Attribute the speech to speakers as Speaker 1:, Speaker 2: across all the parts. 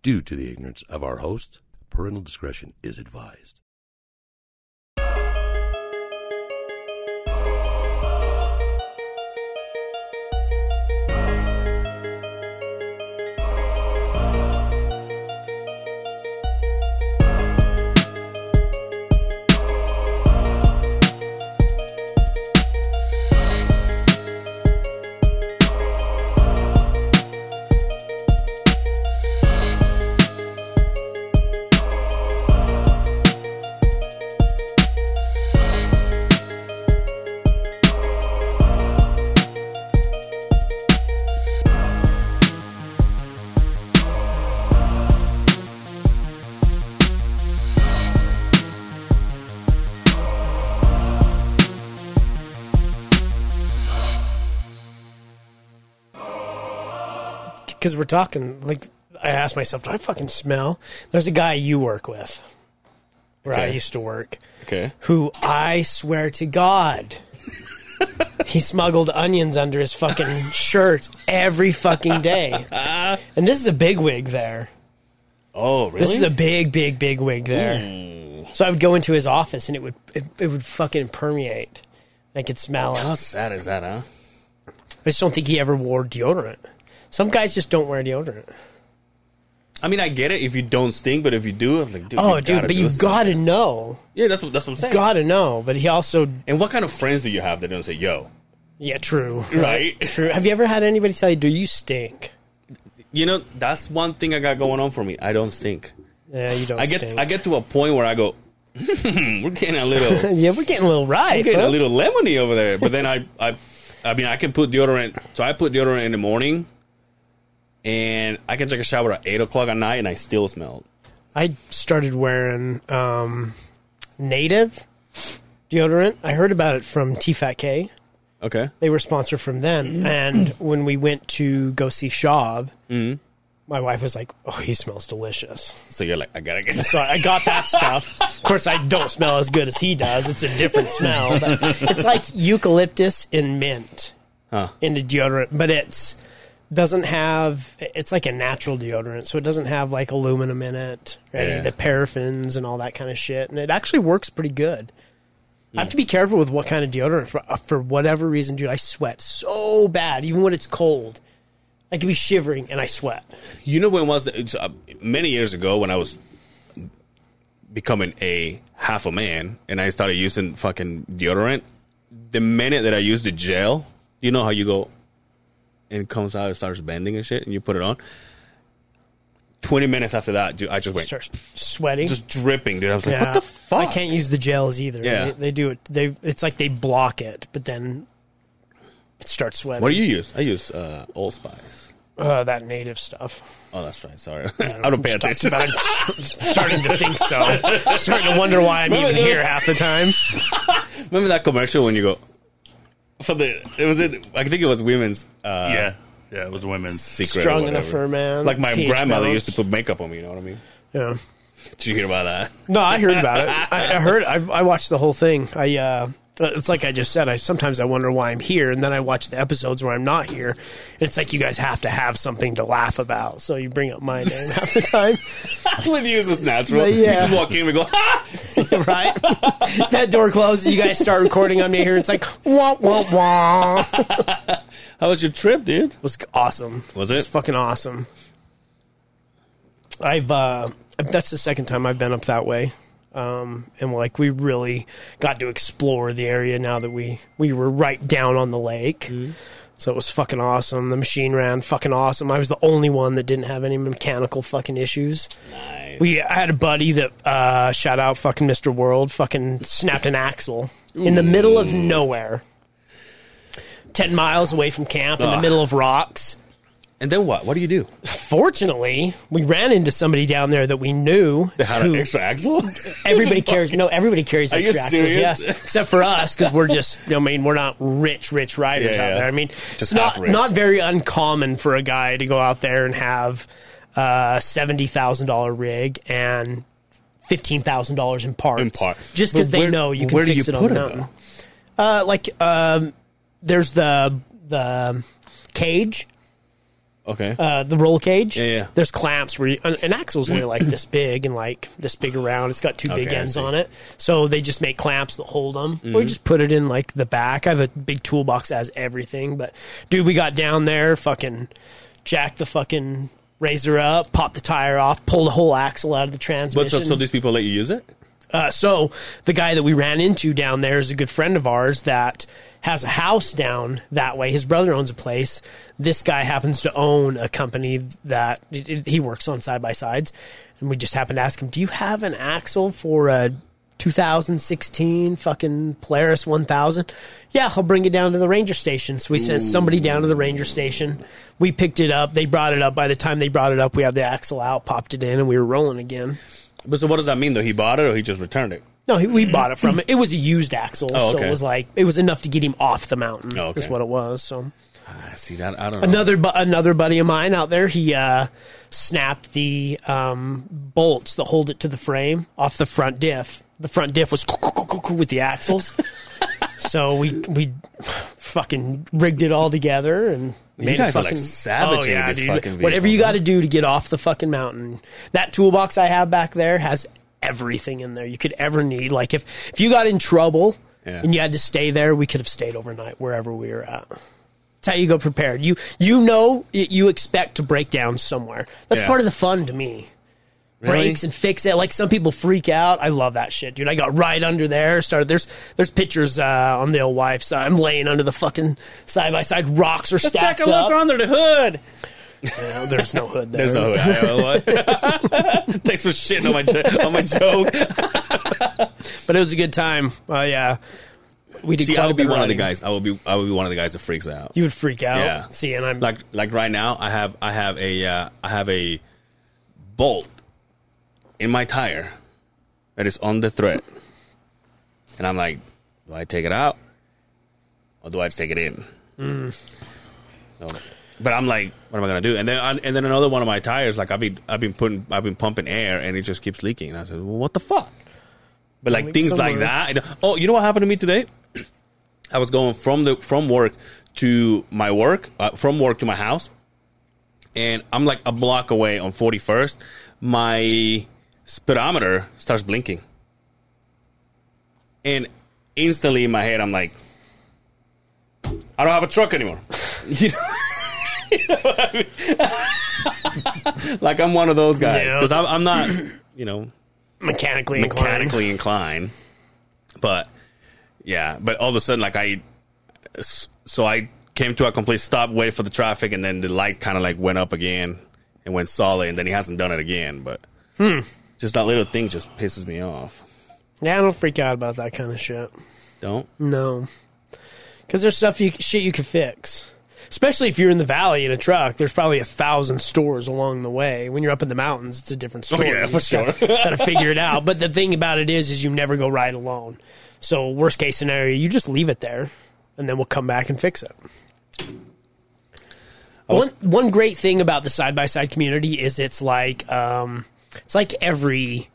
Speaker 1: due to the ignorance of our host. Parental discretion is advised.
Speaker 2: because we're talking like I asked myself, do I fucking smell? There's a guy you work with, where I
Speaker 3: Okay.
Speaker 2: used to work,
Speaker 3: Okay.
Speaker 2: who I swear to God, he smuggled onions under his fucking shirt every fucking day. And this is a big wig there.
Speaker 3: Oh, really? Mm. Hmm.
Speaker 2: This is a big, big, big wig there. So I would go into his office and it would it, it would fucking permeate. I could smell it.
Speaker 3: How sad is that, huh?
Speaker 2: I just don't think he ever wore deodorant. Some guys just don't wear deodorant.
Speaker 3: I mean, I get it if you don't stink, but if you do, I'm like, dude.
Speaker 2: Oh,
Speaker 3: you
Speaker 2: dude,
Speaker 3: gotta
Speaker 2: but
Speaker 3: do
Speaker 2: you
Speaker 3: something.
Speaker 2: gotta know.
Speaker 3: Yeah, that's what that's what I'm saying.
Speaker 2: Gotta know. But he also,
Speaker 3: And what kind of friends do you have that don't say, "Yo"?
Speaker 2: yeah, true.
Speaker 3: Right.
Speaker 2: True. Have you ever had anybody tell you, do you stink?
Speaker 3: You know, that's one thing I got going on for me. I don't stink.
Speaker 2: Yeah, you don't
Speaker 3: I get
Speaker 2: stink.
Speaker 3: I get to a point where I go, we're getting a little,
Speaker 2: yeah, we're getting a little right.
Speaker 3: we're getting
Speaker 2: huh?
Speaker 3: a little lemony over there. But then I I, I mean, I can put deodorant. So I put deodorant in the morning, and I can take a shower at eight o'clock at night, and I still smell.
Speaker 2: I started wearing um, native deodorant. I heard about it from T-Fat-K.
Speaker 3: Okay.
Speaker 2: They were sponsored from them. And when we went to go see Shaab,
Speaker 3: Mm-hmm.
Speaker 2: my wife was like, oh, he smells delicious.
Speaker 3: So you're like, I gotta get this.
Speaker 2: So I got that stuff. Of course, I don't smell as good as he does. It's a different smell. But it's like eucalyptus and mint in the deodorant, but it's doesn't have. It's like a natural deodorant, so it doesn't have like aluminum in it, or any of the
Speaker 3: Yeah.
Speaker 2: paraffins and all that kind of shit. And it actually works pretty good. I have to be careful with what kind of deodorant for uh, for whatever reason, dude. I sweat so bad, even when it's cold. I could be shivering and I sweat.
Speaker 3: You know when was the, it's, uh, many years ago when I was becoming a half a man and I started using fucking deodorant. The minute that I used the gel, you know how you go and it comes out, it starts bending and shit, and you put it on. Twenty minutes after that, dude, I just went
Speaker 2: Start sweating.
Speaker 3: just dripping, dude. I was like,
Speaker 2: Yeah.
Speaker 3: what the fuck?
Speaker 2: I can't use the gels either.
Speaker 3: Yeah.
Speaker 2: They, they do it. They it's like they block it, but then it starts sweating.
Speaker 3: What do you use? I use uh, Old Spice.
Speaker 2: Uh, that native stuff.
Speaker 3: Oh, that's right. Sorry, I don't pay
Speaker 2: Just talked
Speaker 3: attention.
Speaker 2: about it. I'm starting to think so. I'm starting to wonder why I'm even
Speaker 3: Remember
Speaker 2: here
Speaker 3: those-
Speaker 2: half the time.
Speaker 3: Remember that commercial when you go for the it was it. I think it was women's. Uh,
Speaker 4: yeah, yeah, it was women's.
Speaker 3: secret. or
Speaker 2: Strong
Speaker 3: whatever.
Speaker 2: enough for a man.
Speaker 3: Like my
Speaker 2: pH
Speaker 3: grandmother
Speaker 2: balance.
Speaker 3: used to put makeup on me. You know what I mean?
Speaker 2: Yeah.
Speaker 3: Did you hear about that?
Speaker 2: No, I heard about it. I, I heard. I, I watched the whole thing. I. uh it's like I just said. I sometimes I wonder why I'm here, and then I watch the episodes where I'm not here. And it's like you guys have to have something to laugh about, so you bring up my name half the time.
Speaker 3: With you, it's natural.
Speaker 2: But
Speaker 3: You
Speaker 2: yeah.
Speaker 3: just walk in, we go. Ha!
Speaker 2: right? that door closes, you guys start recording on me here. It's like wah wah wah. It
Speaker 3: How was your trip, dude?
Speaker 2: was awesome.
Speaker 3: Was
Speaker 2: It was
Speaker 3: it?
Speaker 2: fucking awesome. I've uh that's the second time I've been up that way. Um and like we really got to explore the area now that we we were right down on the lake. So it was fucking awesome. The machine ran fucking awesome. I was the only one that didn't have any mechanical fucking issues. We I had a buddy that uh, shout out fucking Mr. World fucking snapped an axle in the middle of nowhere. 10 miles away from camp in the
Speaker 3: Ugh.
Speaker 2: middle of rocks.
Speaker 3: And then what? What do you do?
Speaker 2: Fortunately, we ran into somebody down there that we knew.
Speaker 3: They had an extra axle.
Speaker 2: Everybody carries no. Everybody carries
Speaker 3: Are you
Speaker 2: extra axles,
Speaker 3: serious?
Speaker 2: yes, except for us because we're just. I mean, we're not rich, rich riders
Speaker 3: Yeah,
Speaker 2: out
Speaker 3: yeah.
Speaker 2: there. I mean, it's
Speaker 3: Just
Speaker 2: not
Speaker 3: half rich.
Speaker 2: not very uncommon for a guy to go out there and have a seventy thousand dollar rig and fifteen thousand dollars in parts,
Speaker 3: In parts.
Speaker 2: just because they
Speaker 3: But where-
Speaker 2: know you can
Speaker 3: where do
Speaker 2: fix
Speaker 3: you
Speaker 2: it on
Speaker 3: put
Speaker 2: the
Speaker 3: it,
Speaker 2: mountain. Uh, like um, there's the the cage
Speaker 3: Okay.
Speaker 2: uh, the roll cage.
Speaker 3: Yeah, yeah.
Speaker 2: There's clamps where you, an, an axle's only like this big and like this big around. It's got two big
Speaker 3: Okay, I
Speaker 2: ends
Speaker 3: see. Mm-hmm.
Speaker 2: on it, so they just make clamps that hold them. Or you just put it in like the back. I have a big toolbox that has everything. But dude, we got down there, fucking jacked the fucking razor up, popped the tire off, pulled the whole axle out of the transmission.
Speaker 3: but so, so these people let you use it?
Speaker 2: Uh, so the guy that we ran into down there is a good friend of ours that has a house down that way. His brother owns a place. This guy happens to own a company that it, it- he works on side by sides, and we just happened to ask him, "Do you have an axle for a 2016 fucking Polaris 1000?" Yeah, I'll bring it down to the ranger station. So we sent somebody down to the ranger station. We picked it up. They brought it up. By the time they brought it up, we had the axle out, popped it in, and we were rolling again.
Speaker 3: But so what does that mean though? He bought it or he just returned it?
Speaker 2: No, he, we bought it from. It was a used axle,
Speaker 3: Oh,
Speaker 2: so
Speaker 3: okay.
Speaker 2: it was like it was enough to get him off the mountain.
Speaker 3: Oh, okay.
Speaker 2: Is what it was. So
Speaker 3: I Ah, see that. I don't know.
Speaker 2: another bu- another buddy of mine out there, he uh, snapped the um, bolts that hold it to the frame off the front diff. The front diff was with the axles, so we we fucking rigged it all together and.
Speaker 3: You
Speaker 2: made it
Speaker 3: guys are, like,
Speaker 2: fucking, Oh,
Speaker 3: savaging these fucking
Speaker 2: Whatever
Speaker 3: vehicles,
Speaker 2: you
Speaker 3: huh?
Speaker 2: got to do to get off the fucking mountain. That toolbox I have back there has everything in there you could ever need. Like if if you got in trouble
Speaker 3: Yeah.
Speaker 2: and you had to stay there, we could have stayed overnight wherever we were at. That's how you go prepared. You you know y- you expect to break down somewhere. That's
Speaker 3: Yeah.
Speaker 2: part of the fun to me.
Speaker 3: Really?
Speaker 2: Breaks and fix it. Like some people freak out. I love that shit, dude. I got right under there. Started there's there's pictures uh, on the old wife's. side. I'm laying under the fucking side by side. Rocks are stacked up.
Speaker 3: under the hood.
Speaker 2: Yeah, there's no hood there.
Speaker 3: There's no hood. I- I- what? Thanks for shitting on my jo- on my joke.
Speaker 2: But it was a good time. Uh, yeah, we did.
Speaker 3: See,
Speaker 2: quite
Speaker 3: I
Speaker 2: a
Speaker 3: would
Speaker 2: bit
Speaker 3: be
Speaker 2: of
Speaker 3: one of the
Speaker 2: riding.
Speaker 3: guys. I would be I would be one of the guys that freaks out.
Speaker 2: You would freak out.
Speaker 3: Yeah.
Speaker 2: See, and I'm
Speaker 3: like like right now i have i have a uh, i have a bolt in my tire that is on the thread and i'm like do i take it out or do i just take it in
Speaker 2: Mm.
Speaker 3: So- but i'm like what am i gonna do and then I, and then another one of my tires like i've been i've been putting i've been pumping air and it just keeps leaking and i said well, what the fuck but like
Speaker 2: Leak
Speaker 3: things like
Speaker 2: somewhere.
Speaker 3: that and- oh you know what happened to me today I was going from the from work to my work, uh, from work to my house, and I'm like a block away on 41st. My speedometer starts blinking, and instantly in my head, I'm like, I don't have a truck anymore. You know, You know what I mean? like I'm one of those guys
Speaker 2: Yeah.
Speaker 3: because I'm, I'm not, you know
Speaker 2: mechanically inclined.
Speaker 3: mechanically inclined. But yeah, but all of a sudden, like I, s- so I came to a complete stop, wait for the traffic, and then the light kind of like went up again and went solid, and then he hasn't done it again. But just that little thing just pisses me off.
Speaker 2: Yeah, I don't freak out about that kind of shit.
Speaker 3: Don't
Speaker 2: No, because there's stuff you shit you can fix. Especially if you're in the valley in a truck, there's probably a thousand stores along the way. When you're up in the mountains, it's a different story.
Speaker 3: Oh, yeah,
Speaker 2: You
Speaker 3: for
Speaker 2: just gotta- gotta figure it out. But the thing about it is, is you never go ride alone. So worst case scenario, you just leave it there, and then we'll come back and fix it.
Speaker 3: was-
Speaker 2: one one great thing about the side by side community is it's like um, it's like every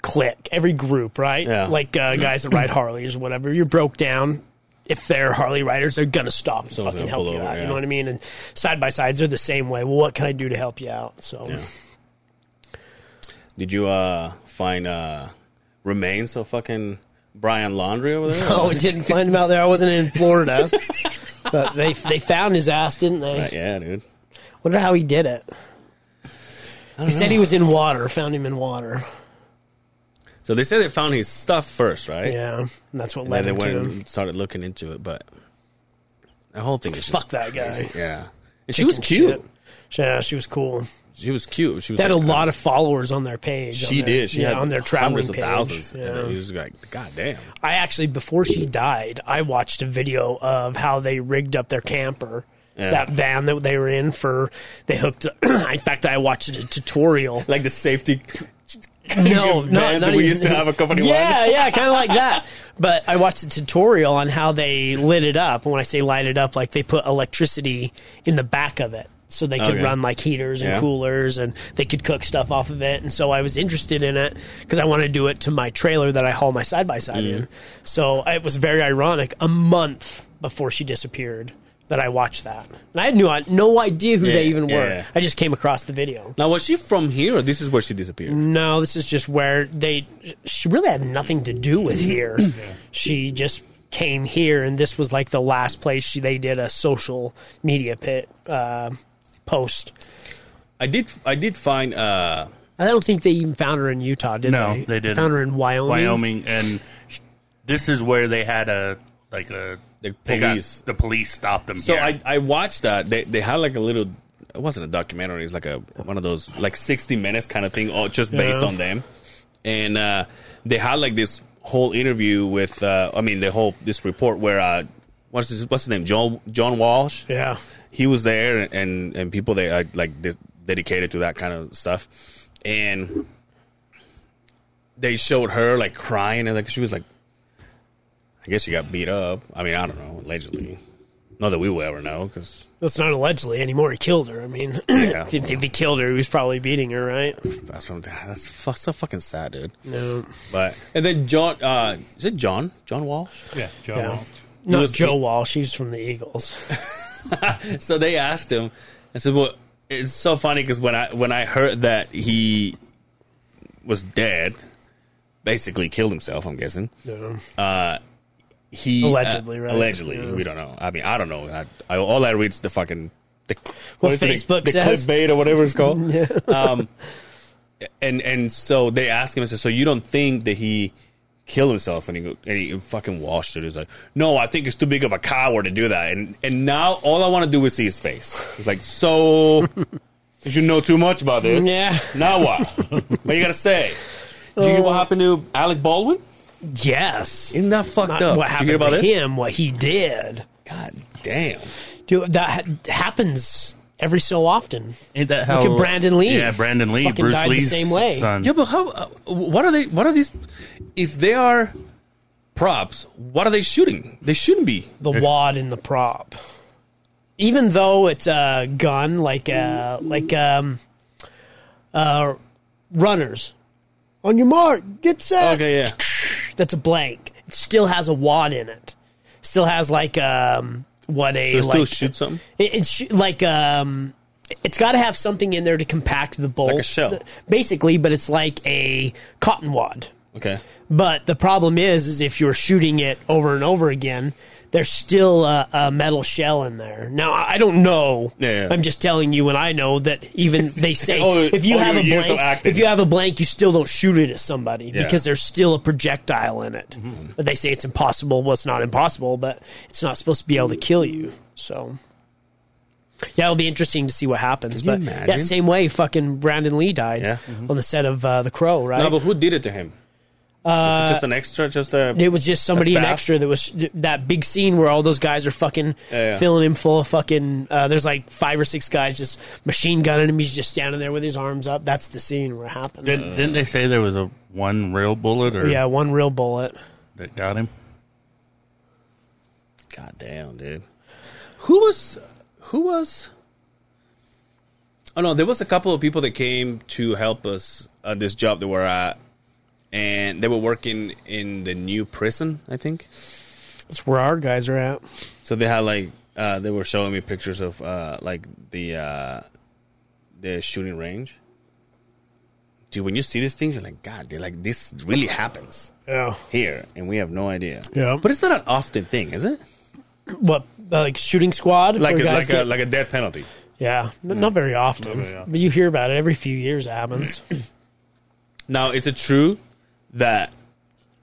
Speaker 2: clique, every group, right?
Speaker 3: Yeah.
Speaker 2: Like uh, guys that ride Harleys or whatever. You're broke down. If they're Harley riders, they're gonna stop and
Speaker 3: Someone's
Speaker 2: fucking
Speaker 3: gonna
Speaker 2: help
Speaker 3: pull
Speaker 2: you
Speaker 3: over,
Speaker 2: out. You
Speaker 3: yeah.
Speaker 2: know what I mean? And side by sides are the same way. Well, what can I do to help you out? So
Speaker 3: did you uh find uh remains of fucking Brian Laundry over there?
Speaker 2: Oh, we didn't find him out there. I wasn't in Florida. but they they found his ass, didn't they?
Speaker 3: Right, yeah, dude.
Speaker 2: Wonder how he did it. He said he was in water. Found him in water.
Speaker 3: So they said they found his stuff first, right?
Speaker 2: Yeah, and that's what
Speaker 3: And
Speaker 2: led
Speaker 3: they
Speaker 2: him
Speaker 3: went
Speaker 2: to him.
Speaker 3: and started looking into it, but the whole thing is just
Speaker 2: Fuck that guy.
Speaker 3: crazy. Yeah, and she was cute.
Speaker 2: Shit. Yeah, she was cool.
Speaker 3: She was cute. She was
Speaker 2: They had a
Speaker 3: like-
Speaker 2: lot of followers on their page.
Speaker 3: She
Speaker 2: on their,
Speaker 3: did. She
Speaker 2: yeah,
Speaker 3: had
Speaker 2: on their traveling
Speaker 3: hundreds of
Speaker 2: page.
Speaker 3: thousands.
Speaker 2: Yeah.
Speaker 3: And you just like, God damn.
Speaker 2: I actually, before she died, I watched a video of how they rigged up their camper,
Speaker 3: Yeah.
Speaker 2: that van that they were in for. They hooked. in fact, I watched a tutorial.
Speaker 3: Like the safety.
Speaker 2: no,
Speaker 3: vans
Speaker 2: no,
Speaker 3: that
Speaker 2: not
Speaker 3: we
Speaker 2: even-
Speaker 3: used to have a company wide.
Speaker 2: Yeah, yeah, kind of like that. But I watched a tutorial on how they lit it up. And when I say light it up, like they put electricity in the back of it. So they could
Speaker 3: Okay.
Speaker 2: run like heaters and
Speaker 3: Yeah.
Speaker 2: coolers, and they could cook stuff off of it. And so I was interested in it because I want to do it to my trailer that I haul my
Speaker 3: Mm-hmm.
Speaker 2: side by side in. So it was very ironic. A month before she disappeared, that I watched that. And I had no, no idea who
Speaker 3: Yeah,
Speaker 2: they even were.
Speaker 3: yeah.
Speaker 2: I just came across the video.
Speaker 3: Now was she from here or this is where she disappeared?
Speaker 2: No, this is just where they. She really had nothing to do with here. She just came here, and this was like the last place she they did a social media pit uh, post.
Speaker 3: I did I did find uh
Speaker 2: I don't think they even found her in Utah, did
Speaker 4: No,
Speaker 2: they?
Speaker 4: they didn't.
Speaker 2: Found her in Wyoming.
Speaker 4: Wyoming, and sh- this is where they had a like a
Speaker 3: The
Speaker 4: they got-
Speaker 3: police.
Speaker 4: the police stopped them.
Speaker 3: so
Speaker 4: here.
Speaker 3: I I watched that. They they had like a little it wasn't a documentary, it's like a one of those like sixty minutes kind of thing, all just based
Speaker 2: Yeah.
Speaker 3: on them. And uh they had like this whole interview with uh I mean the whole this report where uh what's his what's his name? John John Walsh.
Speaker 2: Yeah.
Speaker 3: he was there and and people that are like this, dedicated to that kind of stuff and they showed her like crying and like she was like i guess she got beat up i mean i don't know allegedly not that we will ever know because
Speaker 2: That's not allegedly anymore. He killed her. I mean, if, he- if he killed her, he was probably beating her, right?
Speaker 3: that's from that's fu- so fucking sad dude
Speaker 2: No.
Speaker 3: but and then john uh is it john john walsh
Speaker 4: yeah, Joe
Speaker 2: Yeah.
Speaker 4: Walsh.
Speaker 2: Not
Speaker 3: was-
Speaker 2: Joe Walsh. She's from the Eagles.
Speaker 3: so they asked him i said well it's so funny because when i when i heard that he was dead basically killed himself i'm guessing
Speaker 2: No.
Speaker 3: he
Speaker 2: Allegedly,
Speaker 3: uh,
Speaker 2: right?
Speaker 3: Allegedly,
Speaker 2: Yeah.
Speaker 3: we don't know. I mean, I don't know. I, I, all I read is the fucking the,
Speaker 2: What
Speaker 3: is it,
Speaker 2: Facebook
Speaker 3: the,
Speaker 2: says.
Speaker 3: clickbait or whatever it's called. Um, and and so they asked him. I said, "So you don't think that he killed himself?" And he go, and he fucking washed it. He's like, "No, I think it's too big of a coward to do that." And and now all I want to do is see his face. He's like, "So." Did you know too much about this?
Speaker 2: Yeah. Oh.
Speaker 3: Now what? what you gotta say? Do you hear what happened to Alec Baldwin?
Speaker 2: yes.
Speaker 3: Isn't that fucked
Speaker 2: Not
Speaker 3: up?
Speaker 2: what
Speaker 3: Did you hear
Speaker 2: happened
Speaker 3: about
Speaker 2: to
Speaker 3: this?
Speaker 2: him, what he did.
Speaker 3: God damn.
Speaker 2: Dude, that ha- happens every so often.
Speaker 4: Ain't that
Speaker 2: Look
Speaker 3: Oh,
Speaker 2: at Brandon Lee.
Speaker 4: Yeah, Brandon Lee,
Speaker 2: Fucking
Speaker 4: Bruce
Speaker 2: died the
Speaker 4: Lee's
Speaker 2: same way.
Speaker 4: son.
Speaker 3: Yeah, but how? Uh, what are they? What are these? If they are props, what are they shooting? They shouldn't be.
Speaker 2: The wad in the prop. Even though it's a gun, like uh, like um, uh, runners. On your mark, get set.
Speaker 3: Okay, yeah.
Speaker 2: That's a blank. It still has a wad in it. Still has like um, what a
Speaker 3: They
Speaker 2: like
Speaker 3: still shoot something.
Speaker 2: It, it's sh- like um, it's got to have something in there to compact the bolt,
Speaker 3: a shell.
Speaker 2: basically. But it's like a cotton wad.
Speaker 3: Okay.
Speaker 2: But the problem is, is if you're shooting it over and over again, there's still a, a metal shell in there. Now I I don't know.
Speaker 3: Yeah, yeah.
Speaker 2: I'm just telling you, and I know that even they say
Speaker 3: Oh,
Speaker 2: if you
Speaker 3: all
Speaker 2: have
Speaker 3: your
Speaker 2: a
Speaker 3: years of
Speaker 2: blank,
Speaker 3: acting.
Speaker 2: if you have a blank, you still don't shoot it at somebody
Speaker 3: Yeah. Mm-hmm.
Speaker 2: because there's still a projectile in it. But they say it's impossible. Well, it's not impossible, but it's not supposed to be able to kill you. So. Yeah, it'll be interesting to see what happens.
Speaker 3: Can
Speaker 2: But
Speaker 3: you
Speaker 2: yeah,
Speaker 3: imagine?
Speaker 2: same way fucking Brandon Lee died
Speaker 3: Yeah.
Speaker 2: on the set of uh, The Crow, right?
Speaker 3: No, but who did it to him? Uh, just an extra. Just a.
Speaker 2: It was just somebody
Speaker 3: A
Speaker 2: an
Speaker 3: staff?
Speaker 2: extra that was that big scene where all those guys are fucking
Speaker 3: Yeah, yeah.
Speaker 2: filling him full of fucking. Uh, there's like five or six guys just machine gunning him. He's just standing there with his arms up. That's the scene where it happened.
Speaker 4: Didn't, didn't they say there was a one real bullet or
Speaker 2: yeah, one real bullet.
Speaker 4: that got him?
Speaker 3: God damn, dude. Who was? Who was? Oh no, there was a couple of people that came to help us at this job that we're at, and they were working in the new prison, I think.
Speaker 2: That's where our guys are at.
Speaker 3: So they had like uh, they were showing me pictures of uh, like the uh, the shooting range. Dude, when you see these things, you're like, God, they like this really happens
Speaker 2: Yeah.
Speaker 3: here, and we have no idea.
Speaker 2: Yeah.
Speaker 3: but it's not an often thing, is it?
Speaker 2: What uh, like shooting squad?
Speaker 3: Like
Speaker 2: where
Speaker 3: a,
Speaker 2: guys
Speaker 3: like a
Speaker 2: get-
Speaker 3: like a death penalty.
Speaker 2: yeah, n- not very often.
Speaker 4: very often.
Speaker 2: But you hear about it every few years. It happens.
Speaker 3: Now, is it true that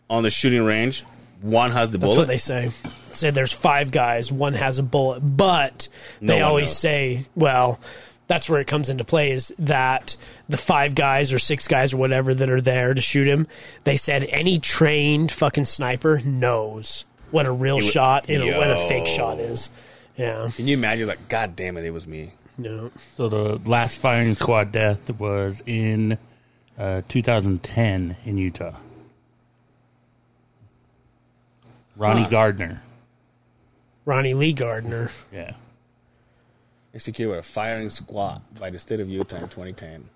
Speaker 3: on the shooting range, one has the
Speaker 2: That's
Speaker 3: bullet?
Speaker 2: what they say. Say there's five guys, one has a bullet, but
Speaker 3: No
Speaker 2: they
Speaker 3: one
Speaker 2: always
Speaker 3: knows.
Speaker 2: say, well, that's where it comes into play is that the five guys or six guys or whatever that are there to shoot him, they said any trained fucking sniper knows what a real shot and a, what a fake
Speaker 3: Yo.
Speaker 2: shot is. Yeah.
Speaker 3: Can you imagine? Like, God damn it, it was me.
Speaker 2: No.
Speaker 4: So the last firing squad death was in uh, 2010 in Utah. Ronnie Gardner.
Speaker 2: Ronnie Lee Gardner.
Speaker 4: Yeah.
Speaker 3: Executed with a firing squad by the state of Utah in 2010.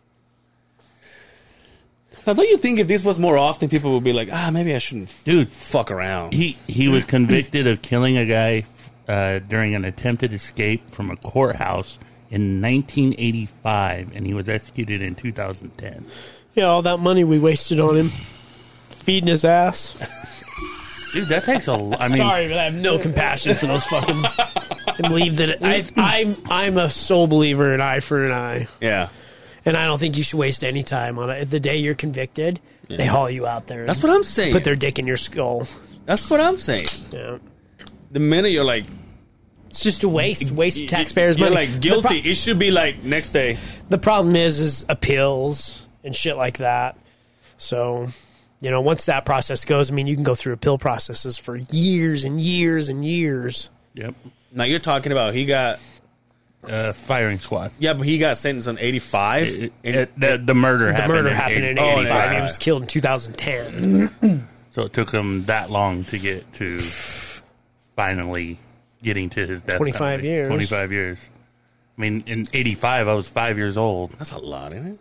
Speaker 3: Now, don't you think if this was more often, people would be like, ah, maybe I shouldn't
Speaker 4: Dude,
Speaker 3: fuck around?
Speaker 4: he he was convicted of killing a guy uh, during an attempted escape from a courthouse in 1985, and he was executed in 2010.
Speaker 2: Yeah, all that money we wasted on him, feeding his ass.
Speaker 4: Dude, that takes a lot. I mean,
Speaker 2: Sorry, but I have no compassion for those fucking. I believe that it, I, I'm I'm a sole believer in eye for an eye,
Speaker 3: Yeah.
Speaker 2: and I don't think you should waste any time on it. The day you're convicted, they haul you out there. and
Speaker 3: That's what I'm saying.
Speaker 2: put their dick in your skull.
Speaker 3: That's what I'm saying.
Speaker 2: Yeah.
Speaker 3: The minute you're like
Speaker 2: It's just a waste, waste taxpayers'
Speaker 3: you're
Speaker 2: money.
Speaker 3: like guilty,
Speaker 2: The,
Speaker 3: it should be like next day.
Speaker 2: pro- the problem is, is appeals and shit like that. So, you know, once that process goes, I mean, you can go through appeal processes for years and years and years.
Speaker 4: yep.
Speaker 3: Now you're talking about he got
Speaker 4: Uh, firing squad.
Speaker 3: yeah, but he got sentenced on 85.
Speaker 4: It- it- the, the murder
Speaker 2: The
Speaker 4: happened.
Speaker 2: murder
Speaker 4: in
Speaker 2: happened in
Speaker 4: 80
Speaker 2: '85. He
Speaker 3: Oh,
Speaker 2: was killed in 2010.
Speaker 4: So it took him that long to get to finally getting to his death.
Speaker 2: 25
Speaker 4: penalty.
Speaker 2: years.
Speaker 4: 25 years. I mean, in 85, I was five years old.
Speaker 3: That's a lot, isn't it?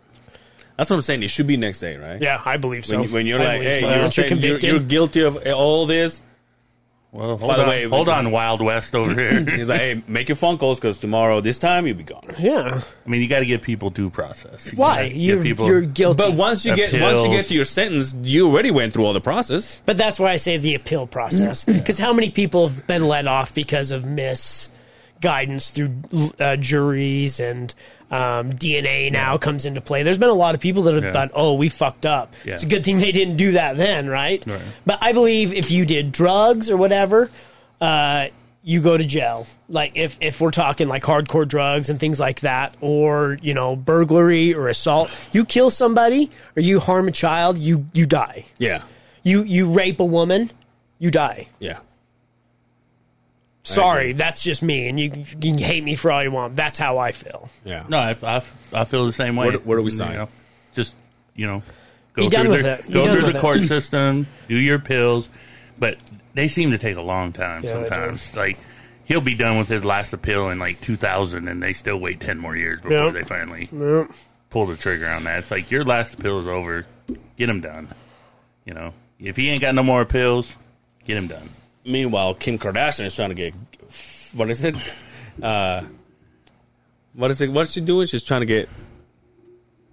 Speaker 3: That's what I'm saying. It should be next day, right?
Speaker 2: Yeah, I believe so.
Speaker 3: When, you- when you're
Speaker 2: I
Speaker 3: like,
Speaker 2: believe
Speaker 3: hey,
Speaker 2: so.
Speaker 3: you're,
Speaker 2: Once
Speaker 3: saying you're,
Speaker 2: convicted,
Speaker 3: you're guilty of all this.
Speaker 4: Well, hold
Speaker 3: the
Speaker 4: on,
Speaker 3: way, we-
Speaker 4: hold on, Wild West over here.
Speaker 3: He's like, hey, make your phone calls because tomorrow this time you'll be gone.
Speaker 2: yeah.
Speaker 4: I mean, you got to give people due process. You
Speaker 2: Why
Speaker 4: gotta give
Speaker 2: you're, you're guilty?
Speaker 3: But
Speaker 2: But,
Speaker 3: once you get once you get
Speaker 4: Appeals.
Speaker 3: to your sentence, you already went through all the process.
Speaker 2: that's why I say the appeal process. Because how many people have been let off because of misguidance through uh, juries and um, DNA now comes into play. There's been a lot of people that have
Speaker 4: Yeah.
Speaker 2: thought, "Oh, we fucked up."
Speaker 4: Yeah.
Speaker 2: It's a good thing they didn't do that then, right?
Speaker 4: Right.
Speaker 2: But I believe if you did drugs or whatever, uh, you go to jail. Like if if we're talking like hardcore drugs and things like that, or you know burglary or assault, you kill somebody or you harm a child, you you die.
Speaker 3: Yeah,
Speaker 2: You you rape a woman, you die.
Speaker 3: yeah.
Speaker 2: Sorry, that's just me, and you, you can hate me for all you want. That's how I feel.
Speaker 3: Yeah.
Speaker 4: No, I, I, I feel the same way.
Speaker 3: Where do- where do we
Speaker 4: You
Speaker 3: sign?
Speaker 4: know, just you know,
Speaker 2: Be
Speaker 4: go through
Speaker 2: done with
Speaker 4: the,
Speaker 2: it. Be
Speaker 4: go
Speaker 2: done
Speaker 4: through
Speaker 2: with
Speaker 4: the
Speaker 2: it.
Speaker 4: court system, do your pills, but they seem to take a long time
Speaker 2: Yeah, they do.
Speaker 4: sometimes. Like he'll be done with his last appeal in like 2000, and they still wait 10 more years before
Speaker 2: Yep.
Speaker 4: they finally pull the trigger on that. It's like your last appeal is over, get him done. You know, if he ain't got no more appeals, get him done.
Speaker 3: Meanwhile, Kim Kardashian is trying to get what is it? Uh, what is it? What's she doing? She's trying to get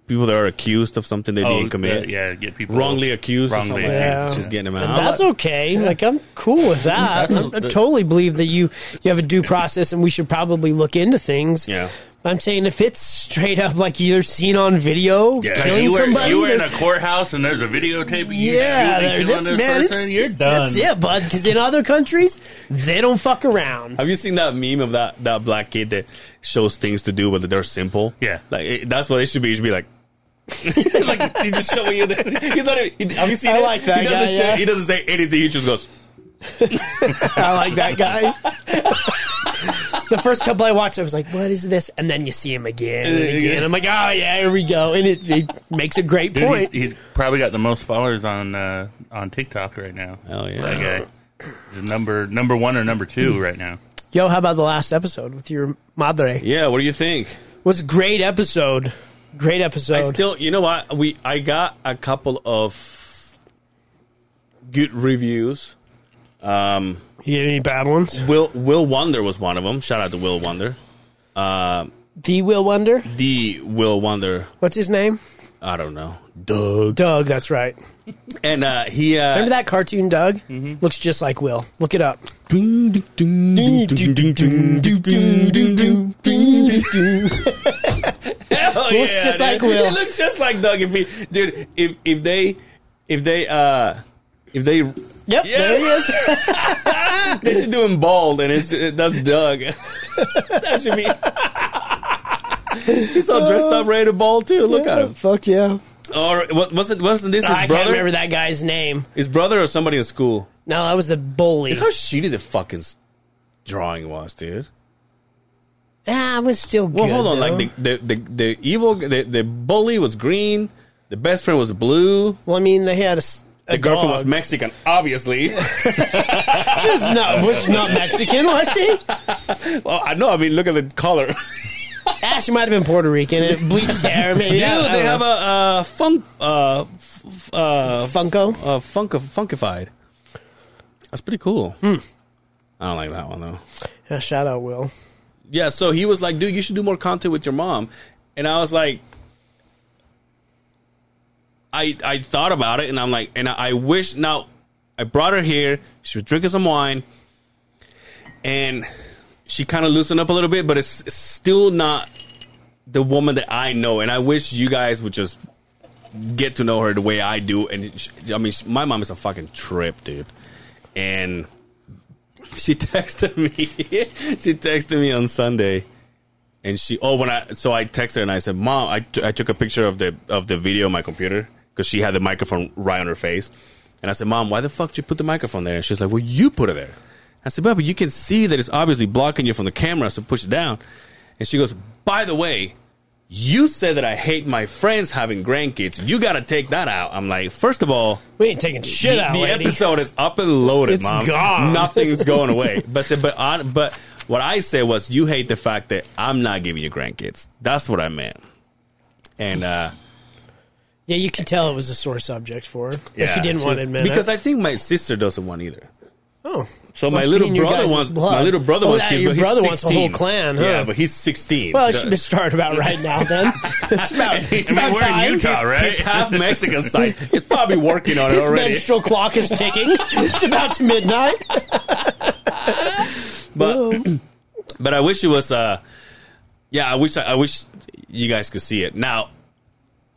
Speaker 3: people that are accused of something they didn't commit.
Speaker 4: Oh, yeah, get people
Speaker 3: Wrongly accused. or
Speaker 4: Wrongly
Speaker 3: something like that.
Speaker 2: accused.
Speaker 3: She's getting them
Speaker 2: And
Speaker 3: out.
Speaker 2: that's okay. Like I'm cool with that. I, I totally believe that you you have a due process, and we should probably look into things.
Speaker 3: Yeah.
Speaker 2: I'm saying if it's straight up like you're seen on video
Speaker 3: Yeah.
Speaker 4: Like,
Speaker 2: killing
Speaker 4: you, were,
Speaker 2: somebody,
Speaker 4: you were in a
Speaker 2: there's-
Speaker 4: courthouse and there's a videotape. Of you
Speaker 2: yeah,
Speaker 4: shooting,
Speaker 2: there-
Speaker 4: killing
Speaker 2: that's
Speaker 4: this
Speaker 2: man,
Speaker 4: person,
Speaker 2: it's,
Speaker 4: you're done.
Speaker 2: That's it, bud. Because in other countries, they don't fuck around.
Speaker 3: Have you seen that meme of that, that black kid that shows things to do, but they're simple?
Speaker 4: Yeah.
Speaker 3: like it, that's what it should be. It should be like, like he's just showing you. The, he's not. Even, he- have you seen?
Speaker 2: I
Speaker 3: it?
Speaker 2: like that
Speaker 3: He doesn't,
Speaker 2: guy,
Speaker 3: show-
Speaker 2: yeah.
Speaker 3: he doesn't say anything. He just goes.
Speaker 2: I like that guy. the first couple I watched, I was like, "What is this?" And then you see him again and again. I'm like, "Oh yeah, here we go." And it, it makes a great
Speaker 4: Dude, he's,
Speaker 2: point.
Speaker 4: he's probably got the most followers on uh, on TikTok right now.
Speaker 3: Hell yeah.
Speaker 4: that guy. He's number number one or number two right now.
Speaker 2: Yo, how about the last episode with your madre?
Speaker 3: Yeah, what do you think?
Speaker 2: was a great episode. Great episode.
Speaker 3: I still, you know what? We I got a couple of good reviews. Um,
Speaker 2: you get any bad ones?
Speaker 3: Will Will Wonder was one of them. Shout out to Will Wonder. Uh,
Speaker 2: The Will Wonder.
Speaker 3: the Will Wonder,
Speaker 2: What's his name?
Speaker 3: I don't know, Doug,
Speaker 2: Doug. That's right.
Speaker 3: and uh, he. Uh,
Speaker 2: Remember that cartoon Doug?
Speaker 3: Mm-hmm.
Speaker 2: Looks just like Will. Look it up.
Speaker 3: Hell
Speaker 2: Looks just like Will.
Speaker 3: It looks just like Doug. If he, dude, if if they, if they, uh, if they,
Speaker 2: Yep,
Speaker 3: Yeah.
Speaker 2: there he is.
Speaker 3: they should do him bald, and it's that's Doug. that should be. He's all dressed up, ready to bald too. Look at him.
Speaker 2: Fuck yeah.
Speaker 3: Or what, wasn't wasn't this his
Speaker 2: I can't
Speaker 3: brother?
Speaker 2: remember that guy's name.
Speaker 3: His brother or somebody in school?
Speaker 2: No, that was the bully.
Speaker 3: How shitty the fucking s- drawing was, dude.
Speaker 2: ah, I was still good.
Speaker 3: Well, hold on.
Speaker 2: though.
Speaker 3: Like the the the, the evil, the, the bully was green. The best friend was blue.
Speaker 2: well, I mean, they had a. s- a
Speaker 3: The girlfriend was
Speaker 2: dog.
Speaker 3: Mexican, obviously.
Speaker 2: She was not, was not Mexican, was she?
Speaker 3: well, I know. I mean, look at the color. Dude,
Speaker 2: Ah, she might have been Puerto Rican. It bleached hair, maybe. I don't
Speaker 3: they
Speaker 2: know.
Speaker 3: have a uh, funk, uh, f- f- uh,
Speaker 2: Funko. Hmm.
Speaker 3: uh, funk, funkified. That's pretty cool. I don't like that one though.
Speaker 2: Yeah, Ah, shout out Will.
Speaker 3: Yeah, so he was like, dude, you should do more content with your mom. And I was like, I I thought about it and I'm like, and I, I wish now I brought her here. She was drinking some wine and she kind of loosened up a little bit, but it's, it's still not the woman that I know. And I wish you guys would just get to know her the way I do. And sh I mean, sh my mom is a fucking trip, dude. And she texted me. she texted me on Sunday, and she oh when I so I texted her and I said, "Mom, I, t- I took a picture of the of the video on my computer because she had the microphone right on her face." And I said, "Mom, why the fuck did you put the microphone there?" And she's like, "Well, you put it there." I said, "But, but you can see that it's obviously blocking you from the camera, so push it down." And she goes, "By the way." You said that I hate my friends having grandkids. You got to take that out. I'm like, first of all,
Speaker 2: We ain't taking shit
Speaker 3: the,
Speaker 2: out,
Speaker 3: the
Speaker 2: lady.
Speaker 3: episode is up and loaded,
Speaker 2: It's
Speaker 3: mom.
Speaker 2: gone.
Speaker 3: Nothing's going away. But said, but on, but what I said was, you hate the fact that I'm not giving you grandkids. That's what I meant. And uh,
Speaker 2: Yeah, you could tell it was a sore subject for her. But
Speaker 3: yeah,
Speaker 2: she didn't want to admit
Speaker 3: because
Speaker 2: it.
Speaker 3: I think my sister doesn't want either.
Speaker 2: oh,
Speaker 3: So
Speaker 2: Must
Speaker 3: my
Speaker 2: be
Speaker 3: little
Speaker 2: in your
Speaker 3: brother
Speaker 2: guys'
Speaker 3: wants
Speaker 2: blood.
Speaker 3: my little brother
Speaker 2: Oh,
Speaker 3: wants
Speaker 2: yeah,
Speaker 3: kids,
Speaker 2: your
Speaker 3: but he's
Speaker 2: brother wants the whole
Speaker 3: 16.
Speaker 2: clan, huh?
Speaker 3: Yeah, but he's 16.
Speaker 2: well, it
Speaker 3: so-
Speaker 2: should be started about right now. Then it's about.
Speaker 3: It's
Speaker 2: It's
Speaker 4: mean,
Speaker 2: about
Speaker 4: we're in
Speaker 2: time.
Speaker 4: Utah,
Speaker 2: His-
Speaker 4: right?
Speaker 3: He's half Mexican side. He's probably working on it
Speaker 2: His
Speaker 3: already.
Speaker 2: menstrual clock is ticking. it's about midnight.
Speaker 3: but but I wish it was uh yeah I wish I, wish you guys could see it now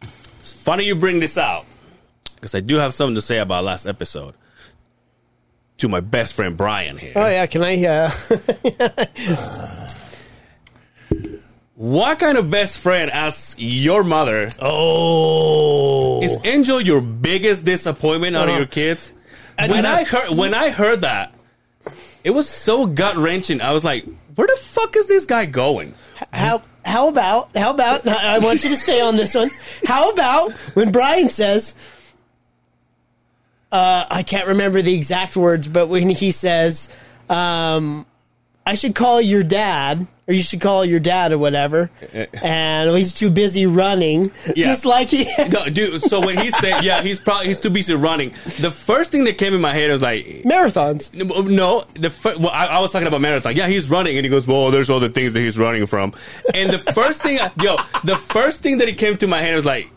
Speaker 3: it's funny you bring this out because I do have something to say about last episode to my best friend Brian here
Speaker 2: Oh yeah, can I? Uh,
Speaker 3: what kind of best friend asks your mother
Speaker 2: oh,
Speaker 3: is Angel your biggest disappointment out of
Speaker 2: Uh-huh.
Speaker 3: your kids when I heard when I heard that it was so gut wrenching I was like where the fuck is this guy going
Speaker 2: how how about how about I I want you to stay on this one. How about when Brian says uh, I can't remember the exact words, but when he says um, I should call your dad or you should call your dad or whatever and he's too busy running just like he
Speaker 3: No, dude. So when he said, "Yeah, he's probably he's too busy running," the first thing that came in my head was like,
Speaker 2: marathons.
Speaker 3: "No." The fir- well, I, I was talking about marathon. Yeah, he's running, and he goes, "Well, there's all the things that he's running from." And the first thing, I, yo, the first thing that it came to my head was like,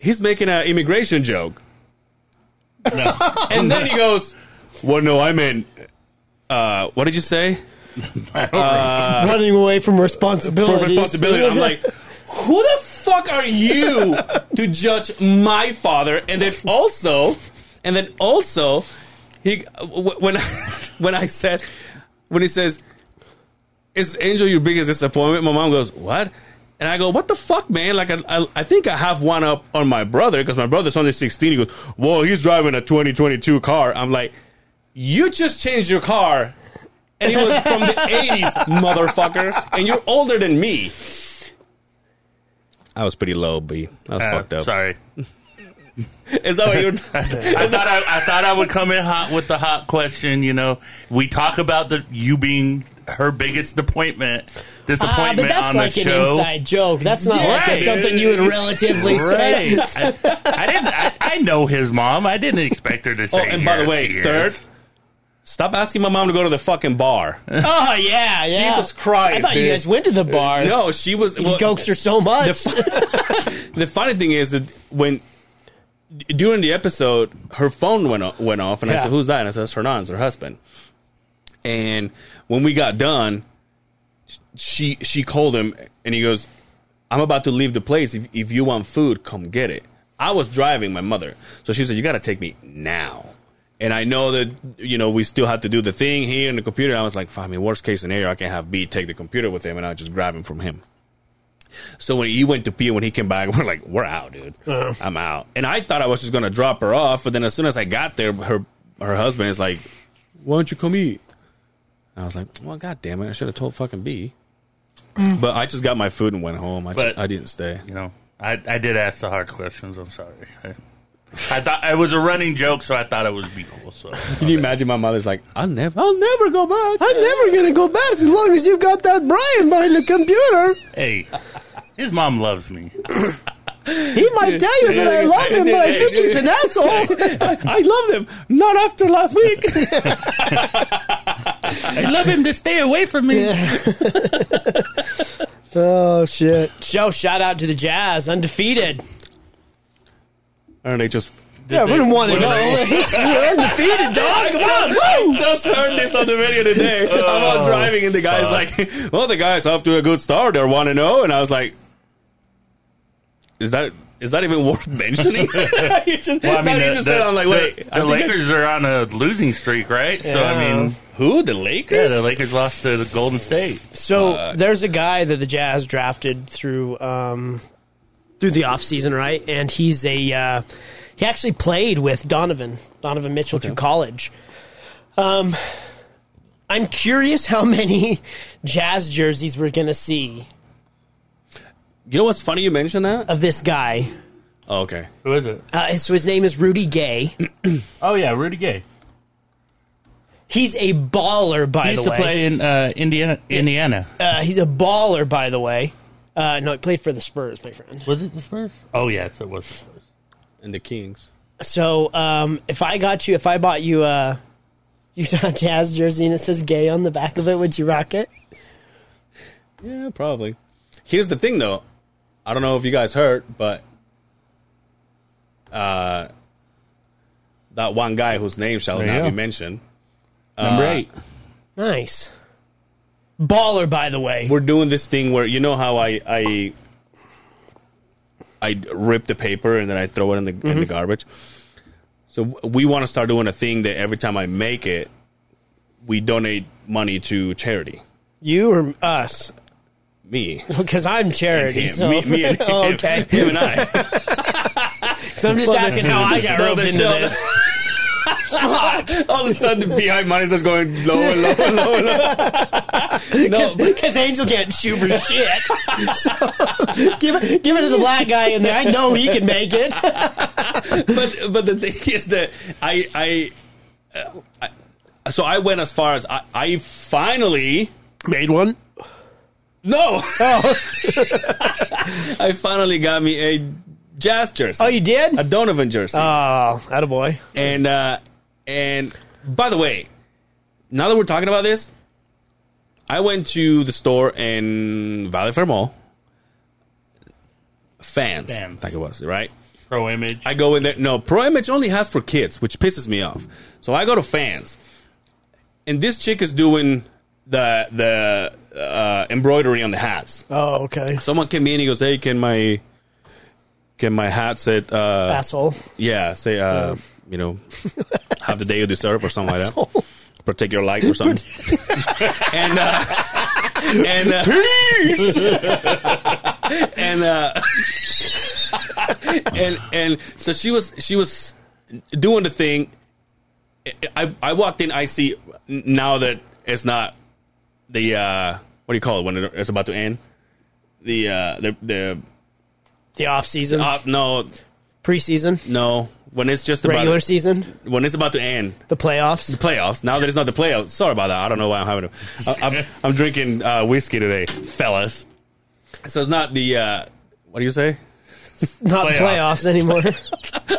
Speaker 3: he's making an immigration joke,
Speaker 4: No.
Speaker 3: and then he goes, "Well, no, I meant." Uh, what did you say?
Speaker 2: running away from responsibility.
Speaker 3: For responsibility. I'm like, who the fuck are you to judge my father? And then also, and then also, he wh- when when I said when he says, "Is Angel your biggest disappointment?" My mom goes, "What?" And I go, "What the fuck, man? Like, I, I, I think I have one up on my brother because my brother's only 16." He goes, "Whoa, he's driving a 2022 car." I'm like, "You just changed your car." And he was from the 80s, motherfucker. And you're older than me. I was pretty low, B. I was
Speaker 4: Uh,
Speaker 3: fucked up.
Speaker 4: Sorry.
Speaker 3: Is that what you
Speaker 4: I thought I, I thought I would come in hot with the hot question. You know, we talk about the you being her biggest disappointment
Speaker 2: Ah, but
Speaker 4: disappointment
Speaker 2: that's
Speaker 4: on
Speaker 2: like
Speaker 4: the
Speaker 2: an
Speaker 4: show.
Speaker 2: inside joke. That's not like
Speaker 4: Right.
Speaker 2: a, something you would relatively say.
Speaker 4: Right. I, I didn't. I, I know his mom. I didn't expect her to say.
Speaker 3: Oh, and by the
Speaker 4: yes,
Speaker 3: way,
Speaker 4: yes.
Speaker 3: third, stop asking my mom to go to the fucking bar.
Speaker 2: Oh yeah, yeah.
Speaker 3: Jesus Christ,
Speaker 2: I thought you
Speaker 3: dude.
Speaker 2: guys went to the bar.
Speaker 3: No, she was.
Speaker 2: he
Speaker 3: well,
Speaker 2: coaxed her so much.
Speaker 3: the, fu- the funny thing is that when d- during the episode, her phone went o- went off, and I
Speaker 2: Yeah.
Speaker 3: said, "Who's that?" And I said, "It's Hernan's, her husband." And when we got done, sh- she she called him, and he goes, "I'm about to leave the place. If if you want food, come get it." I was driving my mother, so she said, "You got to take me now." And I know that you know we still have to do the thing here in the computer. I was like, "Fuck, "I mean, worst case scenario, I can have B take the computer with him, and I'll just grab him from him." So when he went to pee, when he came back, we're like, we're out, dude. I'm out. And I thought I was just gonna drop her off, but then as soon as I got there, her her husband is like, "Why don't you come eat?" And I was like, "Well, god damn it, I should have told fucking B." but I just got my food and went home. I
Speaker 4: But-
Speaker 3: just, I didn't stay.
Speaker 4: you know, I, I did ask the hard questions. I'm sorry. I, I thought it was a running joke, so I thought it was be cool. So
Speaker 3: Can you imagine my mother's like, "I'll never, I'll never go back."
Speaker 2: I'm never gonna go back as long as you got that Brian behind the computer.
Speaker 4: hey, his mom loves me.
Speaker 2: He might tell you that I love him, but I think he's an asshole.
Speaker 3: I love them. Not after last week.
Speaker 4: I love him to stay away from me.
Speaker 2: oh shit! So shout out to the Jazz, undefeated.
Speaker 3: Aren't they just?
Speaker 2: Yeah, we didn't want to know. oh. You're undefeated, dog. Come on.
Speaker 3: I just heard this on the radio today. I'm out driving, and the guy's like, "Well, the guys off to a good start. They're one and zero." And I was like, "Is that is that even worth mentioning?" you just,
Speaker 4: Well, I mean,
Speaker 3: now you
Speaker 4: the,
Speaker 3: just
Speaker 4: the-
Speaker 3: said, "I'm like,
Speaker 4: the-
Speaker 3: wait,
Speaker 4: the,
Speaker 3: I think I-
Speaker 4: Lakers are on a losing streak, right? So I mean,
Speaker 3: who? The
Speaker 4: yeah,
Speaker 3: Lakers?
Speaker 4: the Lakers lost to the Golden State.
Speaker 2: So
Speaker 3: Fuck.
Speaker 2: there's a guy that the Jazz drafted through um, through the offseason, right? And he's a uh, he actually played with Donovan Donovan Mitchell through college. Um, I'm curious how many Jazz jerseys we're gonna see
Speaker 3: You know what's funny? You mentioned that.
Speaker 2: of this guy.
Speaker 3: Oh, okay.
Speaker 4: Who is it?
Speaker 2: Uh, so his name is Rudy Gay.
Speaker 4: Oh yeah, Rudy Gay.
Speaker 2: He's a baller, by
Speaker 4: He
Speaker 2: the
Speaker 4: used to
Speaker 2: way.
Speaker 4: play in uh, Indiana. Indiana
Speaker 2: Uh, he's a baller, by the way. Uh, no, he played for the Spurs, my friend.
Speaker 4: was it the Spurs? Oh yes, it was. The Spurs.
Speaker 3: And the Kings.
Speaker 2: So um, if I got you, if I bought you a Utah Jazz jersey and it says "gay" on the back of it, would you rock it?
Speaker 3: Yeah, probably. Here's the thing, though. I don't know if you guys heard, but uh, that one guy whose name shall
Speaker 4: There you
Speaker 3: not be
Speaker 4: go.
Speaker 3: mentioned.
Speaker 4: Number eight.
Speaker 2: Nice, baller. By the way,
Speaker 3: We're doing this thing where you know how I I I rip the paper and then I throw it in the in the garbage. So w- we want to start doing a thing that every time I make it, we donate money to charity.
Speaker 2: you or us?
Speaker 3: Me,
Speaker 2: Because I'm charity.
Speaker 3: him,
Speaker 2: so
Speaker 3: me, me and him,
Speaker 2: Oh, okay.
Speaker 3: him and I.
Speaker 2: 'Cause I'm just asking how I got
Speaker 3: Throw
Speaker 2: roped
Speaker 3: the
Speaker 2: into
Speaker 3: shell-
Speaker 2: this. Fuck.
Speaker 3: All of a sudden, the behind money starts going lower, lower, lower, lower. no,
Speaker 2: Because Angel can't shoot for shit. So give, it- give it to the black guy in there. I know he can make it.
Speaker 3: but but the thing is that I I, uh, I so I went as far as I, I finally
Speaker 2: Made one.
Speaker 3: no I finally got me a jazz jersey,
Speaker 2: Oh, you did?
Speaker 3: a Donovan jersey,
Speaker 2: Oh, attaboy.
Speaker 3: and uh, and by the way, now that we're talking about this, I went to the store in Valley Fair Mall. Fans,
Speaker 4: Fans.
Speaker 3: I think it was right.
Speaker 4: Pro image.
Speaker 3: I go in there. No, Pro Image only has for kids, which pisses me off. So I go to fans, and this chick is doing the the uh, embroidery on the hats.
Speaker 2: Oh, okay.
Speaker 3: Someone came in, he goes, "Hey, can my can my hat say uh,
Speaker 2: Asshole.
Speaker 3: yeah say uh, you know have the day you deserve or something like that, protect your life or something." and uh, and uh, and uh, and and so she was she was doing the thing. I I walked in. I see now that it's not the uh, what do you call it when it's about to end. The uh, the the
Speaker 2: The off season,
Speaker 3: uh, no
Speaker 2: preseason,
Speaker 3: no when it's just about
Speaker 2: regular season,
Speaker 3: when it's about to end
Speaker 2: the playoffs.
Speaker 3: playoffs. Now that it's not the playoffs. Sorry about that. I don't know why I'm having. A, I, I'm, I'm drinking uh, whiskey today, fellas. So it's not the. Uh, what do you say?
Speaker 2: Not
Speaker 4: Playoffs.
Speaker 2: playoffs anymore.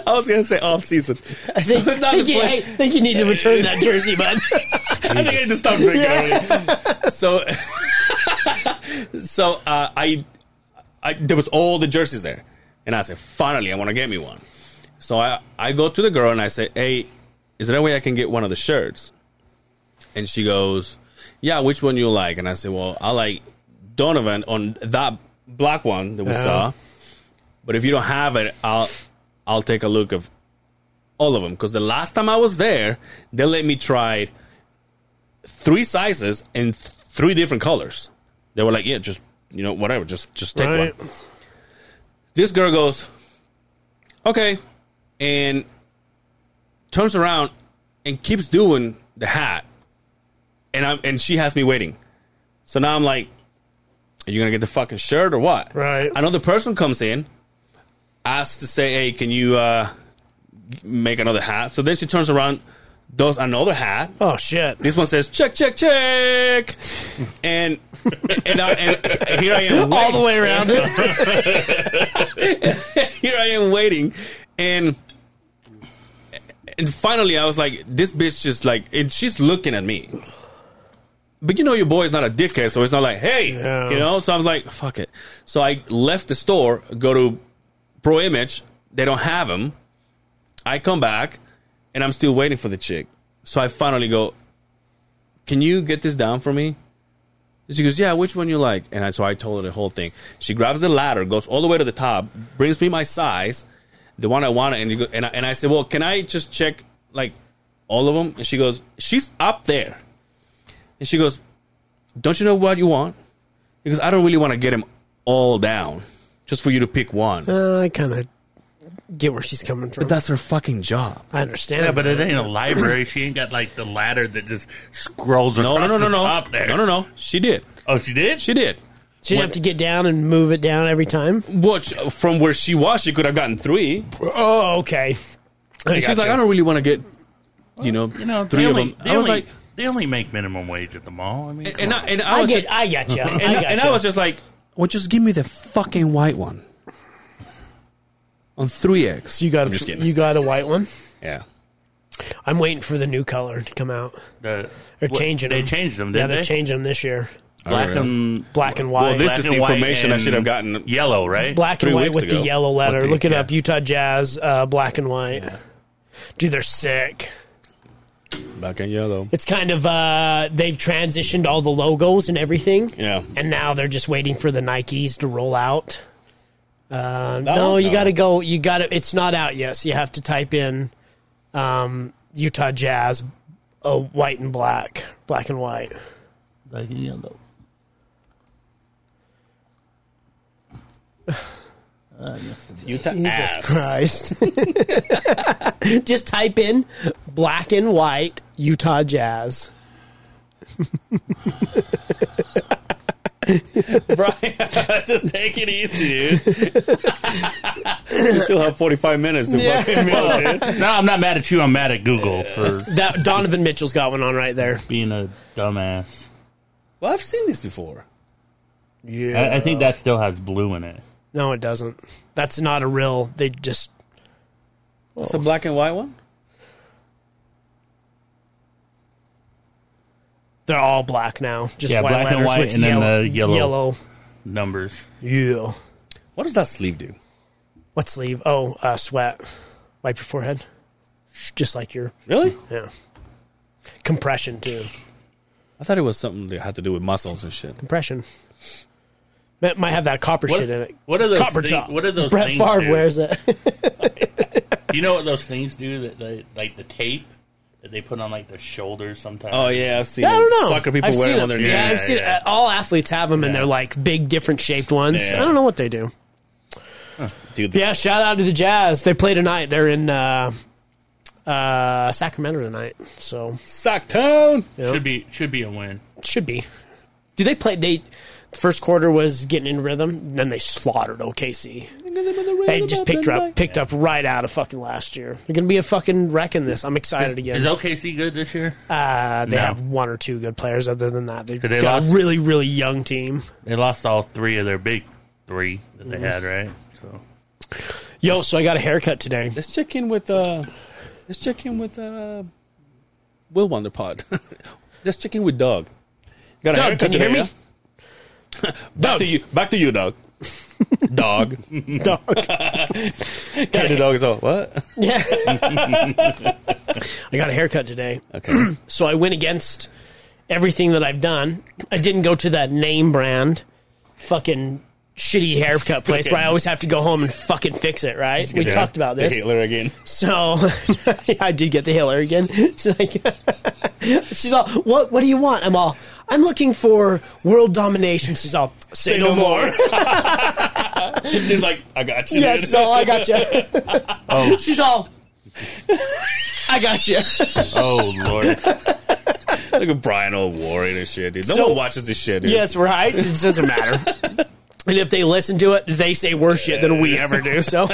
Speaker 3: I was gonna say off season.
Speaker 2: I think,
Speaker 3: It's not
Speaker 2: think
Speaker 3: the
Speaker 2: you,
Speaker 3: play-
Speaker 2: I think you need to return that jersey, bud.
Speaker 3: I think I just stopped drinking. already. So, so uh, I, I there was all the jerseys there, and I said, finally, I want to get me one. So I I go to the girl and I say, hey, is there a way I can get one of the shirts? And she goes, yeah, which one you like? And I said, well, I like Donovan on that black one that we saw, but if you don't have it, I'll I'll take a look of all of them because the last time I was there, they let me try three sizes and th- three different colors. They were like, "Yeah, just you know, whatever, just just take
Speaker 2: Right.
Speaker 3: one." This girl goes, "Okay," and turns around and keeps doing the hat, and I'm and she has me waiting. So now I'm like, "Are you gonna get the fucking shirt or what?"
Speaker 2: Right.
Speaker 3: Another person comes in, asks to say, "Hey, can you uh, make another hat?" So then she turns around does another hat.
Speaker 2: Oh shit!
Speaker 3: This one says check, check, check, and and, I, and here I am
Speaker 2: All the way around it.
Speaker 3: here I am waiting, and and finally I was like, this bitch just like, and she's looking at me. But you know your boy is not a dickhead, so it's not like, hey,
Speaker 2: Yeah.
Speaker 3: you know. So I was like, fuck it. So I left the store, go to Pro Image. They don't have them. I come back, and I'm still waiting for the chick. So I finally go, can you get this down for me? And she goes, yeah, which one you like? And I, so I told her the whole thing. She grabs the ladder, goes all the way to the top, brings me my size, the one I wanted, and, you go, and, I, and I said, well, can I just check like all of them? And she goes, she's up there, and she goes, don't you know what you want? Because I don't really want to get them all down, just for you to pick one.
Speaker 2: Uh, I kind of get where she's coming from.
Speaker 3: But that's her fucking job.
Speaker 2: I understand.
Speaker 4: Yeah,
Speaker 2: that.
Speaker 4: but it ain't a library. She ain't got like the ladder that just scrolls
Speaker 3: No,
Speaker 4: across
Speaker 3: no, no, no,
Speaker 4: the
Speaker 3: no,
Speaker 4: top there.
Speaker 3: no, no, no. She did.
Speaker 4: Oh, she did.
Speaker 3: She did.
Speaker 2: she didn't have to get down and move it down every time.
Speaker 3: Which from where she was, she could have gotten three.
Speaker 2: Oh, okay. I
Speaker 3: And she's
Speaker 2: gotcha.
Speaker 3: like, I don't really want to get, you know,
Speaker 4: you know,
Speaker 3: three
Speaker 4: they
Speaker 3: of
Speaker 4: only,
Speaker 3: them.
Speaker 4: They
Speaker 3: I was
Speaker 4: only,
Speaker 3: like,
Speaker 4: they only make minimum wage at the mall. I mean, come
Speaker 3: and I,
Speaker 4: on.
Speaker 3: and I
Speaker 2: I
Speaker 3: was,
Speaker 2: get,
Speaker 3: just,
Speaker 2: I got you. I
Speaker 3: and, I-
Speaker 2: got
Speaker 3: and I was just like, well, just give me the fucking white one on three X.
Speaker 2: you got
Speaker 3: I'm just
Speaker 2: a,
Speaker 3: kidding.
Speaker 2: you got a white one.
Speaker 3: yeah,
Speaker 2: I'm waiting for the new color to come out.
Speaker 4: The-
Speaker 2: They're
Speaker 4: what-
Speaker 2: changing.
Speaker 4: They
Speaker 2: them.
Speaker 4: changed them,
Speaker 2: Yeah,
Speaker 4: didn't
Speaker 2: they're
Speaker 4: they?
Speaker 2: changing them this year.
Speaker 4: Black
Speaker 3: Alright.
Speaker 4: and Oh,
Speaker 2: Black and white.
Speaker 3: this
Speaker 4: black
Speaker 3: is
Speaker 4: and
Speaker 3: the
Speaker 4: white
Speaker 3: information I
Speaker 4: and
Speaker 3: should have gotten.
Speaker 4: Yellow, right?
Speaker 2: black and
Speaker 3: Three
Speaker 2: white
Speaker 3: weeks
Speaker 2: with
Speaker 3: ago.
Speaker 2: the yellow letter.
Speaker 3: With the-
Speaker 2: Look it
Speaker 3: yeah.
Speaker 2: up. Utah Jazz, uh, black and white. Dude, they're sick.
Speaker 3: Black and yellow.
Speaker 2: It's kind of uh, they've transitioned all the logos and everything,
Speaker 3: Yeah.
Speaker 2: and now they're just waiting for the Nikes to roll out. Uh, no,
Speaker 3: No?
Speaker 2: you
Speaker 3: No.
Speaker 2: got to go. You got to. It's not out yet, so you have to type in um, Utah Jazz, uh, white and black, black and white.
Speaker 4: Black and yellow.
Speaker 3: Utah
Speaker 2: Jesus Christ! just type in black and white Utah Jazz.
Speaker 3: Brian, just take it easy, dude. you still have forty five minutes to
Speaker 2: Yeah.
Speaker 3: fucking go, dude.
Speaker 4: no, I'm not mad at you. I'm mad at Google for
Speaker 2: That Donovan Mitchell's got one on right there.
Speaker 4: being a dumbass.
Speaker 3: Well, I've seen this before.
Speaker 2: Yeah.
Speaker 4: I, I think that still has blue in it.
Speaker 2: No, it doesn't. That's not a real. They just
Speaker 3: It's a black and white one.
Speaker 2: they're all black now. Just
Speaker 4: Yeah,
Speaker 2: white
Speaker 4: black and
Speaker 2: letters
Speaker 4: white
Speaker 2: with
Speaker 4: and then
Speaker 2: yellow,
Speaker 4: the yellow.
Speaker 2: Yellow.
Speaker 4: Numbers.
Speaker 2: Yeah.
Speaker 3: What does that sleeve do?
Speaker 2: What sleeve? Oh, uh, sweat. Wipe your forehead. Just like your
Speaker 3: Really?
Speaker 2: yeah. Compression too.
Speaker 3: I thought it was something that had to do with muscles and shit.
Speaker 2: Compression. That might have that copper shit in it.
Speaker 4: What are those?
Speaker 2: Copper
Speaker 4: thi-
Speaker 2: chop.
Speaker 4: What are those?
Speaker 2: Brett
Speaker 4: things
Speaker 2: Favre
Speaker 4: do?
Speaker 2: wears it.
Speaker 4: You know what those things do? That they, like the tape that they put on like their shoulders sometimes.
Speaker 3: Oh yeah, I've seen.
Speaker 2: I don't
Speaker 3: it.
Speaker 2: know.
Speaker 3: Soccer people
Speaker 2: I've
Speaker 3: wear
Speaker 2: seen
Speaker 3: it on their
Speaker 2: them. Yeah,
Speaker 3: neck.
Speaker 2: I've seen
Speaker 4: yeah.
Speaker 2: it. all athletes have them, and they're like big, different shaped ones.
Speaker 3: Yeah.
Speaker 2: I don't know what they do.
Speaker 3: Dude,
Speaker 2: Yeah, shout out to the Jazz. They play tonight. They're in uh, uh, Sacramento tonight, so
Speaker 3: Sock town.
Speaker 4: should be should be a win.
Speaker 2: it should be. Do they play? They the first quarter was getting in rhythm, then they slaughtered OKC. They just picked up picked up right out of fucking last year. They're gonna be a fucking wreck in this. I'm excited
Speaker 4: Is
Speaker 2: again.
Speaker 4: OKC good this year?
Speaker 2: Uh, they
Speaker 4: No.
Speaker 2: have one or two good players. Other than that, they've
Speaker 4: They
Speaker 2: got
Speaker 4: lost-
Speaker 2: a really really young team.
Speaker 4: They lost all three of their big three that they had, right? So
Speaker 2: Yo, so I got a haircut today.
Speaker 3: Let's check in with uh, let's check in with uh, Will Wonderpod. let's check in with Doug. Got a
Speaker 2: Doug, can
Speaker 3: haircut
Speaker 2: you hear
Speaker 3: today,
Speaker 2: me?
Speaker 3: yeah? back to you. Back to you, Doug. Dog.
Speaker 2: Dog.
Speaker 3: Kind of dog is all what?
Speaker 2: Yeah. I got a haircut today.
Speaker 3: Okay.
Speaker 2: So I went against everything that I've done. I didn't go to that name brand fucking shitty haircut place where I always have to go home and fucking fix it, right? We talked about this.
Speaker 3: Hitler again.
Speaker 2: So I did get the Hiller again. She's like, she's all, what? What do you want? I'm all, I'm looking for world domination. She's all, say, no, more.
Speaker 3: He's like, I got you.
Speaker 2: yeah,
Speaker 3: dude.
Speaker 2: so I got you.
Speaker 4: Oh.
Speaker 2: she's all, I got you.
Speaker 4: Oh Lord.
Speaker 3: Look at Brian all worried and shit, dude. No
Speaker 2: So-
Speaker 3: one watches this shit, dude.
Speaker 2: Yes, right. It doesn't matter. And if they listen to it, they say worse shit than we ever do. So,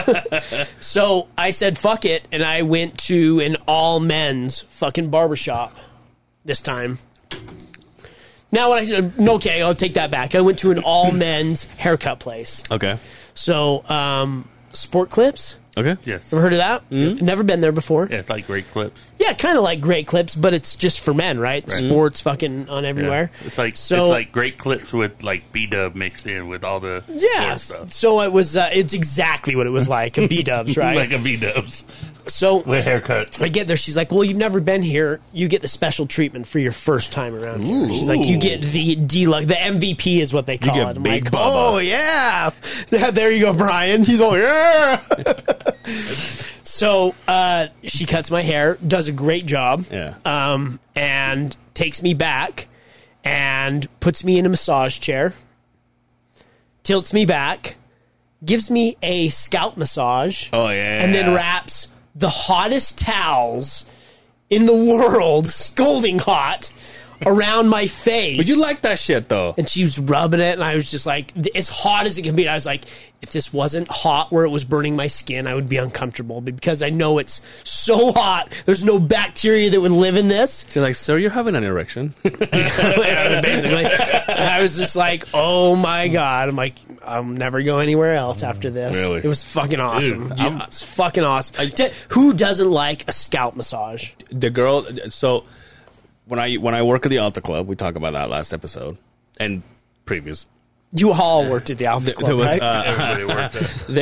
Speaker 2: so I said fuck it, and I went to an all men's fucking barbershop this time. Now, when I said okay, I'll take that back. I went to an all men's haircut place.
Speaker 3: Okay.
Speaker 2: So, um, Sport Clips.
Speaker 3: Okay.
Speaker 4: Yes.
Speaker 2: Ever heard of that? Never been there before.
Speaker 4: Yeah, it's like great clips.
Speaker 2: Yeah, kind of like Great Clips, but it's just for men, right? Sports fucking on
Speaker 4: Yeah.
Speaker 2: everywhere.
Speaker 4: It's like
Speaker 2: So-
Speaker 4: it's like great clips with like B dub mixed in with all the
Speaker 2: Yeah.
Speaker 4: sports stuff.
Speaker 2: So it was. Uh, it's exactly what it was like. B dubs, right?
Speaker 4: Like a B dubs
Speaker 2: so
Speaker 4: with haircuts.
Speaker 2: I get there. She's like, "Well, you've never been here. You get the special treatment for your first time around here." She's like, "You get the deluxe, the MVP is what they call
Speaker 3: get
Speaker 2: it." I'm
Speaker 3: Big
Speaker 2: like,
Speaker 3: Bubba.
Speaker 2: "Oh yeah, yeah." There you go, Brian. He's all yeah. so uh, she cuts my hair, does a great job.
Speaker 3: Yeah.
Speaker 2: um, and takes me back and puts me in a massage chair, tilts me back, gives me a scalp massage,
Speaker 3: oh yeah.
Speaker 2: and then wraps the hottest towels in the world, scalding hot, around my face.
Speaker 3: But you like that shit though.
Speaker 2: And she was rubbing it, and I was just like, th- as hot as it can be. I was like, if this wasn't hot where it was burning my skin, I would be uncomfortable. But because I know it's so hot, there's no bacteria that would live in this.
Speaker 3: She's like, sir, you're having an erection.
Speaker 2: basically. And I was just like, oh my God. I'm like, I'm never going anywhere else after this.
Speaker 3: Really?
Speaker 2: It was fucking awesome.
Speaker 3: Dude,
Speaker 2: Yeah,
Speaker 3: I'm-
Speaker 2: it was fucking awesome. T- who doesn't like a scalp massage?
Speaker 3: the girl so when I when I work at the Alta Club, we talked about that last episode and previous.
Speaker 2: You all worked at the Alpha Club,
Speaker 3: there was
Speaker 2: right?
Speaker 3: uh,
Speaker 4: Everybody worked it.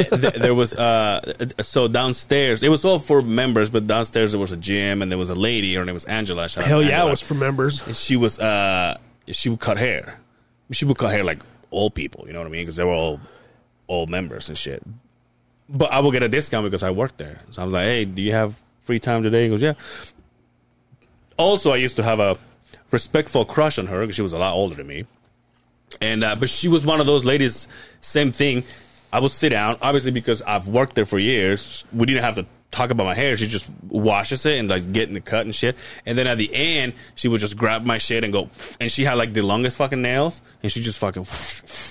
Speaker 3: the, the, there was uh so downstairs it was all for members but downstairs there was a gym and there was a lady her name was angela shout out
Speaker 2: Hell
Speaker 3: to
Speaker 2: yeah, it
Speaker 3: Angela.
Speaker 2: was for members.
Speaker 3: And she was uh she would cut hair she would cut hair like old people you know what i mean because they were all old members and shit but i would get a discount because i worked there so i was like hey do you have free time today he goes yeah also i used to have a respectful crush on her because she was a lot older than me and uh, but she was one of those ladies. Same thing. I would sit down, obviously because I've worked there for years. We didn't have to talk about my hair. She just washes it and like getting the cut and shit. And then at the end, she would just grab my shit and go. And she had like the longest fucking nails, and she just fucking.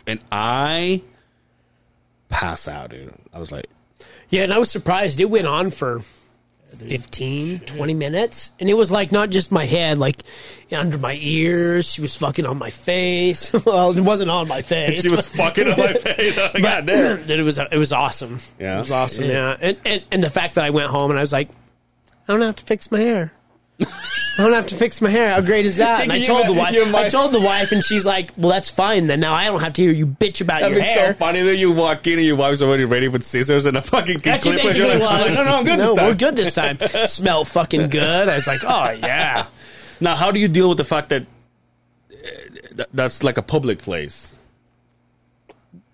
Speaker 3: And I pass out, dude. I was like,
Speaker 2: Yeah, and I was surprised. It went on for 15, 20 minutes. And it was like not just my head, like under my ears. She was fucking on my face. well, it wasn't on my face.
Speaker 3: she was fucking on my face. God damn.
Speaker 2: that it was it was awesome.
Speaker 3: Yeah.
Speaker 2: it was awesome. Yeah, And, and and the fact that I went home and I was like, I don't have to fix my hair. I don't have to fix my hair. How great is that? And I
Speaker 3: Thinking
Speaker 2: told the
Speaker 3: you're-
Speaker 2: wife.
Speaker 3: you're my-
Speaker 2: I told the wife, and she's like, "Well, that's fine then. Now I don't have to hear you bitch about
Speaker 3: That'd
Speaker 2: your
Speaker 3: be
Speaker 2: hair."
Speaker 3: so funny that you walk in and your wife's already ready with scissors and a fucking
Speaker 2: That's what
Speaker 3: clip. and
Speaker 2: basically
Speaker 3: you're like,
Speaker 2: was.
Speaker 3: no, no, I'm good
Speaker 2: No,
Speaker 3: this time.
Speaker 2: we're good this time. Smell fucking good. I was like, oh yeah.
Speaker 3: Now, how do you deal with the fact that uh, th- that's like a public place?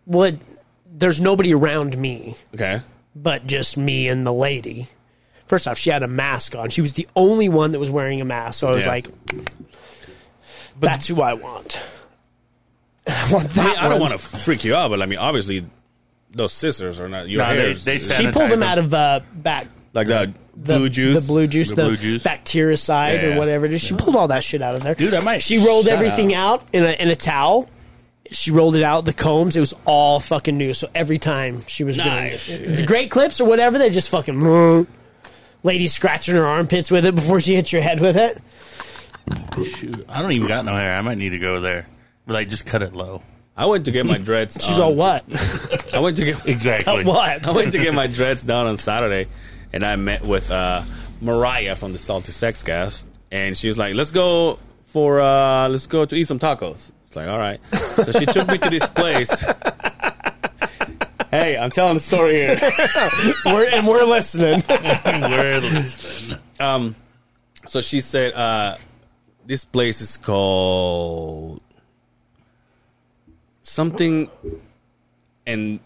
Speaker 2: Well, it- there's nobody around me
Speaker 3: Okay.
Speaker 2: but just me and the lady. First off, she had a mask on. She was the only one that was wearing a mask. So I was
Speaker 3: Yeah.
Speaker 2: like, that's who I want. I want that
Speaker 3: I, mean, I don't
Speaker 2: one.
Speaker 3: want to freak you out, but I mean, obviously, those scissors are not your
Speaker 4: Nah, they,
Speaker 3: hair.
Speaker 4: they
Speaker 3: is-
Speaker 2: She pulled
Speaker 4: sanitize
Speaker 2: him out of uh, back
Speaker 3: like the,
Speaker 2: the
Speaker 3: blue juice.
Speaker 2: the blue juice, the,
Speaker 4: The blue juice.
Speaker 2: bactericide
Speaker 3: Yeah.
Speaker 2: or whatever it is. She pulled all that shit out of there,
Speaker 4: Dude, I might
Speaker 2: She rolled
Speaker 4: shut
Speaker 2: everything out in a in a towel. She rolled it out. The combs, it was all fucking new. So every time she was
Speaker 3: Nice.
Speaker 2: doing it, the great clips or whatever, they just fucking lady scratching her armpits with it before she hits your head with it.
Speaker 4: Shoot, I don't even got no hair. I might need to go there. But like, just cut it low.
Speaker 3: I went to get my dreads.
Speaker 2: She's
Speaker 3: on-
Speaker 2: all what?
Speaker 3: I went to get.
Speaker 4: Exactly.
Speaker 2: what?
Speaker 3: I went to get my dreads done on Saturday, and I met with uh, Mariah from the Salty Sex Cast, and she was like, "Let's go for uh, let's go to eat some tacos." It's like, all right. So she took me to this place. Hey, I'm telling the story here.
Speaker 2: We're, and we're listening.
Speaker 4: Where
Speaker 3: So she said, uh, this place is called something and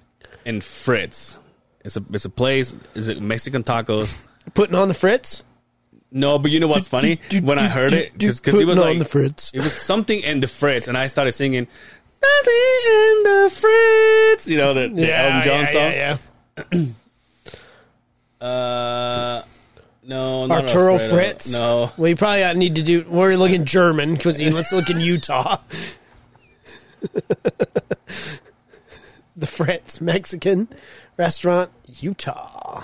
Speaker 3: and Fritz. It's a it's a place. Is it Mexican tacos?
Speaker 2: Putting on the Fritz.
Speaker 3: No, but you know what's funny?
Speaker 2: do, do,
Speaker 3: When I
Speaker 2: do,
Speaker 3: heard
Speaker 2: do,
Speaker 3: it,
Speaker 2: do,
Speaker 3: because it was
Speaker 2: putting on
Speaker 3: like
Speaker 2: the Fritz.
Speaker 3: It was something in the Fritz, and I started singing nothing in the Fritz. You know the, the Elton John song.
Speaker 2: yeah.
Speaker 3: Uh, no, not
Speaker 2: Arturo
Speaker 3: Alfredo.
Speaker 2: Fritz.
Speaker 3: No,
Speaker 2: Well, you probably ought need to do. We're looking German because let's look in Utah. Brett's Mexican Restaurant, Utah.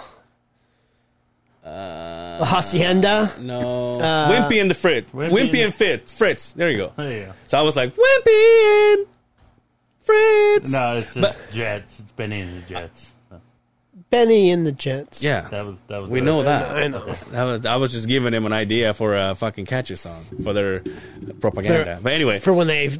Speaker 2: Uh, La Hacienda.
Speaker 3: No.
Speaker 2: Uh,
Speaker 3: Wimpy and the Fritz.
Speaker 4: Wimpy
Speaker 3: Wimpy,
Speaker 4: and-
Speaker 3: and Fritz. Fritz. There you go.
Speaker 4: There you go.
Speaker 3: So I was like, Wimpy and Fritz.
Speaker 4: No, it's just Jets. It's Benny and the Jets.
Speaker 2: Benny and the Jets.
Speaker 3: Yeah.
Speaker 4: That was that was.
Speaker 3: we
Speaker 4: it.
Speaker 3: know that.
Speaker 2: I know.
Speaker 3: That was, I was just giving him an idea for a fucking catchy song for their propaganda.
Speaker 2: Their-
Speaker 3: but anyway,
Speaker 2: For when they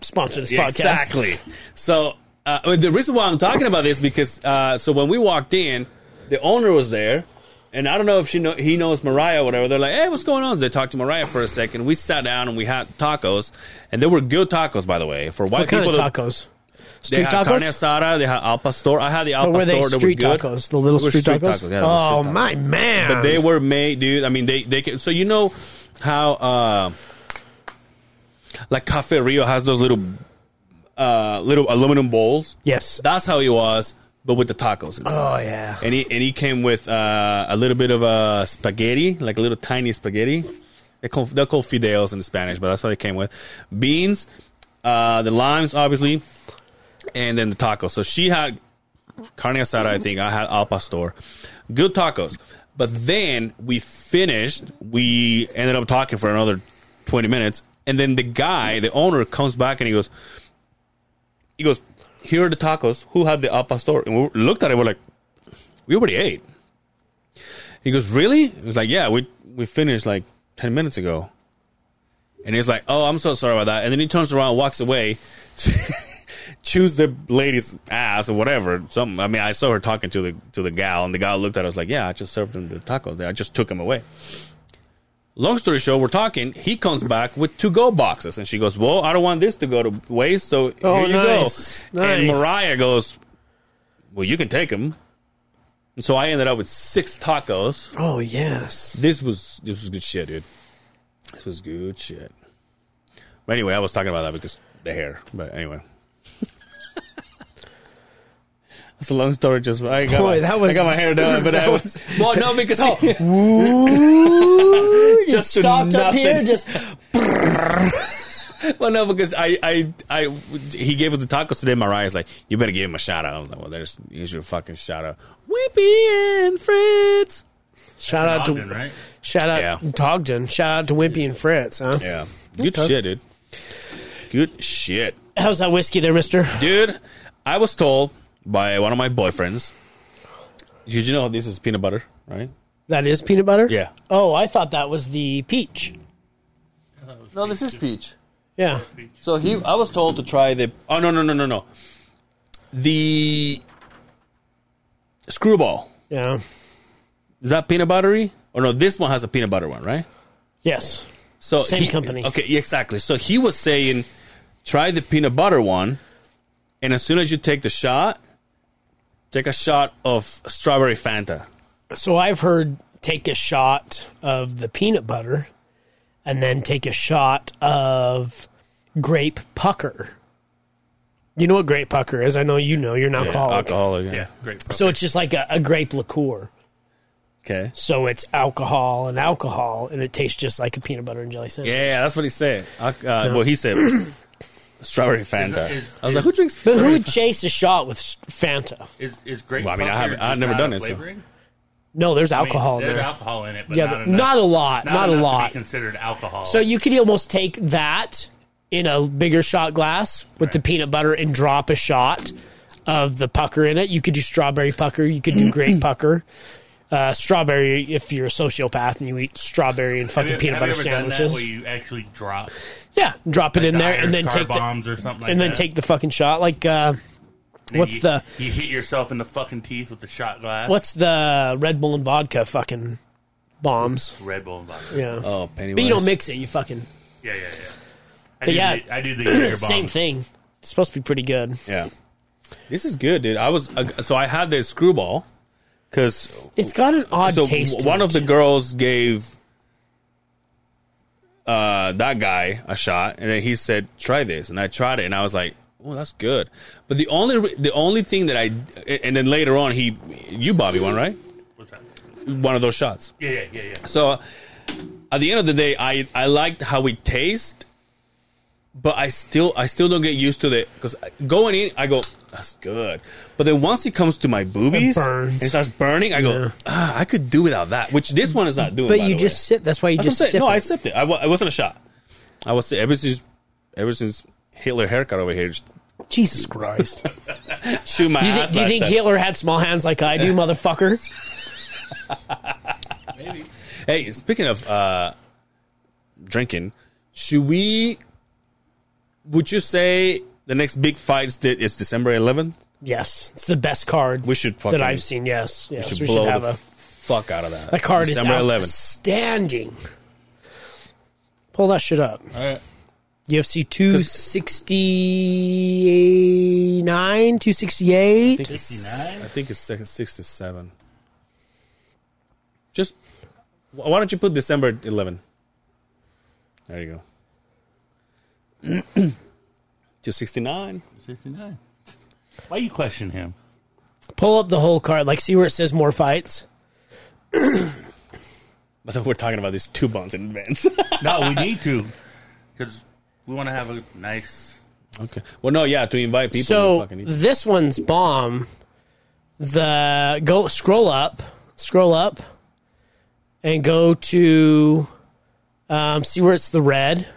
Speaker 2: sponsor this
Speaker 3: Yeah,
Speaker 2: podcast.
Speaker 3: Exactly. So uh, but the reason why I'm talking about this because uh, so when we walked in, the owner was there, and I don't know if she know he knows Mariah or whatever. They're like, "Hey, what's going on?" So they talked to Mariah for a second. We sat down and we had tacos, and they were good tacos, by the way, for white
Speaker 2: What kind of
Speaker 3: people.
Speaker 2: tacos?
Speaker 3: They
Speaker 2: Street
Speaker 3: had carne
Speaker 2: tacos?
Speaker 3: asada. They had al pastor. I had the al
Speaker 2: Or
Speaker 3: pastor.
Speaker 2: were they street
Speaker 3: were good.
Speaker 2: tacos? The little
Speaker 3: They were
Speaker 2: street, tacos?
Speaker 3: Yeah, they were
Speaker 2: oh,
Speaker 3: street tacos.
Speaker 2: my man.
Speaker 3: But they were made, dude. I mean, they they can, so you know how uh, like Cafe Rio has those little uh, little aluminum bowls.
Speaker 2: Yes.
Speaker 3: That's how he was, but with the tacos. inside.
Speaker 2: Oh, yeah.
Speaker 3: And he and he came with uh, a little bit of uh, spaghetti, like a little tiny spaghetti. They call they're called fideos in Spanish, but that's how they came with beans, uh, the limes, obviously, and then the tacos. So she had carne asada, I think. I had al pastor, good tacos. But then we finished. We ended up talking for another twenty minutes, and then the guy, the owner, comes back and he goes, he goes, here are the tacos. Who had the al pastor? And we looked at it. We're like, we already ate. He goes, really? It was like, yeah, we we finished like ten minutes ago. And he's like, oh, I'm so sorry about that. And then he turns around, walks away, chews the lady's ass or whatever. Some, I mean, I saw her talking to the to the gal, and the gal looked at us like, yeah, I just served him the tacos. I just took him away. Long story short, we're talking. He comes back with two go boxes, and she goes, "Well, I don't want this to go to waste, so
Speaker 2: Oh,
Speaker 3: here you
Speaker 2: nice.
Speaker 3: go."
Speaker 2: Nice.
Speaker 3: And Mariah goes, "Well, you can take them." And so I ended up with six tacos.
Speaker 2: Oh, yes.
Speaker 3: This was this was good shit, dude. This was good shit. But anyway, I was talking about that because the hair. But anyway, that's a long story. Just I got
Speaker 2: Boy,
Speaker 3: my,
Speaker 2: that was-
Speaker 3: I got my hair done, but
Speaker 2: that
Speaker 3: I was, well, no, because
Speaker 2: Ooh, just
Speaker 3: Just
Speaker 2: stopped up
Speaker 3: nothing.
Speaker 2: here. Just
Speaker 3: Well, no, because I, I, I, he gave us the tacos today. Mariah's like, you better give him a shout out. I'm like, well, there's, here's your fucking shout out. Wimpy and Fritz.
Speaker 2: shout out to
Speaker 4: Ogden, right?
Speaker 2: shout out
Speaker 3: Yeah.
Speaker 2: Dogden. Shout out to Wimpy and Fritz. Huh?
Speaker 3: Yeah. Good
Speaker 2: Okay.
Speaker 3: shit, dude. Good shit.
Speaker 2: How's that whiskey there, Mister?
Speaker 3: Dude, I was told by one of my boyfriends, did you know this is peanut butter, right?
Speaker 2: That is peanut butter.
Speaker 3: Yeah.
Speaker 2: Oh, I thought that was the peach.
Speaker 3: No, this is peach.
Speaker 2: Yeah.
Speaker 3: So he, I was told to try the. Oh no no no no no, the screwball.
Speaker 2: Yeah.
Speaker 3: Is that peanut buttery? Or no, this one has a peanut butter one, right?
Speaker 2: Yes.
Speaker 3: So
Speaker 2: Same
Speaker 3: he-
Speaker 2: company.
Speaker 3: Okay, yeah, exactly. So he was saying, try the peanut butter one, and as soon as you take the shot, take a shot of strawberry Fanta.
Speaker 2: So I've heard take a shot of the peanut butter, and then take a shot of grape pucker. You know what grape pucker is? I know you know. You're an alcoholic.
Speaker 3: Alcoholic. Yeah.
Speaker 4: Yeah, great.
Speaker 2: So it's just like a, a grape liqueur.
Speaker 3: Okay.
Speaker 2: So it's alcohol and alcohol, and it tastes just like a peanut butter and jelly sandwich.
Speaker 3: Yeah, yeah, that's what he said. Uh, uh, Well, he said strawberry Fanta.
Speaker 4: is-
Speaker 3: I was like, who drinks?
Speaker 2: But who
Speaker 3: strawberry
Speaker 2: would chase a shot with s- Fanta?
Speaker 4: Is is great.
Speaker 3: Well, I mean, I
Speaker 4: Pucker
Speaker 3: haven't- I've
Speaker 4: just
Speaker 3: never
Speaker 4: not
Speaker 3: done
Speaker 4: a
Speaker 3: it, so-
Speaker 4: flavoring?
Speaker 2: No, there's
Speaker 4: I mean,
Speaker 2: alcohol in
Speaker 4: there's
Speaker 2: there.
Speaker 4: alcohol in it, but
Speaker 2: Yeah,
Speaker 4: not,
Speaker 2: not,
Speaker 4: enough,
Speaker 2: a lot. Not, a
Speaker 4: enough
Speaker 2: lot.
Speaker 4: To be considered alcohol.
Speaker 2: so you could almost take that in a bigger shot glass with the peanut butter and drop a shot of the pucker in it. You could do strawberry pucker. You could do grape pucker. Uh, strawberry if you're a sociopath and you eat strawberry and
Speaker 4: have
Speaker 2: fucking
Speaker 4: you,
Speaker 2: peanut
Speaker 4: have
Speaker 2: butter
Speaker 4: you ever done that
Speaker 2: sandwiches.
Speaker 4: where you actually drop
Speaker 2: yeah, drop it in
Speaker 4: the
Speaker 2: there
Speaker 4: Irish
Speaker 2: and then
Speaker 4: car
Speaker 2: take the,
Speaker 4: bombs or something like
Speaker 2: and then
Speaker 4: that?
Speaker 2: take the fucking shot. Like uh,
Speaker 4: And
Speaker 2: what's
Speaker 4: you-
Speaker 2: the-
Speaker 4: you hit yourself in the fucking teeth with the shot glass?
Speaker 2: what's the Red Bull and vodka fucking bombs?
Speaker 4: Red Bull and vodka?
Speaker 2: Yeah.
Speaker 3: Oh, Pennywise.
Speaker 2: But you don't mix it. You fucking
Speaker 4: Yeah, yeah, yeah. I
Speaker 2: But
Speaker 4: do
Speaker 2: yeah,
Speaker 4: the, I do the Jaeger bomb.
Speaker 2: same thing. It's supposed to be pretty good.
Speaker 3: Yeah. This is good, dude. I was uh, so I had the screwball because
Speaker 2: It's got an odd
Speaker 3: so
Speaker 2: taste. to
Speaker 3: one
Speaker 2: it.
Speaker 3: of the girls gave uh, that guy a shot, and then he said, "Try this," and I tried it, and I was like, "Oh, that's good." But the only re- the only thing that I and then later on he you Bobby one right
Speaker 4: What's that?
Speaker 3: one of those shots.
Speaker 4: Yeah, yeah, yeah, yeah.
Speaker 3: So at the end of the day, I I liked how it tastes, but I still I still don't get used to the because going in I go that's good. But then once it comes to my boobies,
Speaker 2: It burns.
Speaker 3: and starts burning, I go, ah, I could do without that. Which this one is not doing.
Speaker 5: But
Speaker 3: by
Speaker 5: you
Speaker 3: the
Speaker 5: just
Speaker 3: way.
Speaker 5: sip. That's why you
Speaker 3: That's
Speaker 5: just
Speaker 3: what I'm
Speaker 5: sip.
Speaker 3: saying. No, I
Speaker 5: it.
Speaker 3: sipped it. I, wa- I wasn't a shot. I was ever since ever since Hitler haircut over here. Just
Speaker 2: Jesus Christ.
Speaker 3: shoot my
Speaker 2: Do you, think- do
Speaker 3: ass.
Speaker 2: you
Speaker 3: last
Speaker 2: think
Speaker 3: time.
Speaker 2: Hitler had small hands like I do, motherfucker?
Speaker 3: Hey, speaking of uh, drinking, should we? Would you say the next big fight is, de- is December 11th?
Speaker 2: Yes, it's the best card
Speaker 3: We should fucking
Speaker 2: that I've seen. Yes, yes, we should,
Speaker 3: blow
Speaker 2: have
Speaker 3: the
Speaker 2: a
Speaker 3: fuck out of that.
Speaker 2: that card
Speaker 3: December
Speaker 2: is
Speaker 3: 11th.
Speaker 2: outstanding. Pull that shit up.
Speaker 3: All right.
Speaker 2: UFC two sixty nine, two sixty eight.
Speaker 3: I think it's, I think it's second, six to seven. Just wh- why don't you put December 11? There you go. Just 69.
Speaker 4: 69. Why you question him?
Speaker 2: Pull up the whole card. Like, see where it says more fights.
Speaker 3: But then we're talking about these two bonds in advance.
Speaker 4: No, we need to because we want to have a nice.
Speaker 3: okay. Well, no, yeah, to invite people. we
Speaker 2: So
Speaker 3: fucking need-
Speaker 2: this one's bomb. The go scroll up, scroll up, and go to um, see where it's the red.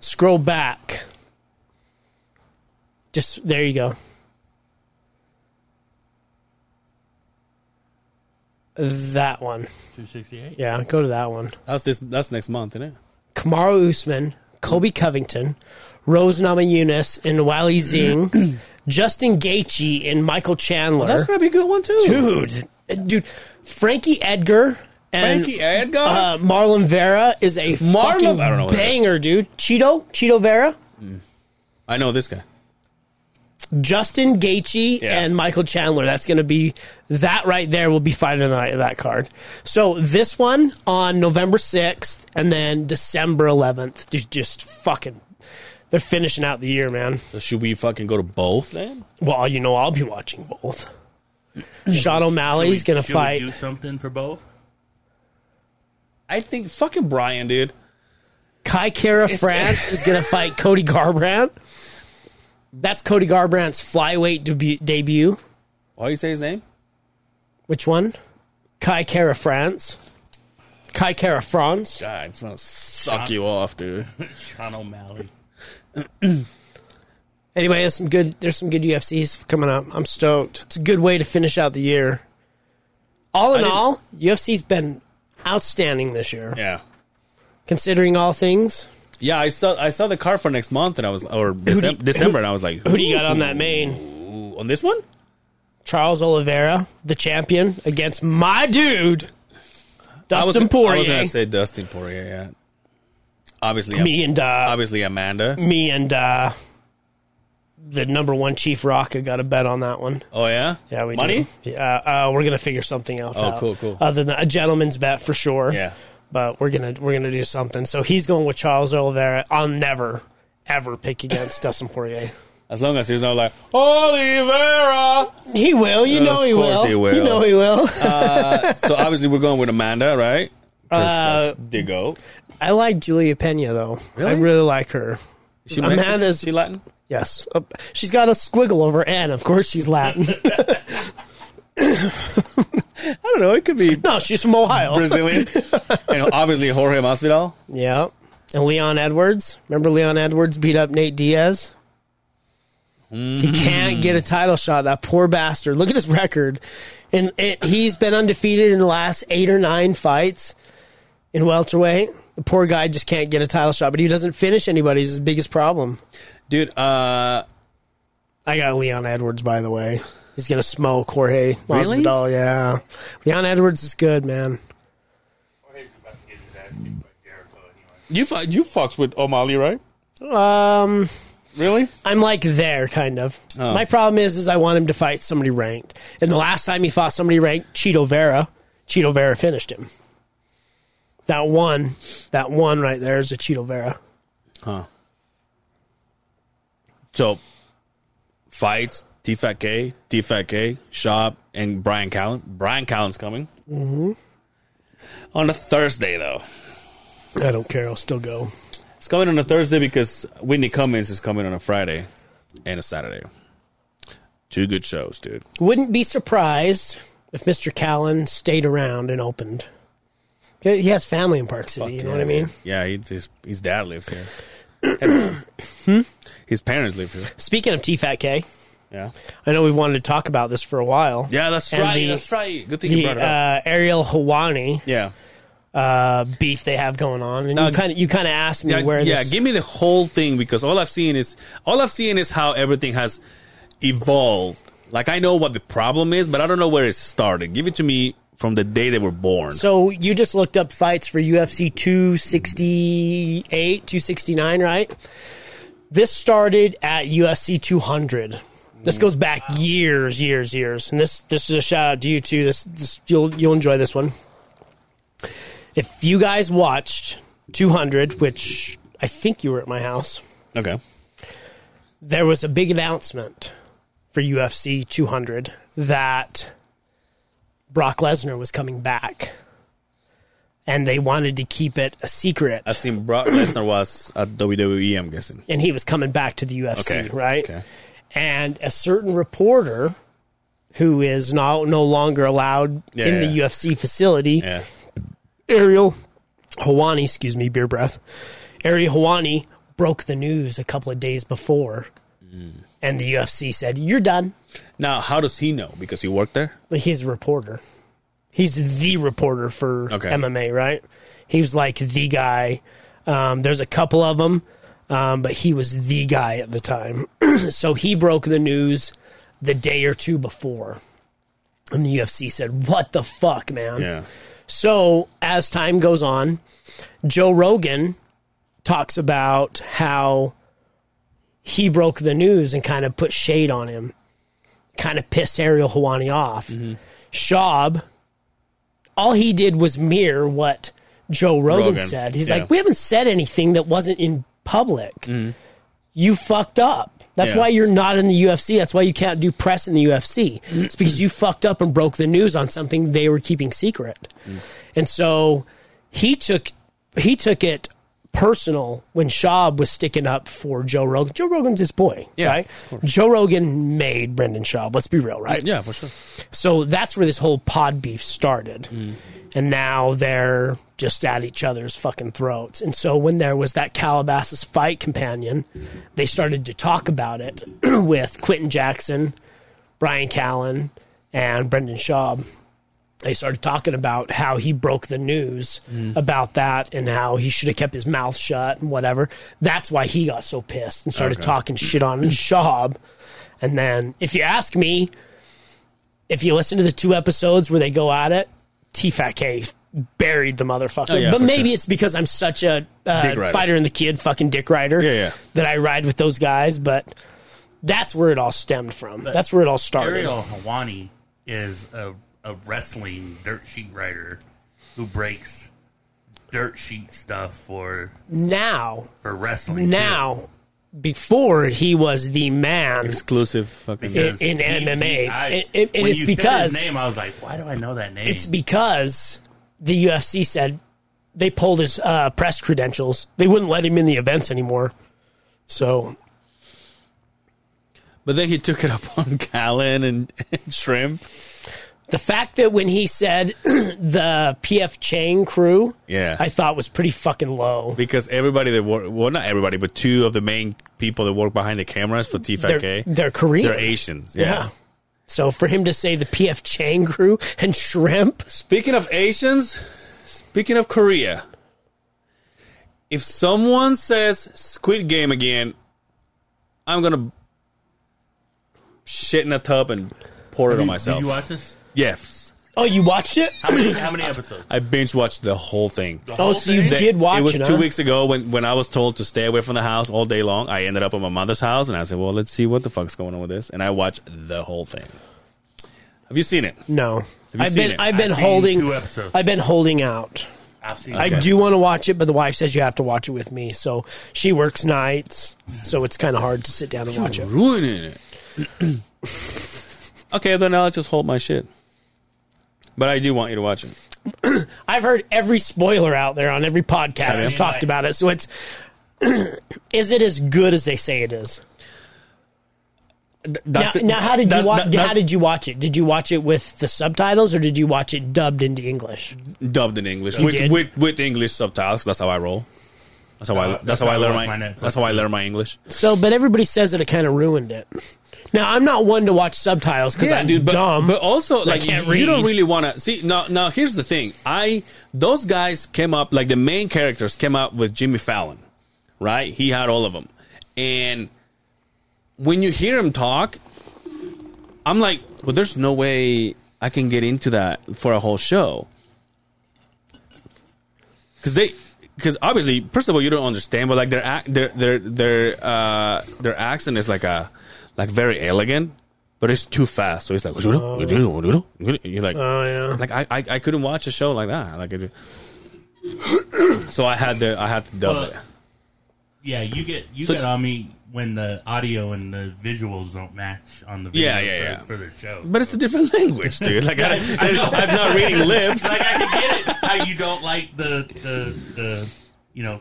Speaker 2: Scroll back. Just there you go. That one,
Speaker 4: 268.
Speaker 2: yeah. Go to that one.
Speaker 3: that's this. That's next month, isn't it?
Speaker 2: Kamaru Usman, Kobe Covington, Rose Namajunas, and Wally Zing, Justin Gaethje, and Michael Chandler.
Speaker 3: That's gonna be a good one too.
Speaker 2: dude, dude, Frankie Edgar and
Speaker 3: Frankie Edgar.
Speaker 2: uh, Marlon Vera is a fucking
Speaker 3: I don't know what that is.
Speaker 2: banger, dude. Cheeto, Cheeto Vera,
Speaker 3: I know this guy.
Speaker 2: Justin Gaethje,
Speaker 3: Yeah.
Speaker 2: and Michael Chandler. That's going to be that right there. Will be fight of the night of that card. So this one on November sixth, and then December eleventh. Just, just fucking. They're finishing out the year, man.
Speaker 3: So should we fucking go to both then?
Speaker 2: Well, you know, I'll be watching both. Sean O'Malley's
Speaker 4: Should we-
Speaker 2: going to
Speaker 4: should we
Speaker 2: fight.
Speaker 4: do something for both.
Speaker 3: I think fucking Brian, dude.
Speaker 2: Kai Kara France is going to fight Cody Garbrandt. That's Cody Garbrandt's flyweight debu- debut.
Speaker 3: Why you say his name?
Speaker 2: Which one? Kai Kara France. Kai Kara France.
Speaker 3: God, I just want to suck you off, dude.
Speaker 4: Sean O'Malley.
Speaker 2: Anyway, there's some good. There's some good UFCs coming up. I'm stoked. It's a good way to finish out the year. All in
Speaker 3: didn't-
Speaker 2: all, UFC's been outstanding this year,
Speaker 3: Yeah.
Speaker 2: considering all things.
Speaker 3: Yeah, I saw I saw the car for next month, and I was or
Speaker 2: do
Speaker 3: Decem-
Speaker 2: you-
Speaker 3: December, and I was like,
Speaker 2: Who do you got on that main?
Speaker 3: Ooh, on this one?
Speaker 2: Charles Oliveira, the champion, against my dude,
Speaker 3: I was,
Speaker 2: Dustin
Speaker 3: I was gonna
Speaker 2: Poirier.
Speaker 3: say Dustin Poirier. Yeah, obviously,
Speaker 2: Me and uh,
Speaker 3: obviously Amanda.
Speaker 2: me and uh, the number one Chief Rocka got a bet on that one.
Speaker 3: Oh yeah,
Speaker 2: Yeah, we
Speaker 3: money.
Speaker 2: Do. Yeah, uh, we're gonna figure something else.
Speaker 3: Oh,
Speaker 2: out.
Speaker 3: cool, cool.
Speaker 2: Other than a gentleman's bet for sure.
Speaker 3: Yeah,
Speaker 2: but we're gonna we're gonna do something. So he's going with Charles Oliveira. I'll never ever pick against Dustin Poirier.
Speaker 3: as long as he's not like Oliveira.
Speaker 2: He will. You know
Speaker 3: Of
Speaker 2: he
Speaker 3: course
Speaker 2: will.
Speaker 3: he will.
Speaker 2: You know he will.
Speaker 3: so obviously we're going with Amanda, right?
Speaker 2: Uh,
Speaker 3: 'Cause that's the goat.
Speaker 2: I like Julia Pena though. I
Speaker 3: Really?
Speaker 2: really like her.
Speaker 3: She
Speaker 2: Amanda's-
Speaker 3: Mexican? she Latin.
Speaker 2: Yes. Uh, she's got a squiggle over N. Of course she's Latin.
Speaker 3: I don't know. It could be
Speaker 2: no, she's from Ohio.
Speaker 3: Brazilian. and obviously Jorge Masvidal.
Speaker 2: Yeah. And Leon Edwards. Remember Leon Edwards beat up Nate Diaz? He can't get a title shot. That poor bastard. Look at his record. And it, he's been undefeated in the last eight or nine fights in welterweight. The poor guy just can't get a title shot, but he doesn't finish anybody. Is his biggest problem.
Speaker 3: Dude, uh,
Speaker 2: I got Leon Edwards, by the way. He's gonna smoke Jorge
Speaker 3: Really?
Speaker 2: Masvidal. Yeah, Leon Edwards is good, man.
Speaker 3: you fu- you fucks with O'Malley, right?
Speaker 2: Um,
Speaker 3: Really?
Speaker 2: I'm like there, kind of.
Speaker 3: Oh.
Speaker 2: My problem is, is I want him to fight somebody ranked. And the last time he fought somebody ranked, Cheeto Vera, Cheeto Vera finished him. That one, that one right there is a Cheeto Vera.
Speaker 3: So, fights, T-Fat-K, T-Fat-K, Shop, and Brian Callen. Brian Callen's coming. Mm-hmm. On a Thursday, though.
Speaker 2: I don't care. I'll still go.
Speaker 3: It's coming on a Thursday because Whitney Cummings is coming on a Friday and a Saturday. Two good shows, dude.
Speaker 2: Wouldn't be surprised if Mr. Callan stayed around and opened. He he has family in Park City. you know what I mean?
Speaker 3: Yeah, he, his his dad lives here. His parents live here.
Speaker 2: Speaking of TFATK,
Speaker 3: Yeah.
Speaker 2: I know we wanted to talk about this for a while.
Speaker 3: Yeah, that's
Speaker 2: And
Speaker 3: right.
Speaker 2: the-
Speaker 3: that's right. Good thing you
Speaker 2: The
Speaker 3: brought it up.
Speaker 2: uh, Ariel Hawani
Speaker 3: yeah.
Speaker 2: uh, beef they have going on, and
Speaker 3: Now-
Speaker 2: you kind of you kind of asked me
Speaker 3: Yeah,
Speaker 2: where
Speaker 3: yeah,
Speaker 2: this
Speaker 3: give me the whole thing because all I've seen is all I've seen is how everything has evolved. Like I know what the problem is, but I don't know where it started. Give it to me from the day they were born.
Speaker 2: So you just looked up fights for UFC 268, 269, right? This started at UFC 200. This goes back years, years, years. And this this is a shout out to you too. This, this you'll you'll enjoy this one. If you guys watched 200, which I think you were at my house,
Speaker 3: okay.
Speaker 2: there was a big announcement for UFC 200 that Brock Lesnar was coming back. And they wanted to keep it a secret.
Speaker 3: I seen Brock Lesnar was at WWE. I'm guessing.
Speaker 2: And he was coming back to the UFC,
Speaker 3: Okay.
Speaker 2: right?
Speaker 3: Okay.
Speaker 2: And a certain reporter who is now no longer allowed
Speaker 3: Yeah,
Speaker 2: in the
Speaker 3: yeah.
Speaker 2: UFC facility,
Speaker 3: Yeah.
Speaker 2: Ariel Hawani, excuse me, beer breath. Ariel Hawani broke the news a couple of days before.
Speaker 3: Mm.
Speaker 2: And the UFC said, You're done.
Speaker 3: Now, how does he know? Because he worked there.
Speaker 2: Like, he's a reporter. He's the reporter for
Speaker 3: Okay.
Speaker 2: MMA, right? He was like the guy. Um, there's a couple of them, um, but he was the guy at the time. so he broke the news the day or two before. And the UFC said, What the fuck, man?
Speaker 3: Yeah.
Speaker 2: So as time goes on, Joe Rogan talks about how he broke the news and kind of put shade on him, kind of pissed Ariel Hawani off.
Speaker 3: Mm-hmm.
Speaker 2: Schaub, all he did was mirror what Joe Rogan,
Speaker 3: Rogan,
Speaker 2: said. He's
Speaker 3: yeah.
Speaker 2: like, we haven't said anything that wasn't in public. You fucked up. That's
Speaker 3: Yeah.
Speaker 2: why you're not in the UFC. That's why you can't do press in the UFC. It's because you fucked up and broke the news on something they were keeping secret.
Speaker 3: Mm.
Speaker 2: And so he took he took it personal when Schaub was sticking up for Joe Rogan. Joe Rogan's his boy,
Speaker 3: Yeah,
Speaker 2: right? Joe Rogan made Brendan Schaub. Let's be real, right?
Speaker 3: Yeah, for sure.
Speaker 2: So that's where this whole pod beef started.
Speaker 3: Mm.
Speaker 2: And now they're just at each other's fucking throats. And so when there was that Calabasas fight companion, they started to talk about it with Quentin Jackson, Brian Callen, and Brendan Schaub. They started talking about how he broke the news
Speaker 3: Mm.
Speaker 2: about that and how he should have kept his mouth shut and whatever. That's why he got so pissed and started
Speaker 3: Okay.
Speaker 2: talking shit on Schaub. And then, if you ask me, if you listen to the two episodes where they go at it, TFATK buried the motherfucker.
Speaker 3: Oh, yeah,
Speaker 2: but
Speaker 3: for
Speaker 2: maybe
Speaker 3: sure.
Speaker 2: it's because I'm such a
Speaker 3: Dick
Speaker 2: uh,
Speaker 3: rider.
Speaker 2: fighter and the kid fucking dick rider
Speaker 3: Yeah, yeah.
Speaker 2: that I ride with those guys. But that's where it all stemmed from. That's where it all started.
Speaker 4: Ariel Hawani is a, a wrestling dirt sheet writer who breaks dirt sheet stuff for
Speaker 2: Now,
Speaker 4: for wrestling.
Speaker 2: now, before he was the man.
Speaker 3: Exclusive. Fucking.
Speaker 4: too. 'Cause
Speaker 2: in- in MMA. And- and- and
Speaker 4: when
Speaker 2: it's
Speaker 4: you
Speaker 2: because-
Speaker 4: said his name, I was like, why do I know that name?
Speaker 2: It's because the UFC said they pulled his uh, press credentials. They wouldn't let him in the events anymore. So
Speaker 3: But then he took it up on Callan and, and Shrimp.
Speaker 2: the fact that when he said the PF Chang crew,
Speaker 3: Yeah.
Speaker 2: I thought was pretty fucking low.
Speaker 3: because everybody that work well not everybody but two of the main people that work behind the cameras for
Speaker 2: They're,
Speaker 3: T5K
Speaker 2: they're Korean.
Speaker 3: they're Asians yeah.
Speaker 2: So for him to say the PF Chang crew and shrimp,
Speaker 3: speaking of Asians speaking of Korea if someone says Squid Game again I'm gonna shit in a tub and pour it on myself
Speaker 4: Did you watch this?
Speaker 3: yes
Speaker 2: oh, you watched it?
Speaker 4: How many, how many episodes?
Speaker 3: I binge watched the whole thing
Speaker 4: The
Speaker 2: Oh,
Speaker 4: whole
Speaker 2: so you
Speaker 4: thing?
Speaker 2: did- watch
Speaker 3: it was
Speaker 2: it,
Speaker 3: two
Speaker 2: huh?
Speaker 3: weeks ago when, when I was told to stay away from the house all day long. I ended up at my mother's house and I said, "Well, let's see what the fuck's going on with this." And I watched the whole thing. Have you seen it?
Speaker 2: No.
Speaker 3: you
Speaker 2: I've
Speaker 3: seen
Speaker 2: been
Speaker 3: it?
Speaker 2: I've been
Speaker 4: I've seen
Speaker 2: holding
Speaker 4: two episodes.
Speaker 2: I've been holding out.
Speaker 4: I've seen
Speaker 2: I
Speaker 4: it.
Speaker 2: do want to watch it, but the wife says you have to watch it with me. So she works nights, so it's kind of hard to sit down and watch it.
Speaker 3: Ruining it. okay, then I'll just hold my shit. But I do want you to watch it.
Speaker 2: I've heard every spoiler out there on every podcast
Speaker 3: Have
Speaker 2: has
Speaker 3: you?
Speaker 2: talked about it. So it's is it as good as they say it is?
Speaker 3: th-
Speaker 5: Now,
Speaker 3: that's the-
Speaker 5: now, how did you
Speaker 3: that's-
Speaker 5: watch?
Speaker 3: that- that's
Speaker 5: how did you watch it? Did you watch it with the subtitles, or did you watch it dubbed into English?
Speaker 3: dubbed in English with,
Speaker 5: did?
Speaker 3: with with English subtitles. That's how I roll. That's how I. That's,
Speaker 4: that's
Speaker 3: how,
Speaker 4: how
Speaker 3: I
Speaker 4: I
Speaker 3: learn my.
Speaker 4: watch my Netflix.
Speaker 3: that's how I learn my English.
Speaker 5: So, but everybody says that it kind of ruined it. Now, I'm not one to watch subtitles because I'm
Speaker 3: But,
Speaker 5: dumb.
Speaker 3: but also, like,
Speaker 5: can't
Speaker 3: you don't
Speaker 5: read.
Speaker 3: really want to see. Now, now, here's the thing. I those guys came up like the main characters came up with Jimmy Fallon, right? He had all of them, and when you hear him talk, I'm like, well, there's no way I can get into that for a whole show. Because they, because obviously, first of all, you don't understand, but like their ac- their their their uh, their accent is like a like very elegant, but it's too fast. So it's like you're like
Speaker 2: Oh yeah.
Speaker 3: like I, I I couldn't watch a show like that. Like it, so I had to I had to dub it.
Speaker 4: Yeah, you get you
Speaker 3: So-
Speaker 4: get on me when the audio and the visuals don't match on the video
Speaker 3: Yeah, yeah,
Speaker 4: for,
Speaker 3: yeah.
Speaker 4: for the show.
Speaker 3: But it's a different language, dude. Like I, I am not reading lips.
Speaker 4: like I can get it how you don't like the the the you know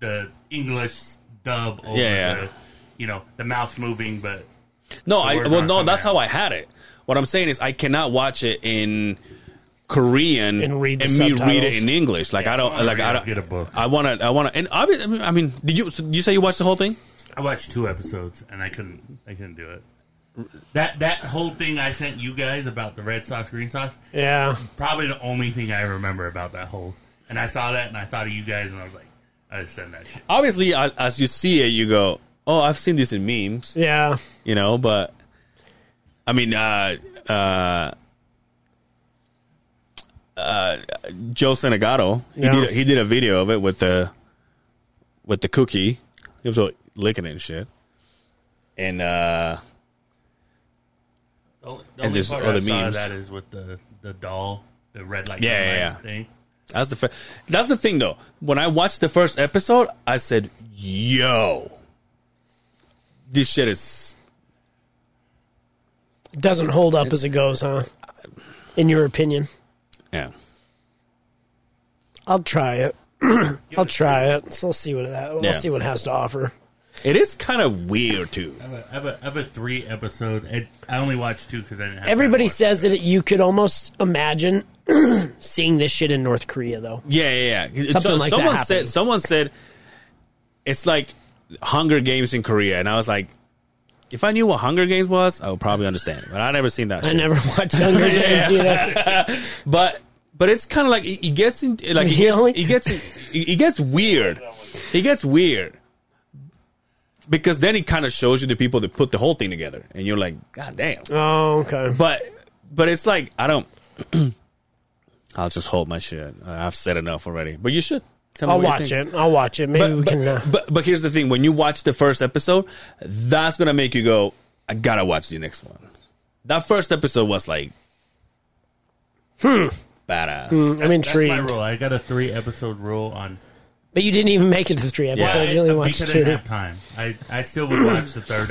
Speaker 4: the English dub over
Speaker 3: Yeah, yeah.
Speaker 4: the you know the mouth moving, but
Speaker 3: No,
Speaker 4: The
Speaker 3: I
Speaker 4: word
Speaker 3: well
Speaker 4: not
Speaker 3: no,
Speaker 4: coming
Speaker 3: that's
Speaker 4: out.
Speaker 3: how I had it. What I'm saying is I cannot watch it in Korean
Speaker 2: And read the
Speaker 3: me read
Speaker 2: subtitles.
Speaker 3: it in English. Like I don't like I don't
Speaker 4: Get a book.
Speaker 3: I want to I want to and I mean, I mean did you so you say you watched the whole thing?
Speaker 4: I watched two episodes and I couldn't I couldn't do it. That that whole thing I sent you guys about the red sauce green sauce
Speaker 2: Yeah.
Speaker 4: probably the only thing I remember about that whole. And I saw that and I thought of you guys and I was like, I just send that shit.
Speaker 3: Obviously I, as you see it you go, "Oh, I've seen this in memes."
Speaker 2: Yeah.
Speaker 3: You know, but I mean uh uh uh Joe Senegato, he
Speaker 2: Yeah.
Speaker 3: did a, he did a video of it with the with the cookie. He was like, licking it and shit. And uh
Speaker 4: The only, the
Speaker 3: And
Speaker 4: only
Speaker 3: there's
Speaker 4: part
Speaker 3: other
Speaker 4: I saw
Speaker 3: memes.
Speaker 4: of that is with the the doll, the red light,
Speaker 3: Yeah,
Speaker 4: red
Speaker 3: yeah,
Speaker 4: light
Speaker 3: yeah.
Speaker 4: thing.
Speaker 3: That's the fa- that's the thing though. When I watched the first episode, I said, "Yo, this shit is."
Speaker 2: It doesn't hold up as it goes, huh? In your opinion,
Speaker 3: Yeah,
Speaker 2: I'll try it. I'll try it. So we'll see what that. We'll
Speaker 3: Yeah.
Speaker 2: see what it has to offer.
Speaker 3: it is kind of weird too.
Speaker 4: I have a, I have a, I have a three episode. It, I only watched two because I didn't. have time to
Speaker 2: Everybody
Speaker 4: watch
Speaker 2: says
Speaker 4: it.
Speaker 2: that you could almost imagine seeing this shit in North Korea, though.
Speaker 3: Yeah, yeah, yeah.
Speaker 2: Something like that
Speaker 3: someone said
Speaker 2: happened.
Speaker 3: someone said it's like Hunger Games in Korea, and I was like, if I knew what Hunger Games was, I would probably understand. But I never seen that.
Speaker 2: I
Speaker 3: shit.
Speaker 2: never watched Hunger Games either.
Speaker 3: but but it's kind of like it, it gets in, like it gets,
Speaker 2: Really?
Speaker 3: it gets it, it gets weird. It gets weird because then it kind of shows you the people that put the whole thing together, and you're like, God damn.
Speaker 2: Oh, okay.
Speaker 3: But but it's like I don't. I'll just hold my shit. I've said enough already. But you should. Tell me
Speaker 2: I'll
Speaker 3: what you
Speaker 2: watch
Speaker 3: think.
Speaker 2: it. I'll watch it. Maybe
Speaker 3: But,
Speaker 2: we
Speaker 3: but,
Speaker 2: can. Uh,
Speaker 3: but but here's the thing: when you watch the first episode, that's gonna make you go, "I gotta watch the next one." That first episode was like,
Speaker 2: Hmm.
Speaker 3: badass.
Speaker 2: I'm
Speaker 4: That's my
Speaker 2: intrigued.
Speaker 4: rule. I got a three episode rule on.
Speaker 2: But you didn't even make it to three episodes.
Speaker 4: I,
Speaker 2: you only watched
Speaker 4: because I
Speaker 2: two.
Speaker 4: didn't have time. I, I still would watch the third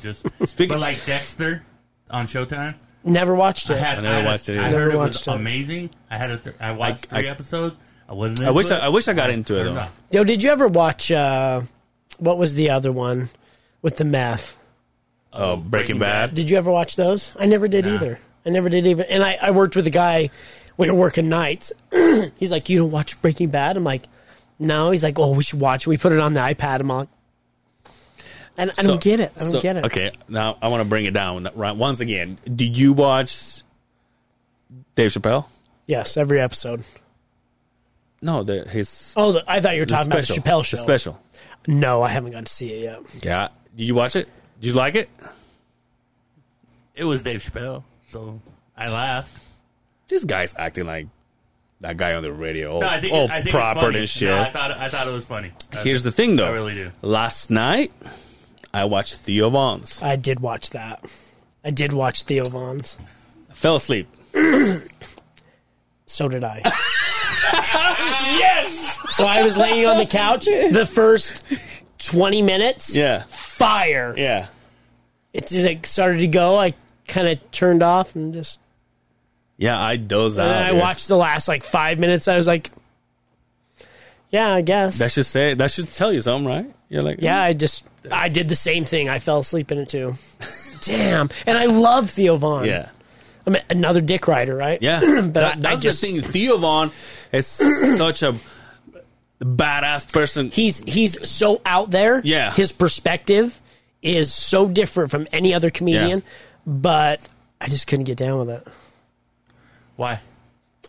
Speaker 4: just.
Speaker 3: Speaking-
Speaker 4: but like Dexter on Showtime,
Speaker 2: Never watched
Speaker 4: I
Speaker 2: it.
Speaker 4: had
Speaker 3: I never
Speaker 4: had
Speaker 3: watched it
Speaker 4: I
Speaker 3: either.
Speaker 4: heard
Speaker 2: Never
Speaker 4: it was
Speaker 2: watched it.
Speaker 4: amazing. I had a th- I watched
Speaker 3: I-
Speaker 4: three episodes. I wasn't.
Speaker 3: I
Speaker 4: into
Speaker 3: wish I,
Speaker 4: it.
Speaker 3: I wish I got into it.
Speaker 4: turned
Speaker 3: Though.
Speaker 4: off.
Speaker 2: Yo, did you ever watch? Uh, what was the other one with the meth?
Speaker 3: Oh, Breaking Bad.
Speaker 2: Did you ever watch those? I never did either. I never did even. And I, I worked with a guy. We were working nights. He's like, "You don't watch Breaking Bad?" I'm like, "No." He's like, "Oh, we should watch." it." We put it on the iPad. I'm like, and I
Speaker 3: So-
Speaker 2: don't get it. I don't
Speaker 3: so-
Speaker 2: get it.
Speaker 3: Okay, now I want to bring it down right once again. Do you watch Dave Chappelle?
Speaker 2: Yes, every episode.
Speaker 3: No, the, his
Speaker 2: Oh, the, I thought you were
Speaker 3: the
Speaker 2: talking about the
Speaker 3: special.
Speaker 2: Chappelle show.
Speaker 3: The special.
Speaker 2: No, I haven't got to see it yet.
Speaker 3: Yeah. Did you watch it? Did you like it?
Speaker 4: It was Dave Chappelle, so I laughed.
Speaker 3: This guy's acting like that guy on the radio. Oh,
Speaker 4: No, I think,
Speaker 3: oh
Speaker 4: I think it's
Speaker 3: proper
Speaker 4: funny.
Speaker 3: and shit.
Speaker 4: No, I thought I thought it was funny. Uh, I-
Speaker 3: Here's the thing, though.
Speaker 4: I really do.
Speaker 3: Last night, I watched Theo Vaughn's.
Speaker 2: I did watch that. I did watch Theo Vaughn's.
Speaker 3: I fell asleep.
Speaker 2: So did I. yes. So I was laying on the couch. The first twenty minutes,
Speaker 3: Yeah,
Speaker 2: fire.
Speaker 3: yeah.
Speaker 2: It just like started to go. I kind of turned off and just.
Speaker 3: Ah, Yeah, I dozed
Speaker 2: And
Speaker 3: out.
Speaker 2: then I
Speaker 3: dude.
Speaker 2: watched the last like five minutes. I was like, yeah, I guess.
Speaker 3: That should say. That should tell you something, right? You're like,
Speaker 2: yeah, I just I did the same thing. I fell asleep in it too.
Speaker 6: damn. And I love Theo Vaughn.
Speaker 3: Yeah.
Speaker 6: I mean, another dick rider, right?
Speaker 3: Yeah,
Speaker 6: but I-
Speaker 3: that,
Speaker 6: I
Speaker 3: that's
Speaker 6: just
Speaker 3: the thing. Theo Von is such a badass person.
Speaker 2: he's he's so out there.
Speaker 3: Yeah.
Speaker 2: his perspective is so different from any other comedian. But I just couldn't get down with it.
Speaker 3: Why?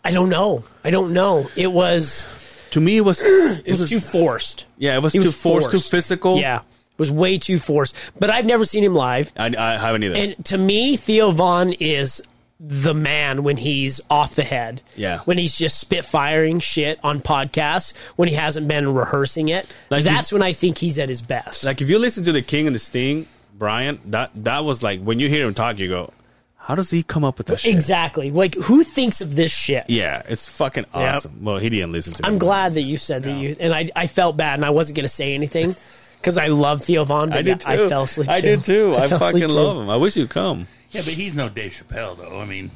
Speaker 2: I don't know. I don't know. It was
Speaker 3: To me, it was it
Speaker 2: it was too forced.
Speaker 3: yeah, it was
Speaker 2: He
Speaker 3: too
Speaker 2: was
Speaker 3: forced, too
Speaker 2: forced.
Speaker 3: physical.
Speaker 2: Yeah, it was way too forced. But I've never seen him live.
Speaker 3: I, I haven't either.
Speaker 2: And to me, Theo Vaughn is the man when he's off the head.
Speaker 3: Yeah.
Speaker 2: When he's just spit firing shit on podcasts when he hasn't been rehearsing it.
Speaker 3: Like
Speaker 2: that's when I think he's at his best.
Speaker 3: like if you listen to the King and the Sting, Brian, that that was like when you hear him talk, you go, "How does he come up with that shit?"
Speaker 2: exactly. Like who thinks of this shit?
Speaker 3: Yeah, it's fucking awesome. Well, he didn't listen to. me.
Speaker 2: I'm glad that you said that you and I I felt bad and I wasn't gonna say anything because I love Theo Vaughn, but
Speaker 3: I
Speaker 2: I,
Speaker 3: did. Too.
Speaker 2: I fell asleep.
Speaker 3: I did too. I,
Speaker 2: fell asleep
Speaker 3: fucking
Speaker 2: too.
Speaker 3: love him. I wish you'd come.
Speaker 4: Yeah, but he's no Dave Chappelle though. I mean,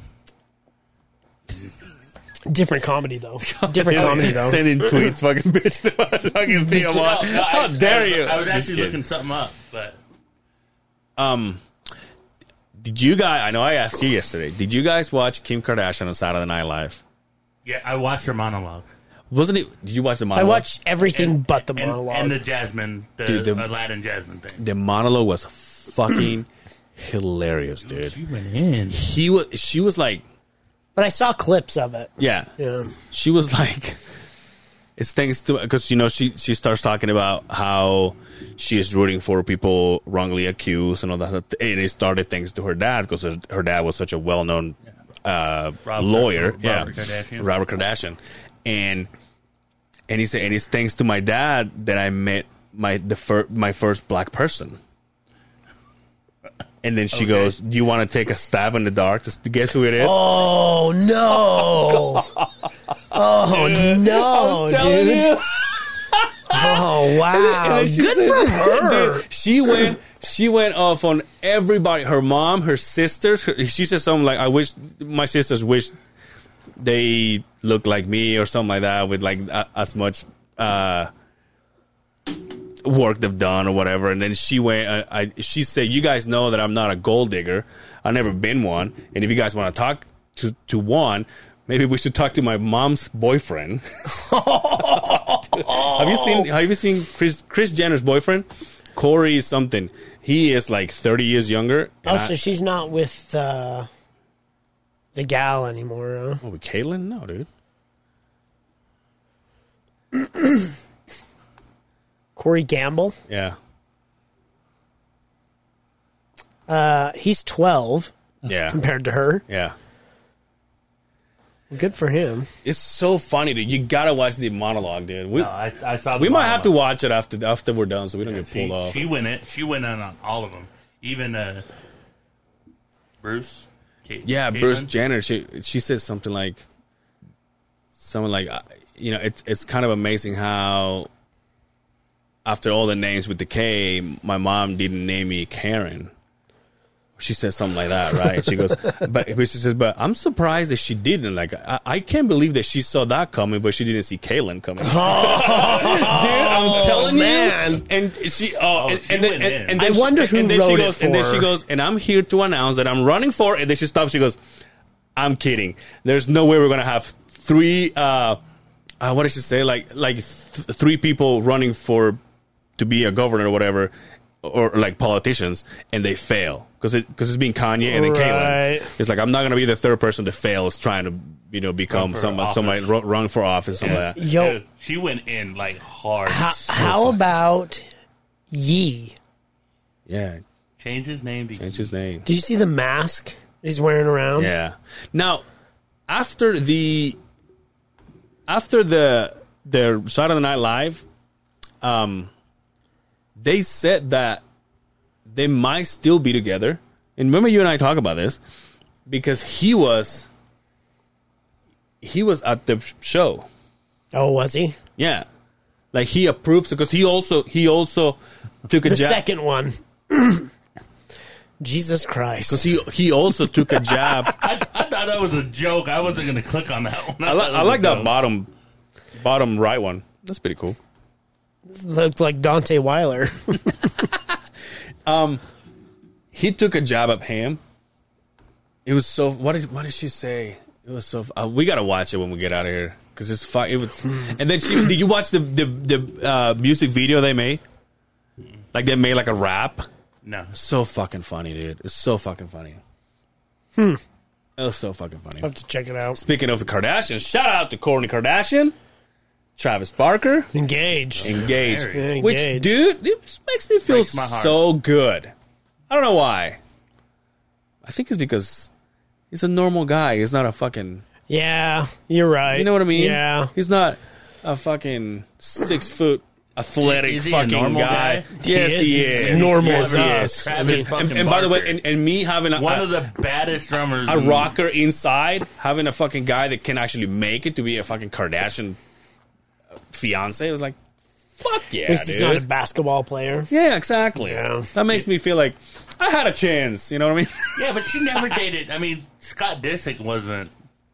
Speaker 2: Different comedy though. Different comedy though.
Speaker 3: Sending tweets, fucking bitch. fucking Theo Von.
Speaker 4: No,
Speaker 3: How
Speaker 4: I-
Speaker 3: dare
Speaker 4: I was-
Speaker 3: you?
Speaker 4: I was
Speaker 3: Just
Speaker 4: actually
Speaker 3: kidding.
Speaker 4: looking something up, but
Speaker 3: Did you guys? I know I asked you yesterday. Did you guys watch Kim Kardashian on Saturday Night Live?
Speaker 4: yeah, I watched her monologue.
Speaker 3: Wasn't it? Did you watch the
Speaker 2: I
Speaker 3: monologue?
Speaker 2: watched everything but the
Speaker 4: and,
Speaker 2: monologue.
Speaker 4: and the Jasmine, the,
Speaker 3: Dude, the-
Speaker 4: Aladdin Jasmine thing.
Speaker 3: the monologue was fucking hilarious, dude.
Speaker 4: She went in.
Speaker 3: He was. She was like,
Speaker 2: but I saw clips of it.
Speaker 3: yeah.
Speaker 2: Yeah.
Speaker 3: She was like, it's thanks to because you know she she starts talking about how she is rooting for people wrongly accused and all that, and it started thanks to her dad because her, her dad was such a well known uh,
Speaker 4: Rob-
Speaker 3: lawyer,
Speaker 4: Robert
Speaker 3: yeah,
Speaker 4: Kardashian.
Speaker 3: Robert Kardashian, and and he said, and it's thanks to my dad that I met my the fir- my first black person. And then she goes, "Do you want to take a stab in the dark to s- to guess who it is?"
Speaker 2: Oh no! Oh no,
Speaker 3: Telling
Speaker 2: dude!
Speaker 3: you.
Speaker 2: Oh wow!
Speaker 3: And then she
Speaker 2: Good
Speaker 3: said-
Speaker 2: for her.
Speaker 3: Dude, she went. She went off on everybody. Her mom, her sisters. her- she said something like, "I wish my sisters wish they looked like me or something like that with like a, as much uh, work they've done or whatever." And then she went. Uh, I she said, "You guys know that I'm not a gold digger. I've never been one. And if you guys want to talk to to one." Maybe we should talk to my mom's boyfriend. Have you seen Have you seen Chris Chris Jenner's boyfriend, Corey something? He is like thirty years younger.
Speaker 2: Oh,
Speaker 3: and I-
Speaker 2: so she's not with uh, the gal anymore. Huh?
Speaker 3: oh, with Caitlyn? No, dude.
Speaker 2: Corey Gamble.
Speaker 3: Yeah,
Speaker 2: Uh, he's twelve
Speaker 3: yeah,
Speaker 2: compared to her.
Speaker 3: yeah.
Speaker 2: Good for him.
Speaker 3: It's so funny, dude. You gotta watch the monologue, dude. We,
Speaker 4: No, I, I saw. The
Speaker 3: we might have to
Speaker 4: monologue.
Speaker 3: watch it after after we're done, so we don't get pulled
Speaker 4: She,
Speaker 3: off.
Speaker 4: she went in. She went in on all of them, even uh, Bruce. Ca-
Speaker 3: yeah,
Speaker 4: Caitlin.
Speaker 3: Bruce Jenner. She she said something like, something like, uh, you know, it's it's kind of amazing how. After all the names with the K, my mom didn't name me Karen. She said something like that, right? She goes, but, but she says, but I'm surprised that she didn't. Like, I, I can't believe that she saw that coming, but she didn't see Kaylin coming. Dude, I'm telling you.
Speaker 2: man.
Speaker 3: And she, oh, and,
Speaker 4: she
Speaker 3: and then,
Speaker 4: went
Speaker 3: and,
Speaker 4: in.
Speaker 3: and then
Speaker 2: I wonder
Speaker 3: she,
Speaker 2: who
Speaker 3: and then she
Speaker 2: wrote it
Speaker 3: goes, And then
Speaker 2: for
Speaker 3: she
Speaker 2: her.
Speaker 3: goes, and I'm here to announce that I'm running for. And then she stops. She goes, I'm kidding. There's no way we're gonna have three. Uh, uh, what did she say? Like like th- three people running for to be a governor or whatever, or like politicians, and they fail because it because it's being Kanye and then
Speaker 6: Right.
Speaker 3: Caitlyn. It's like I'm not gonna be the third person to fail. Is trying to you know become
Speaker 4: for
Speaker 3: somebody
Speaker 4: office.
Speaker 3: somebody ru- run for office something like that.
Speaker 2: Yo,
Speaker 4: Dude, she went in like hard.
Speaker 2: how, how about Yee?
Speaker 3: Yeah,
Speaker 4: Change his name to
Speaker 3: change his name.
Speaker 2: Did you see the mask he's wearing around?
Speaker 3: Yeah. Now, after the after the the Saturday Night Live, um, they said that they might still be together. And remember, you and I talk about this because he was he was at the show.
Speaker 2: Oh, was he
Speaker 3: Yeah, like he approves because he also he also took a
Speaker 2: the
Speaker 3: jab.
Speaker 2: second one? Jesus Christ!
Speaker 3: Because he he also took a jab.
Speaker 4: I, I thought that was a joke. I wasn't gonna click on that one.
Speaker 3: I, li- I like that bottom bottom right one. That's pretty cool.
Speaker 2: Looked like Dante Weiler.
Speaker 3: He took a jab at him. It was so. What did What did she say? It was so. Uh, we gotta watch it when we get out of here because it's fun. It was. and then she. Did you watch the the the uh, music video they made? Like they made like a rap.
Speaker 4: No.
Speaker 3: So fucking funny, dude. It's so fucking funny. Hmm. It was so fucking funny.
Speaker 2: have to check it out.
Speaker 3: Speaking of the Kardashians, shout out to Kourtney Kardashian, Travis Barker,
Speaker 2: Engaged.
Speaker 3: engaged.
Speaker 2: Married.
Speaker 3: Which,
Speaker 2: Engaged.
Speaker 3: dude, this makes me feel
Speaker 4: Breaks my heart.
Speaker 3: so good. I don't know why. I think it's because he's a normal guy. He's not a fucking.
Speaker 2: Yeah, you're right.
Speaker 3: You know what I mean?
Speaker 2: Yeah.
Speaker 3: He's not a fucking six foot athletic
Speaker 4: Is he a
Speaker 3: fucking
Speaker 4: normal guy?
Speaker 3: Yes,
Speaker 2: is.
Speaker 3: he
Speaker 2: He's
Speaker 3: is.
Speaker 2: normal
Speaker 3: Yes, he
Speaker 2: as us.
Speaker 3: is. I mean,
Speaker 4: Travis
Speaker 3: and, and by the way,
Speaker 4: Barker.
Speaker 3: and, and me having a,
Speaker 4: One
Speaker 3: a-
Speaker 4: of the Mm. baddest drummers.
Speaker 3: a rocker inside, having a fucking guy that can actually make it to be a fucking Kardashian fiance. It was like, fuck yeah,
Speaker 2: This is not a
Speaker 3: dude.
Speaker 2: basketball player.
Speaker 3: Yeah, exactly.
Speaker 2: Yeah.
Speaker 3: That makes me feel like I had a chance. You know what I mean?
Speaker 4: Yeah, but she never dated. I mean, Scott Disick wasn't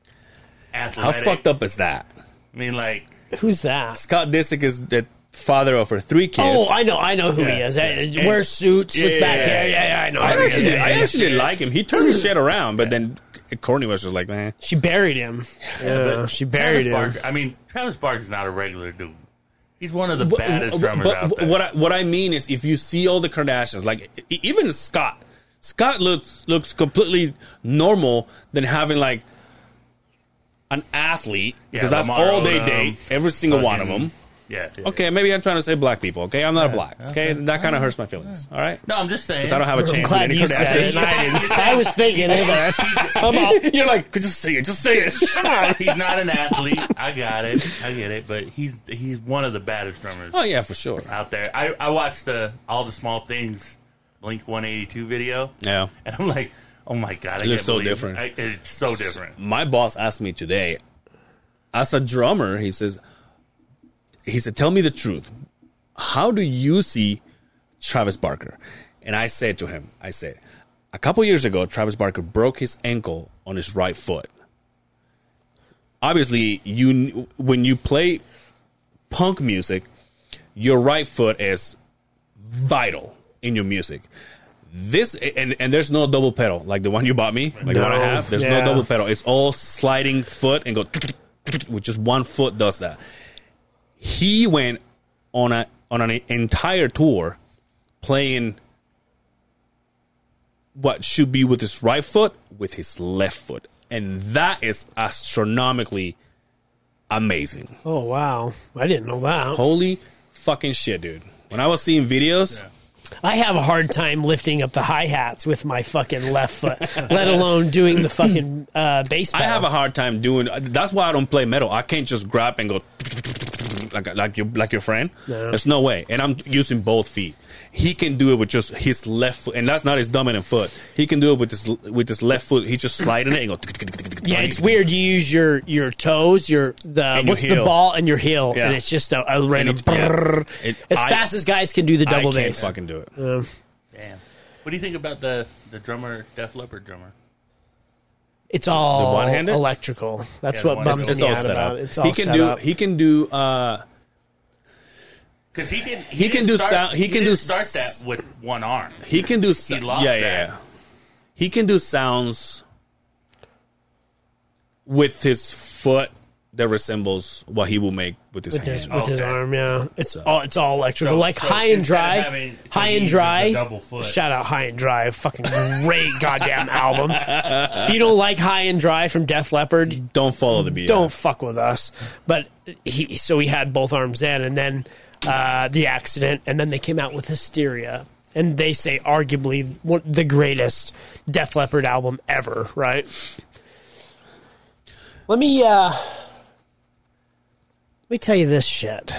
Speaker 3: How
Speaker 4: athletic.
Speaker 3: fucked up is that?
Speaker 4: I mean, like,
Speaker 2: Who's that?
Speaker 3: Scott Disick is the father of her three kids.
Speaker 5: Oh, I know, I know who he
Speaker 3: Yeah.
Speaker 5: is. Hey, Wears suits, slick back
Speaker 3: yeah,
Speaker 5: hair. Yeah, yeah, I know. who he is.
Speaker 3: actually,
Speaker 5: Yeah,
Speaker 3: I
Speaker 5: yeah.
Speaker 3: actually like him. He turned his shit around, but then Courtney was just like, man.
Speaker 2: She buried him. Yeah, she buried
Speaker 4: Travis
Speaker 2: him.
Speaker 4: Barker. I mean, Travis Barker's not a regular dude. He's one of the baddest drummers out there.
Speaker 3: What I, what I mean is, if you see all the Kardashians, like e- even Scott, Scott looks looks completely normal than having like an athlete because that's
Speaker 4: Lamar
Speaker 3: all they
Speaker 4: Odom,
Speaker 3: date. Every single one of them.
Speaker 4: yeah, yeah.
Speaker 3: Okay, maybe I'm trying to say black people. Okay, I'm not a black. Okay, that kind of hurts my feelings. All right,
Speaker 4: No, I'm just saying.
Speaker 3: because I don't have a chance.
Speaker 2: glad
Speaker 3: with any
Speaker 2: you said
Speaker 3: Kardashians.
Speaker 2: it. I didn't-
Speaker 5: I was thinking, hey, but
Speaker 3: You're like, just say it. Just say it.
Speaker 4: he's not an athlete. I got it. I get it. But he's he's one of the baddest drummers
Speaker 3: oh yeah, for sure.
Speaker 4: out there. I, I watched the all the small things Blink 182 video,
Speaker 3: Yeah.
Speaker 4: and I'm like, oh my god, I
Speaker 3: It looks
Speaker 4: can't
Speaker 3: so
Speaker 4: believe-
Speaker 3: different.
Speaker 4: I, it's so different.
Speaker 3: my boss asked me today, as a drummer, he says, he said, tell me the truth. How do you see Travis Barker? And I said to him, I said, a couple years ago, Travis Barker broke his ankle on his right foot. Obviously, you when you play punk music, your right foot is vital in your music. This and and there's no double pedal like the one you bought me, like the one I
Speaker 2: No.
Speaker 3: have. There's no
Speaker 2: Yeah.
Speaker 3: double pedal. It's all sliding foot and go with just one foot does that. He went on a on an entire tour playing what should be with his right foot with his left foot. And that is astronomically amazing.
Speaker 2: Oh wow, I didn't know that.
Speaker 3: Holy fucking shit, dude. When I was seeing videos,
Speaker 2: I have a hard time lifting up the hi hats with my fucking left foot, let alone doing the fucking uh, bass.
Speaker 3: I have a hard time doing that's why I don't play metal. I can't just grab and go like like your like your friend. There's no way. And I'm using both feet. He can do it with just his left foot and that's not his dominant foot. He can do it with his with his left foot. He just sliding it and go
Speaker 2: Yeah, it's weird. You use your your toes, your the
Speaker 3: your
Speaker 2: what's
Speaker 3: heel.
Speaker 2: the ball and your heel,
Speaker 3: Yeah.
Speaker 2: and it's just a, a random.
Speaker 3: And it-
Speaker 2: brrrr.
Speaker 3: yeah. It-
Speaker 2: as
Speaker 3: I-
Speaker 2: fast as guys can do the
Speaker 3: I
Speaker 2: double
Speaker 3: can't
Speaker 2: bass.
Speaker 3: fucking do it.
Speaker 4: Damn. What do you think about the the drummer, Def Leppard drummer?
Speaker 2: It's all
Speaker 3: The one-handed?
Speaker 2: electrical. That's
Speaker 4: Yeah, the
Speaker 2: what
Speaker 4: one-handed.
Speaker 2: bums
Speaker 3: It's
Speaker 2: me
Speaker 3: all
Speaker 2: out
Speaker 3: set
Speaker 2: about.
Speaker 3: up.
Speaker 2: it. It's all
Speaker 3: he can
Speaker 2: set
Speaker 3: do
Speaker 2: up.
Speaker 3: he can do uh
Speaker 4: Because he didn't.
Speaker 3: He can
Speaker 4: didn't
Speaker 3: do
Speaker 4: start,
Speaker 3: sound- he can do
Speaker 4: didn't
Speaker 3: s-
Speaker 4: start that with one arm.
Speaker 3: He can do. He
Speaker 4: lost
Speaker 3: yeah, yeah,
Speaker 4: that.
Speaker 3: yeah. He can do sounds with his foot that resembles what he will make with his
Speaker 2: with
Speaker 3: hands.
Speaker 2: his, with his
Speaker 4: Okay.
Speaker 2: arm. Yeah, it's all it's all electrical.
Speaker 4: So-
Speaker 2: like
Speaker 4: so
Speaker 2: high and
Speaker 4: instead of
Speaker 2: dry,
Speaker 4: having- so
Speaker 2: high
Speaker 4: he
Speaker 2: and
Speaker 4: uses
Speaker 2: dry.
Speaker 4: the double foot.
Speaker 2: Shout out high and dry, fucking great goddamn album. If you don't like high and dry from Def Leppard,
Speaker 3: Don't follow the beat.
Speaker 2: don't fuck with us. But he so he had both arms in, and then uh, the accident, and then they came out with Hysteria, and they say arguably one, the greatest Def Leppard album ever. Right? Let me uh, let me tell you this shit.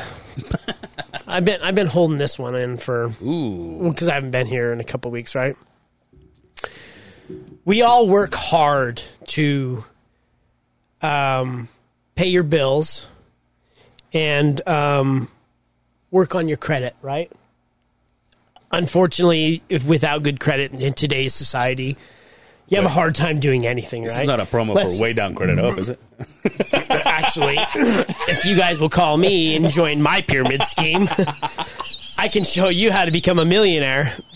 Speaker 2: I've been I've been holding this one in for because I haven't been here in a couple weeks, right? We all work hard to um, pay your bills and um, work on your credit, right? Unfortunately, if without good credit in today's society, you have a hard time doing anything,
Speaker 3: This
Speaker 2: right?
Speaker 3: is not a promo
Speaker 2: Let's-
Speaker 3: for way down credit up, is it?
Speaker 2: actually, if you guys will call me and join my pyramid scheme, I can show you how to become a millionaire.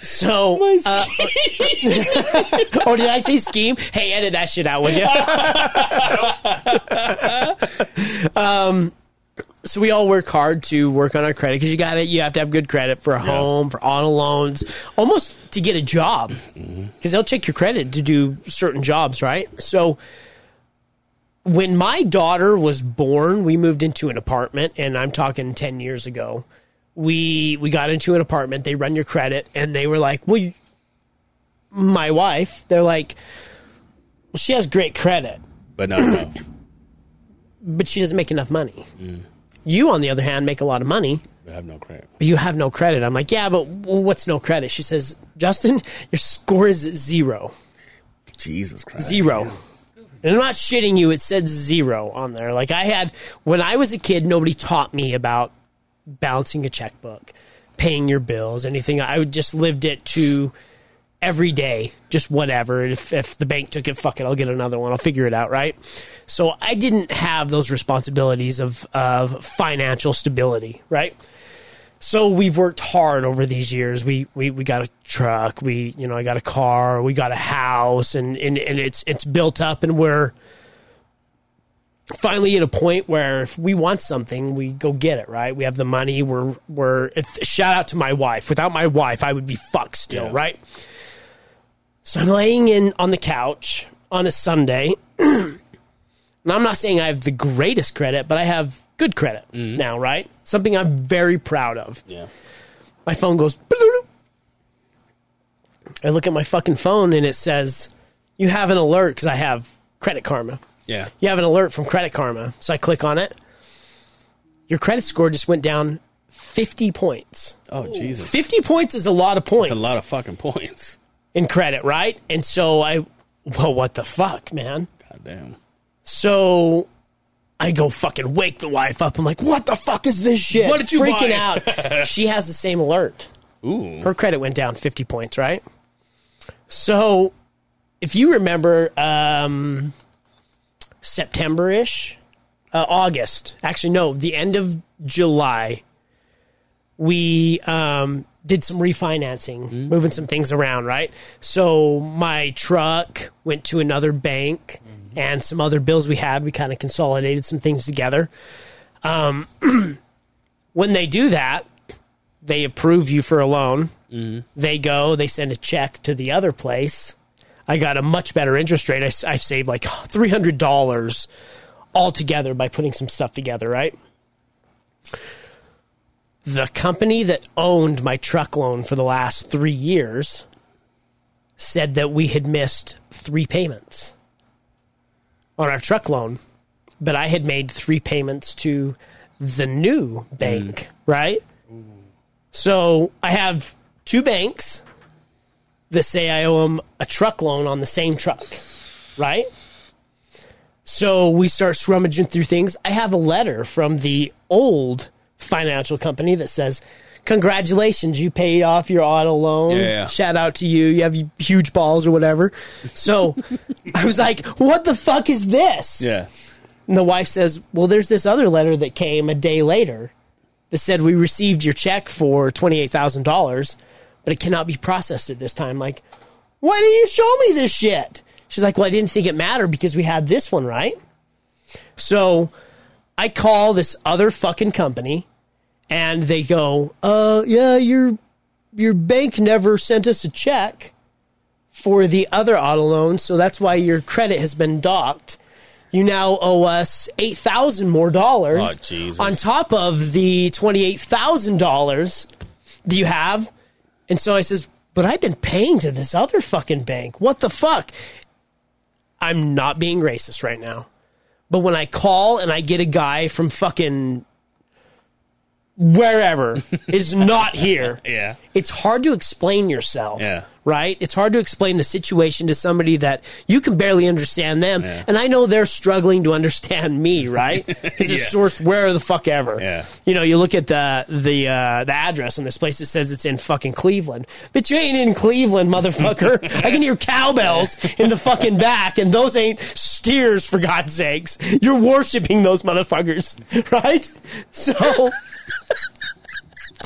Speaker 2: So, uh, or did I say scheme? Hey, edit that shit out, would you? um, Um, so we all work hard to work on our credit because you got it. You have to have good credit for a home, for auto loans, almost to get a job because they'll check your credit to do certain jobs, right? So, when my daughter was born, we moved into an apartment, and I'm talking ten years ago. We we got into an apartment. They run your credit, and they were like, "Well, you- my wife." They're like, "Well, she has great credit,
Speaker 3: but not enough.
Speaker 2: but she doesn't make enough money." You, on the other hand, make a lot of money,
Speaker 3: We have no credit.
Speaker 2: but you have no credit. I'm like, "Yeah, but w- what's no credit?" She says, "Justin, your score is zero.
Speaker 3: Jesus Christ.
Speaker 2: Zero. And I'm not shitting you. It said zero on there. Like I had when I was a kid, nobody taught me about balancing a checkbook, paying your bills, anything. I would just lived it to every day, just whatever. If if the bank took it, fuck it, I'll get another one. I'll figure it out, right? So I didn't have those responsibilities of of financial stability, right? so we've worked hard over these years. We we we got a truck. We you know I got a car. We got a house, and and and it's it's built up, and we're finally at a point where if we want something, we go get it. Right? We have the money. We're we're it's- shout out to my wife. Without my wife, I would be fucked still.
Speaker 3: Yeah.
Speaker 2: Right? So I'm laying in on the couch on a Sunday, and I'm not saying I have the greatest credit, but I have good credit now. Right? Something I'm very proud of
Speaker 3: Mm-hmm. Yeah.
Speaker 2: my phone goes. "Bloop." I look at my fucking phone and it says, "You have an alert because I have Credit Karma.
Speaker 3: Yeah.
Speaker 2: You have an alert from Credit Karma." So I click on it. Your credit score just went down fifty points.
Speaker 3: Oh Jesus.
Speaker 2: Fifty points is a lot of points
Speaker 3: That's a lot of fucking points.
Speaker 2: in credit, right? And so I, well, what the fuck, man?
Speaker 3: God damn.
Speaker 2: So I go fucking wake the wife up. I'm like, "What the fuck is this shit?"
Speaker 3: What did you
Speaker 2: freaking
Speaker 3: buy?
Speaker 2: out? she has the same alert.
Speaker 3: Ooh.
Speaker 2: her credit went down 50 points, right? So, if you remember, um, September ish, uh, August, actually, no, the end of July, we um, did some refinancing, moving some things around, right? So, my truck went to another bank and some other bills we had. We kind of consolidated some things together. Um, when they do that, they approve you for a loan. They go, they send a check to the other place. I got a much better interest rate. I, s- I saved like $300 altogether by putting some stuff together, right? The company that owned my truck loan for the last three years said that we had missed three payments on our truck loan, but I had made three payments to the new bank, right? So I have two banks that say I owe them a truck loan on the same truck, right? So we start scrummaging through things. I have a letter from the old financial company that says, Congratulations, you paid off your auto loan.
Speaker 3: Yeah.
Speaker 2: Shout out to you. You have huge balls or whatever. So I was like, What the fuck is this?
Speaker 3: Yeah.
Speaker 2: And the wife says, Well, there's this other letter that came a day later that said, We received your check for $28,000, but it cannot be processed at this time. Like, why didn't you show me this shit? She's like, Well, I didn't think it mattered because we had this one, right? So I call this other fucking company and they go, Uh, yeah, your, your bank never sent us a check for the other auto loan, so that's why your credit has been docked. You now owe us eight thousand more
Speaker 3: Oh,
Speaker 2: dollars
Speaker 3: Jesus.
Speaker 2: on top of the twenty-eight thousand dollars that you have. And so I says, "But I've been paying to this other fucking bank. What the fuck?" I'm not being racist right now, but when I call and I get a guy from fucking wherever is not here,
Speaker 3: Yeah.
Speaker 2: it's hard to explain yourself.
Speaker 3: Yeah.
Speaker 2: Right? It's hard to explain the situation to somebody that you can barely understand them.
Speaker 3: Yeah.
Speaker 2: And I know they're struggling to understand me, right? Because it's sourced where the fuck ever.
Speaker 3: Yeah.
Speaker 2: You know, you look at the the uh, the address on this place that says it's in fucking Cleveland. But you ain't in Cleveland, motherfucker. I can hear cowbells in the fucking back, and those ain't steers for God's sakes. You're worshiping those motherfuckers, right? So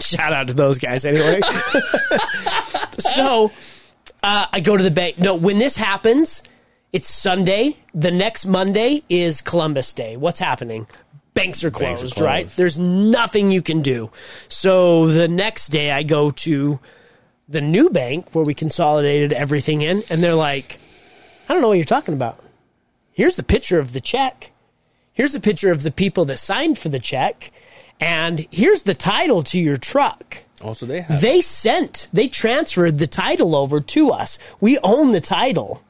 Speaker 2: Shout out to those guys anyway. so uh, I go to the bank. No, when this happens, it's Sunday. The next Monday is Columbus Day. What's happening? Banks are closed,
Speaker 3: Banks are
Speaker 2: right?
Speaker 3: closed.
Speaker 2: There's nothing you can do. So the next day, I go to the new bank where we consolidated everything in, and they're like, I don't know what you're talking about. Here's a picture of the check. Here's a picture of the people that signed for the check. And here's the title to your truck.
Speaker 3: Also, they have.
Speaker 2: They sent, they transferred the title over to us. We own the title.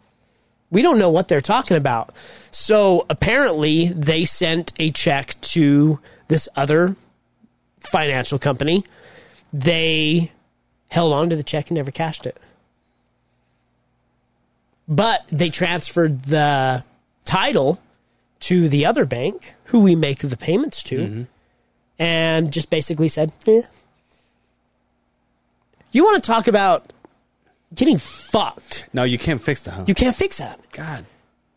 Speaker 2: We don't know what they're talking about. So apparently, they sent a check to this other financial company. They held on to the check and never cashed it. But they transferred the title to the other bank who we make the payments to and just basically said, eh, you want to talk about getting fucked.
Speaker 3: now you can't fix that. Huh?
Speaker 2: You can't fix that.
Speaker 3: God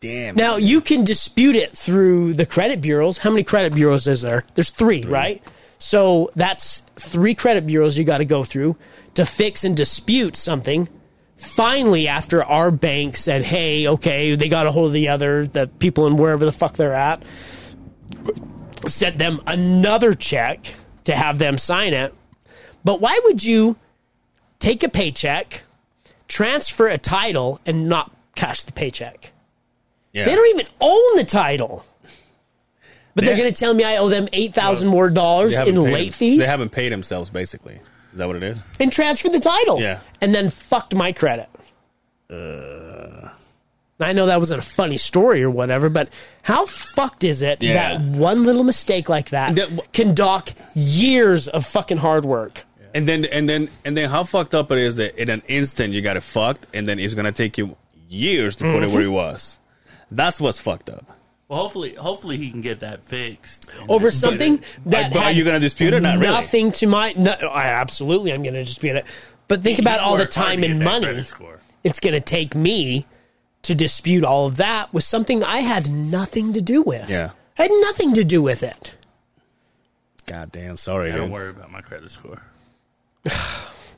Speaker 3: damn.
Speaker 2: Now, you can dispute it through the credit bureaus. How many credit bureaus is there? There's three, right? So that's three credit bureaus you got to go through to fix and dispute something. Finally, after our bank said, hey, okay, they got a hold of the other, the people in wherever the fuck they're at, sent them another check to have them sign it. But why would you take a paycheck, transfer a title, and not cash the paycheck?
Speaker 3: yeah.
Speaker 2: They don't even own the title. But they're
Speaker 3: They-
Speaker 2: going to tell me I owe them eight thousand more
Speaker 3: They
Speaker 2: dollars
Speaker 3: haven't
Speaker 2: in
Speaker 3: paid
Speaker 2: late
Speaker 3: them-
Speaker 2: fees
Speaker 3: They haven't paid themselves, basically. Is that what it is?
Speaker 2: and transferred the title.
Speaker 3: Yeah.
Speaker 2: and then fucked my credit. I know that wasn't a funny story or whatever, but how fucked is it
Speaker 3: Yeah.
Speaker 2: that one little mistake like that
Speaker 3: That-
Speaker 2: can dock years of fucking hard work?
Speaker 3: And then and then and then how fucked up it is that in an instant you got it fucked, and then it's gonna take you years to put it where it was. That's what's fucked up.
Speaker 4: Well, hopefully, hopefully he can get that fixed And
Speaker 2: over
Speaker 4: then-
Speaker 2: something that
Speaker 3: uh, but are
Speaker 2: had
Speaker 3: you gonna dispute it? Not really.
Speaker 2: Nothing to my. No, I absolutely, I'm going to dispute it. But think about
Speaker 4: He
Speaker 2: all the
Speaker 4: worked hard
Speaker 2: time
Speaker 4: to get
Speaker 2: and
Speaker 4: that
Speaker 2: money
Speaker 4: credit Score.
Speaker 2: it's going to take me to dispute all of that with something I had nothing to do with.
Speaker 3: Yeah.
Speaker 2: I had nothing to do with it.
Speaker 3: God damn, sorry.
Speaker 4: I don't
Speaker 3: Dude.
Speaker 4: worry about my credit score.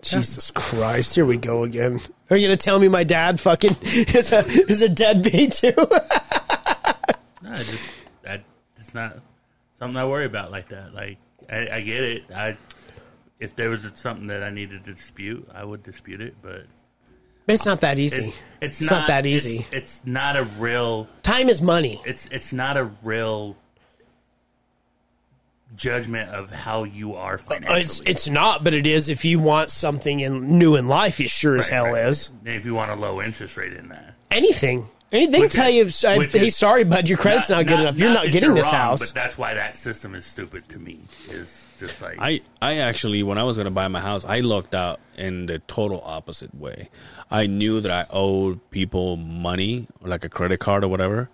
Speaker 7: Jesus Christ, here we go again.
Speaker 2: Are you going to tell me my dad fucking is a is a deadbeat too?
Speaker 4: No, I just that it's not something I worry about like that. Like I, I get it. I if there was something that I needed to dispute, I would dispute it. But
Speaker 2: it's not that
Speaker 4: it-
Speaker 2: easy.
Speaker 4: it's,
Speaker 2: It's not that
Speaker 4: it's-
Speaker 2: easy.
Speaker 4: It's, not a real.
Speaker 2: Time is money.
Speaker 4: It's it's not a real judgment of how you are financially.
Speaker 2: uh, It's it's not, but it is. If you want something in, new in life, it sure as
Speaker 4: Right,
Speaker 2: hell
Speaker 4: right.
Speaker 2: is.
Speaker 4: if you want a low interest rate in that.
Speaker 2: Anything. Anything
Speaker 4: Which
Speaker 2: tell
Speaker 4: is-
Speaker 2: you, I-
Speaker 4: which
Speaker 2: hey,
Speaker 4: is-
Speaker 2: sorry, bud, your credit's not, good enough. You're not
Speaker 4: that
Speaker 2: getting this
Speaker 4: wrong,
Speaker 2: house.
Speaker 4: But that's why that system is stupid to me. Is just like
Speaker 3: I, I actually when I was gonna buy my house, I looked out in the total opposite way. I knew that I owed people money, like a credit card or whatever,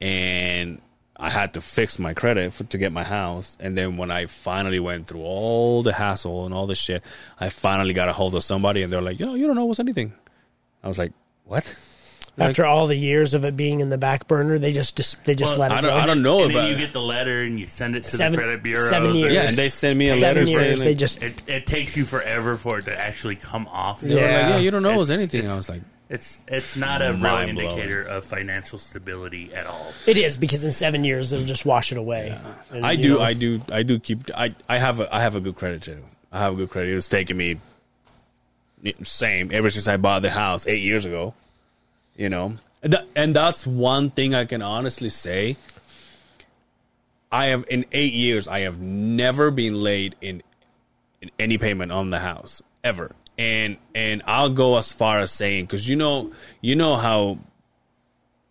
Speaker 3: and I had to fix my credit for, to get my house. And then when I finally went through all the hassle and all the shit, I finally got a hold of somebody, and they're like, "Yo, you don't owe us anything." I was like, "What?"
Speaker 2: After all the years of it being in the back burner, they just dis- they just
Speaker 4: Well,
Speaker 2: let it
Speaker 3: I
Speaker 2: go.
Speaker 3: don't I don't know
Speaker 4: and
Speaker 3: if
Speaker 4: then
Speaker 3: I,
Speaker 4: you get the letter and you send it to
Speaker 2: Seven-
Speaker 4: the credit bureau.
Speaker 2: seven years.
Speaker 3: yeah, and they send me a
Speaker 2: Seven
Speaker 3: letter saying,
Speaker 2: years,
Speaker 3: like,
Speaker 2: they just
Speaker 4: It, it takes you forever for it to actually come off.
Speaker 3: they were like,
Speaker 2: Yeah.
Speaker 3: "Yeah, you don't owe us
Speaker 4: It's-
Speaker 3: anything."
Speaker 4: it's-
Speaker 3: I was like,
Speaker 4: It's it's not a real
Speaker 3: Mind-blowing.
Speaker 4: indicator of financial stability at all.
Speaker 2: It is because in seven years it'll just wash it away. And,
Speaker 3: I
Speaker 2: you
Speaker 3: do,
Speaker 2: know,
Speaker 3: I do, I do keep. I I have a I have a good credit too. I have a good credit. It's taken me same ever since I bought the house eight years ago. You know, and, that, and that's one thing I can honestly say. I have in eight years I have never been late in in any payment on the house ever. And and I'll go as far as saying because you know you know how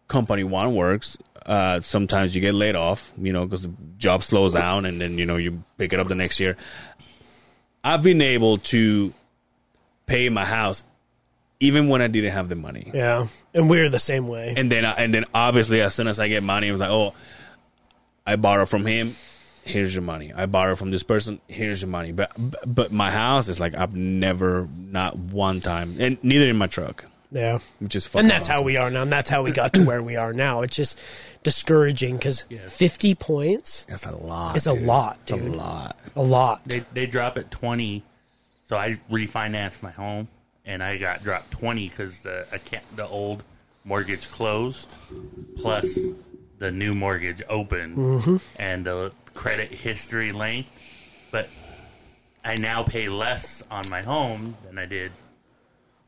Speaker 3: company one works. Uh, sometimes you get laid off, you know, because the job slows down, and then you know you pick it up the next year. I've been able to pay my house even when I didn't have the money,
Speaker 2: yeah, and we're the same way.
Speaker 3: and then I, and then obviously as soon as I get money, I was like, oh, I borrow from him. Here's your money. I borrow from this person. Here's your money. But but my house is like I've never not one time, and neither in my truck,
Speaker 2: yeah,
Speaker 3: which is fucking
Speaker 2: and that's how
Speaker 3: awesome.
Speaker 2: we are now, and that's how we got to where we are now. It's just discouraging because fifty points
Speaker 3: That's a lot.
Speaker 2: is a
Speaker 3: dude.
Speaker 2: lot,
Speaker 3: It's a
Speaker 2: dude.
Speaker 3: lot.
Speaker 2: a lot.
Speaker 4: They they drop at twenty, so I refinanced my home and I got dropped twenty because the account, the old mortgage closed, plus the new mortgage opened,
Speaker 2: Mm-hmm.
Speaker 4: and the credit history length. But I now pay less on my home than I did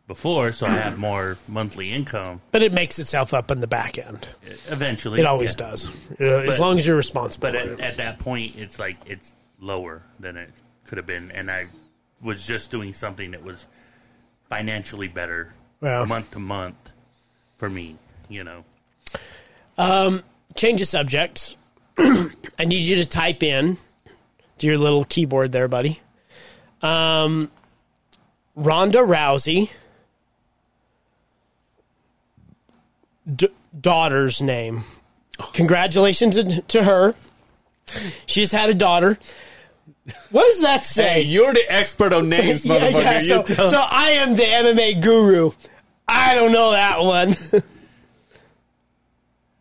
Speaker 4: before, so I have more monthly income. e-,
Speaker 2: But it makes itself up in the back end.
Speaker 4: Eventually,
Speaker 2: It always
Speaker 4: yeah.
Speaker 2: does. You know, as
Speaker 4: But-
Speaker 2: long as you're responsible.
Speaker 4: But at, at that point, it's like it's lower than it could have been, and I was just doing something that was financially better
Speaker 2: Yeah.
Speaker 4: month to month for me. You know,
Speaker 2: Change the subject. I need you to type in to your little keyboard there, buddy. Um, Ronda Rousey, d- daughter's name. Congratulations to- to her. She's had a daughter. What does that say?
Speaker 3: Hey, you're the expert on names,
Speaker 2: Yeah,
Speaker 3: motherfucker.
Speaker 2: yeah,
Speaker 3: You
Speaker 2: so,
Speaker 3: tell-
Speaker 2: so I am the MMA guru. I don't know that one.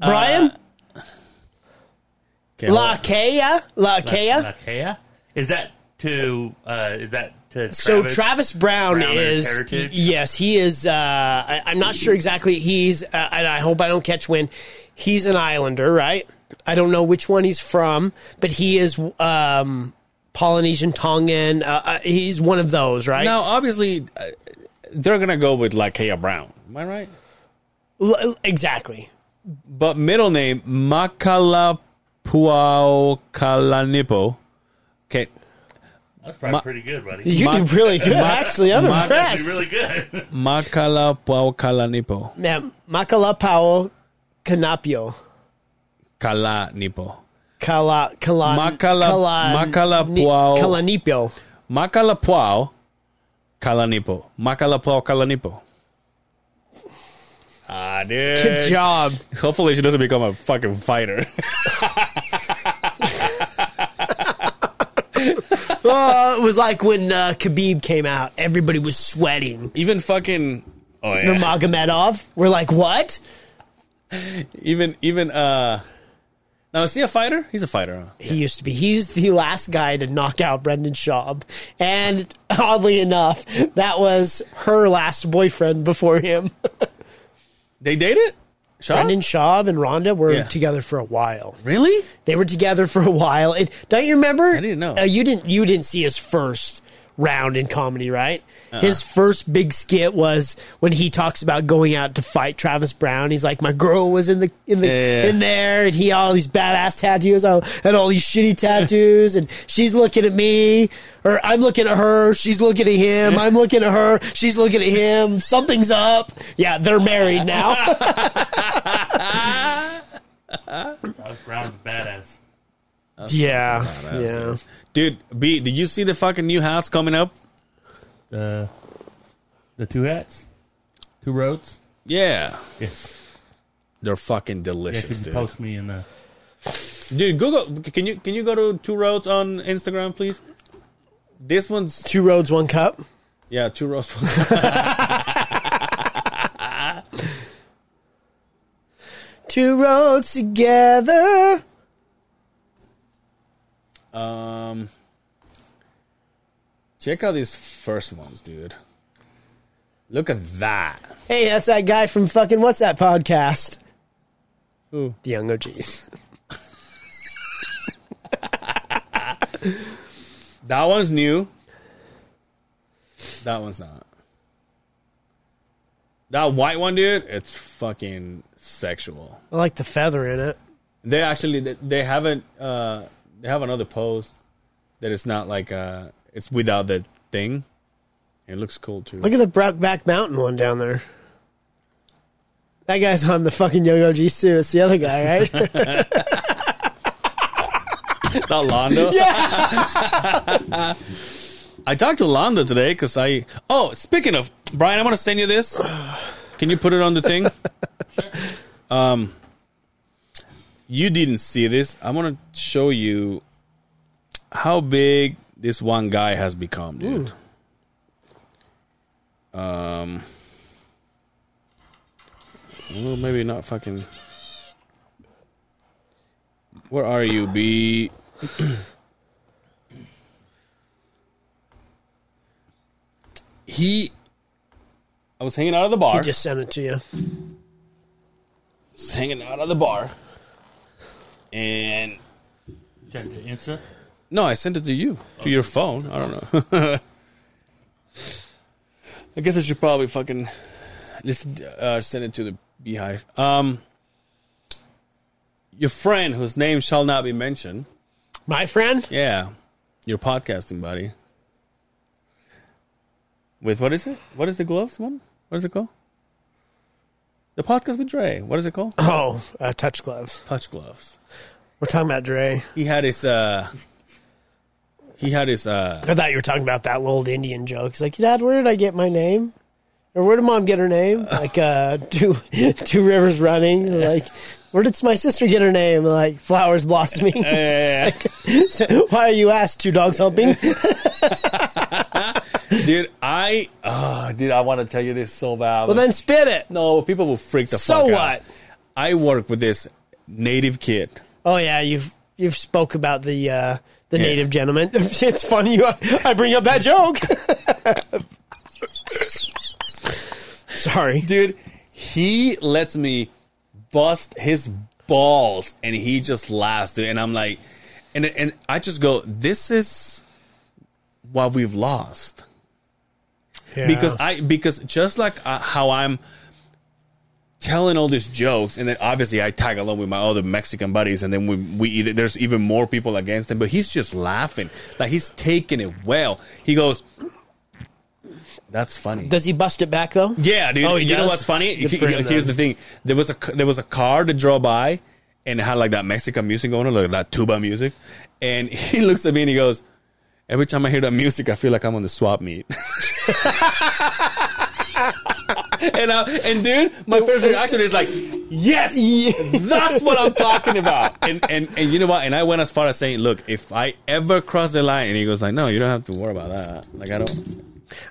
Speaker 3: Uh,
Speaker 2: Brian?
Speaker 3: Okay, hold
Speaker 2: La
Speaker 3: on.
Speaker 2: Kea? La Kea?
Speaker 4: Lakea? Is that to uh, is that to
Speaker 2: So Travis Brown,
Speaker 4: Brown
Speaker 2: is
Speaker 4: is heritage?
Speaker 2: yes, he is. Uh, I, I'm not sure exactly. He's uh, and I hope I don't catch wind. He's an Islander, right? I don't know which one he's from, but he is um, Polynesian, Tongan. Uh, uh, he's one of those, right?
Speaker 3: now, obviously, uh, they're gonna go with Lakea Brown. Am I right?
Speaker 2: L- exactly.
Speaker 3: But middle name Makalapuaukalanipo. Okay,
Speaker 4: That's probably
Speaker 3: Ma-
Speaker 4: pretty good, buddy.
Speaker 2: You
Speaker 3: Ma-
Speaker 2: did really good,
Speaker 3: Ma-
Speaker 2: actually. I'm
Speaker 3: Ma-
Speaker 2: impressed.
Speaker 4: Really good.
Speaker 3: Makalapuaukalanipo.
Speaker 2: Now, Makala Pao Canapio.
Speaker 3: Kalanipo.
Speaker 2: Kala, kala,
Speaker 3: Makala- Makala
Speaker 2: ni-
Speaker 3: Pao-
Speaker 2: Kalanipio.
Speaker 3: Makalapuau Kalanipo. Makalapuau Kalanipo. Ah, dude.
Speaker 2: Good job.
Speaker 3: Hopefully, she doesn't become a fucking fighter.
Speaker 2: Oh, it was like when uh, Khabib came out. Everybody was sweating.
Speaker 3: Even fucking. Oh yeah.
Speaker 2: Magomedov, we're like, what?
Speaker 3: Even even uh. Now is he a fighter? He's a fighter. Huh?
Speaker 2: He used to be. He's the last guy to knock out Brendan Schaub. And oddly enough, that was her last boyfriend before him.
Speaker 3: They dated? Shaw?
Speaker 2: Brendan Schaub and Rhonda were
Speaker 3: Yeah.
Speaker 2: together for a while.
Speaker 3: Really?
Speaker 2: They were together for a while. And don't you remember? I
Speaker 3: didn't know.
Speaker 2: you didn't. You didn't see his first round in comedy, right?
Speaker 3: Uh-uh.
Speaker 2: His first big skit was when he talks about going out to fight Travis Brown. He's like, "My girl was in the in the
Speaker 3: Yeah, yeah, yeah.
Speaker 2: in there, and he had all these badass tattoos all- and all these shitty tattoos, and she's looking at me, or I'm looking at her, she's looking at him, I'm looking at her, she's looking at him. Something's up. Yeah, they're married now.
Speaker 4: Travis Brown's badass.
Speaker 2: yeah, yeah."
Speaker 3: Dude, B, did you see the fucking new house coming up?
Speaker 4: Uh, the two hats, two roads.
Speaker 3: Yeah.
Speaker 4: Yes,
Speaker 3: They're fucking
Speaker 4: yeah, you
Speaker 3: delicious,
Speaker 4: can
Speaker 3: dude.
Speaker 4: post me in the.
Speaker 3: Dude, Google can you can you go to two roads on Instagram, please? This one's
Speaker 2: Two roads, one cup.
Speaker 3: yeah, two roads.
Speaker 2: Two roads together.
Speaker 3: um Check out these first ones, dude. Look at that.
Speaker 2: Hey, that's that guy from fucking what's that podcast?
Speaker 3: Who?
Speaker 2: The Young OGs.
Speaker 3: That one's new. That one's not. That white one, dude, it's fucking sexual.
Speaker 2: I like the feather in it.
Speaker 3: They actually they- they haven't uh they have another post that it's not like uh it's without the thing. It looks cool too.
Speaker 2: Look at the Brockback Mountain one down there. That guy's on the fucking Young OGs too. It's the other guy, right?
Speaker 3: that Londo. yeah. I talked to Londo today because I. Oh, speaking of Brian, I want to send you this. Can you put it on the thing? um, you didn't see this. I want to show you how big this one guy has become, dude. Um. Well, maybe not fucking. Where are you, B? he I was hanging out at the bar.
Speaker 2: He just sent it to you.
Speaker 3: Just hanging out at the bar. And
Speaker 4: Send to Insta.
Speaker 3: no, I sent it to you to your phone. I don't know. I guess I should probably fucking listen, uh, send it to the beehive. Um, your friend whose name shall not be mentioned.
Speaker 2: My friend?
Speaker 3: Yeah, your podcasting buddy. With what is it? What is the gloves one? What is it called? The podcast with Dre. What is it called?
Speaker 2: Oh, uh, touch gloves.
Speaker 3: Touch gloves.
Speaker 2: We're talking about Dre.
Speaker 3: He had his. uh He had his. uh
Speaker 2: I thought you were talking about that old Indian joke. He's like, Dad, where did I get my name? Or where did mom get her name? Like, uh, two, two rivers running. Like, where did my sister get her name? Like, flowers blossoming. So, Why are you asked? Two dogs helping?
Speaker 3: dude, I. Uh, dude, I want to tell you this so bad.
Speaker 2: Well, then spit it.
Speaker 3: no, people will freak the
Speaker 2: So
Speaker 3: fuck out.
Speaker 2: what?
Speaker 3: I work with this native kid.
Speaker 2: Oh yeah, you've you've spoke about the uh, the native gentleman. It's funny you I bring up that joke. Sorry.
Speaker 3: dude. He lets me bust his balls, and he just laughs, dude. And I'm like, and and I just go, this is what we've lost because I because just like uh, how I'm telling all these jokes, and then obviously I tag along with my other Mexican buddies, and then we we either, there's even more people against him, but he's just laughing like he's taking it well. He goes. That's funny.
Speaker 2: does he bust it back though?
Speaker 3: Yeah, dude.
Speaker 2: Oh, he
Speaker 3: you know
Speaker 2: does?
Speaker 3: what's funny?
Speaker 2: Good
Speaker 3: He-
Speaker 2: for
Speaker 3: he-
Speaker 2: him,
Speaker 3: here's
Speaker 2: then.
Speaker 3: the thing: there was a c- there was a car that drove by and it had like that Mexican music going on, like that tuba music. And he looks at me and he goes, "Every time I hear that music, I feel like I'm on the swap meet." and I, and dude, my first reaction is like, "Yes, that's what I'm talking about." And and and you know what? And I went as far as saying, "Look, if I ever cross the line," and he goes like, "No, you don't have to worry about that. Like I don't."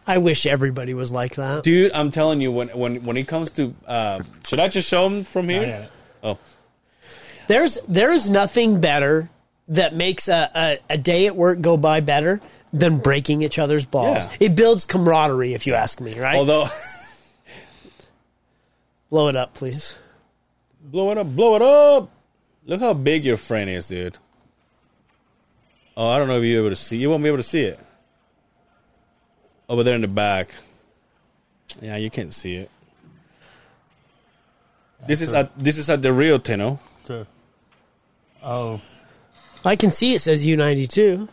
Speaker 2: I wish everybody was like that.
Speaker 3: dude i'm telling you when when when it comes to uh, should i just show him from here oh
Speaker 2: There's there's nothing better that makes a, a, a day at work go by better than breaking each other's balls.
Speaker 3: Yeah.
Speaker 2: It builds camaraderie, if you ask me. Right?
Speaker 3: although
Speaker 2: Blow it up, please.
Speaker 3: blow it up blow it up look how big your friend is dude oh i don't know if you're able to see you won't be able to see it over there in the back yeah you can't see it this is at this is at the real Teno.
Speaker 4: To, oh,
Speaker 2: I can see it says U ninety two.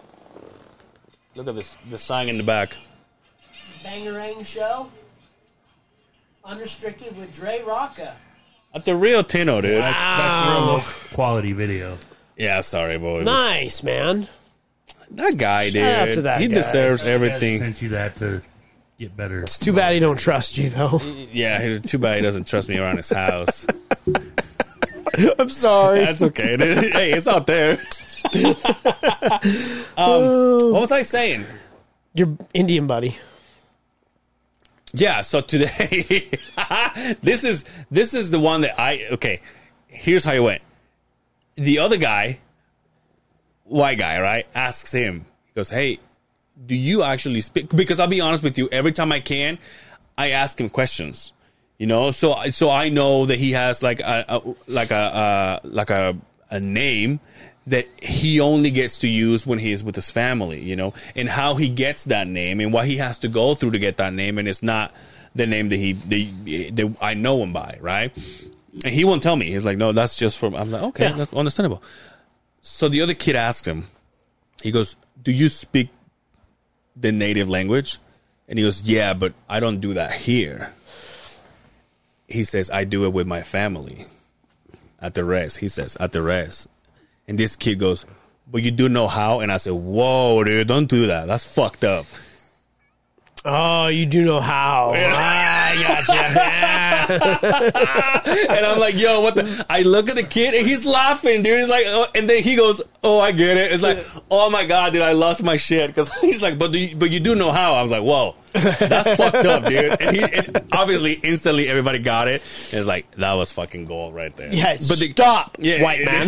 Speaker 3: Look at this the sign in the back.
Speaker 2: Bangarang show. Unrestricted with Dre Rocca.
Speaker 3: At the real Teno, dude.
Speaker 4: that's real low quality video.
Speaker 3: Yeah, sorry, boy.
Speaker 2: Nice, man.
Speaker 3: That guy, dude.
Speaker 2: out to that
Speaker 3: he
Speaker 2: guy.
Speaker 3: deserves
Speaker 4: I
Speaker 3: everything.
Speaker 4: sent you that to get better.
Speaker 2: It's too bad he don't trust you though.
Speaker 3: Yeah, he- too bad he doesn't trust me around his house.
Speaker 2: I'm sorry.
Speaker 3: That's okay. dude. hey, it's out there. um, what was I saying?
Speaker 2: Your Indian buddy.
Speaker 3: Yeah, so today this is this is the one that I okay. Here's how it went. The other guy, white guy, right, asks him, he goes, Hey, do you actually speak because I'll be honest with you, every time I can, I ask him questions. You know, so I- so I know that he has like a, a like a uh, like a a name that he only gets to use when he is with his family, you know, and how he gets that name and what he has to go through to get that name, and it's not the name that he the, that I know him by, right? And he won't tell me. He's like, no, that's just from. I'm like, okay,
Speaker 2: Yeah.
Speaker 3: that's understandable. So the other kid asked him, he goes, "Do you speak the native language?" And he goes, "Yeah, but I don't do that here." He says, "I do it with my family." At the rest, he says, "At the rest," and this kid goes, "But you do know how?" And I said, "Whoa, dude, don't do that. That's fucked up."
Speaker 2: Oh, you do know how. I gotcha.
Speaker 3: and I'm like, "Yo, what the?" I look at the kid, and he's laughing, dude. He's like, oh, and then he goes, "Oh, I get it." It's like, "Oh my god, dude, I lost my shit." Because he's like, "But do you, but you do know how?" I was like, "Whoa, that's fucked up, dude." And, he, and obviously, instantly, everybody got it. It's like that was fucking gold right there.
Speaker 2: yeah,
Speaker 3: but the
Speaker 2: stop,
Speaker 3: Yeah,
Speaker 2: white
Speaker 3: it
Speaker 2: man.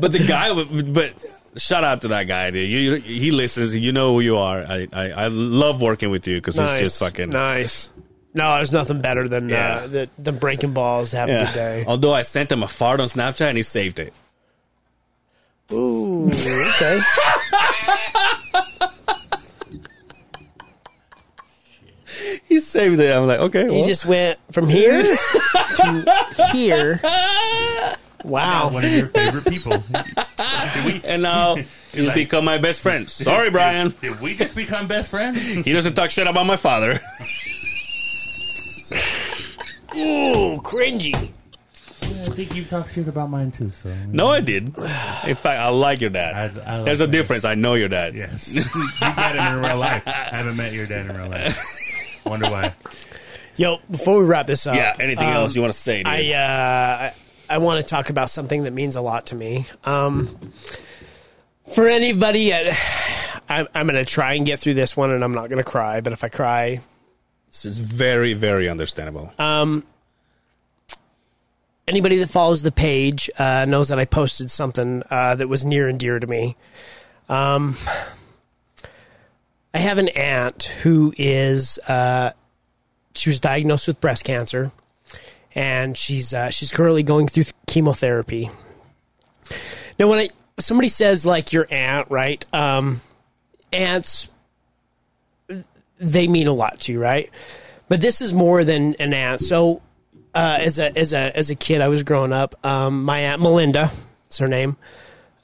Speaker 3: but the guy, w- but Shout out to that guy, dude. You, you- he listens. You know who you are. I, I, I love working with you because
Speaker 2: Nice.
Speaker 3: it's just fucking.
Speaker 2: nice. No, there's nothing better than
Speaker 3: Yeah.
Speaker 2: uh, than, than breaking balls to have a good
Speaker 3: Yeah.
Speaker 2: day.
Speaker 3: Although I sent him a fart on Snapchat and he saved it.
Speaker 2: Ooh, okay.
Speaker 3: He saved it. I'm like, okay,
Speaker 5: He
Speaker 3: well,
Speaker 5: just went from here to here.
Speaker 4: Not
Speaker 5: Wow.
Speaker 4: one of your favorite people. Did we,
Speaker 3: and now he's
Speaker 4: like-
Speaker 3: become my best friend. Sorry, Brian.
Speaker 4: Did we just become best friends?
Speaker 3: He doesn't talk shit about my father.
Speaker 5: Ooh, cringy.
Speaker 4: I think you've talked shit about mine too. So
Speaker 3: No, I did. In fact, I like your dad.
Speaker 4: I- I like
Speaker 3: There's a
Speaker 4: my
Speaker 3: difference. I know your dad.
Speaker 4: Yes, you met him in real life. I haven't met your dad in real life. Wonder why?
Speaker 2: Yo, before we wrap this up,
Speaker 3: Yeah. Anything else you want to say? Dude?
Speaker 2: Um, I uh, I, I want to talk about something that means a lot to me. Um, for anybody, at, I'm, I'm going to try and get through this one, and I'm not going to cry. But if I cry,
Speaker 3: It's it's very, very understandable.
Speaker 2: Uh, anybody that follows the page uh, knows that I posted something uh, that was near and dear to me. Um, I have an aunt who is uh, she was diagnosed with breast cancer, and she's uh, she's currently going through chemotherapy. Now, when I somebody says like your aunt, right? Um, aunts they mean a lot to you, right? But this is more than an aunt. So uh, as a as a as a kid, I was growing up. Um, my aunt Melinda, is her name.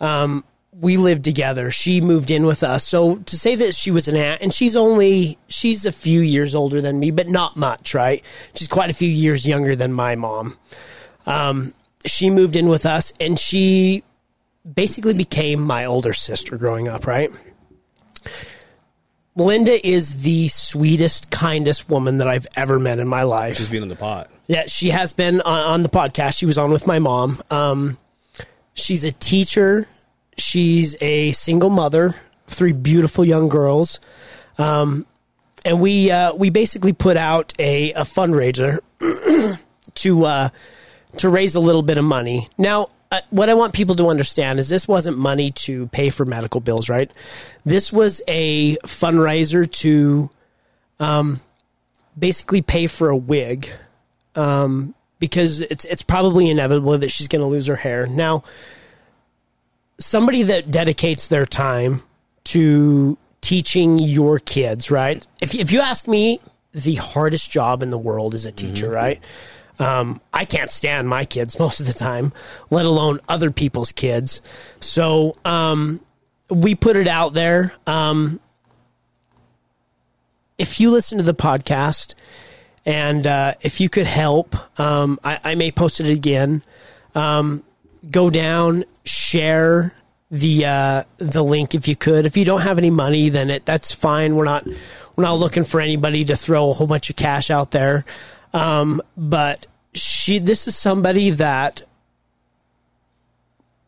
Speaker 2: Um, we lived together. She moved in with us. So to say that she was an aunt, and she's only she's a few years older than me, but not much, right? She's quite a few years younger than my mom. Um, she moved in with us, and she basically became my older sister growing up, right? Melinda is the sweetest, kindest woman that I've ever met in my life.
Speaker 3: She's been on the pot.
Speaker 2: Yeah, she has been on, on the podcast. She was on with my mom. Um, she's a teacher. She's a single mother, three beautiful young girls, um, and we uh, we basically put out a, a fundraiser to uh, to raise a little bit of money. Now, uh, what I want people to understand is this wasn't money to pay for medical bills, right? This was a fundraiser to um, basically pay for a wig because it's it's probably inevitable that she's going to lose her hair. Now, somebody that dedicates their time to teaching your kids, right? If if you ask me, the hardest job in the world is a teacher, right? Um, I can't stand my kids most of the time, let alone other people's kids. So um, we put it out there. Um, if you listen to the podcast, and uh, if you could help, um, I, I may post it again. Um, go down, share the uh, the link if you could. If you don't have any money, then it that's fine. We're not we're not looking for anybody to throw a whole bunch of cash out there. Um, but she, this is somebody that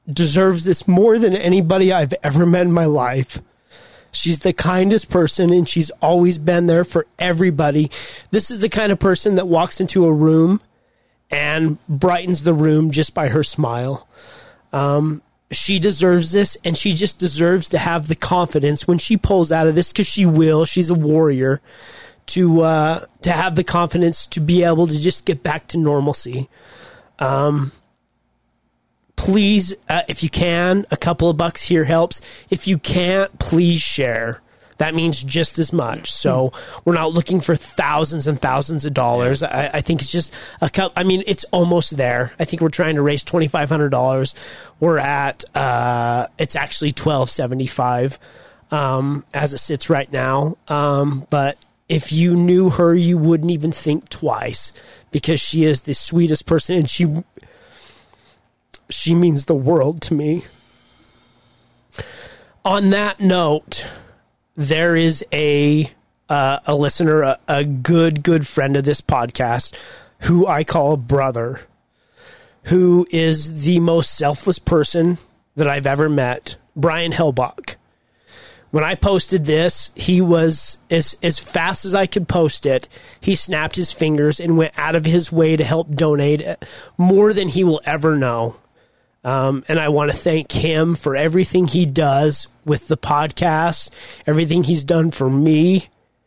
Speaker 2: deserves this more than anybody I've ever met in my life. She's the kindest person and she's always been there for everybody. This is the kind of person that walks into a room and brightens the room just by her smile. Um, she deserves this and she just deserves to have the confidence when she pulls out of this because she will. She's a warrior to uh, to have the confidence to be able to just get back to normalcy. Um, please, uh, if you can, a couple of bucks here helps. If you can't, please share. That means just as much. So we're not looking for thousands and thousands of dollars. I, I think it's just a cup. I mean, it's almost there. I think we're trying to raise twenty five hundred dollars. We're at uh, it's actually twelve seventy five um, as it sits right now. Um, but if you knew her, you wouldn't even think twice because she is the sweetest person, and she she means the world to me. On that note, there is a uh, a listener, a, a good good friend of this podcast, who I call brother, who is the most selfless person that I've ever met, Brian Hellbach when I posted this, he was as as fast as I could post it. He snapped his fingers and went out of his way to help donate uh, more than he will ever know. Um, and I want to thank him for everything he does with the podcast, everything he's done for me,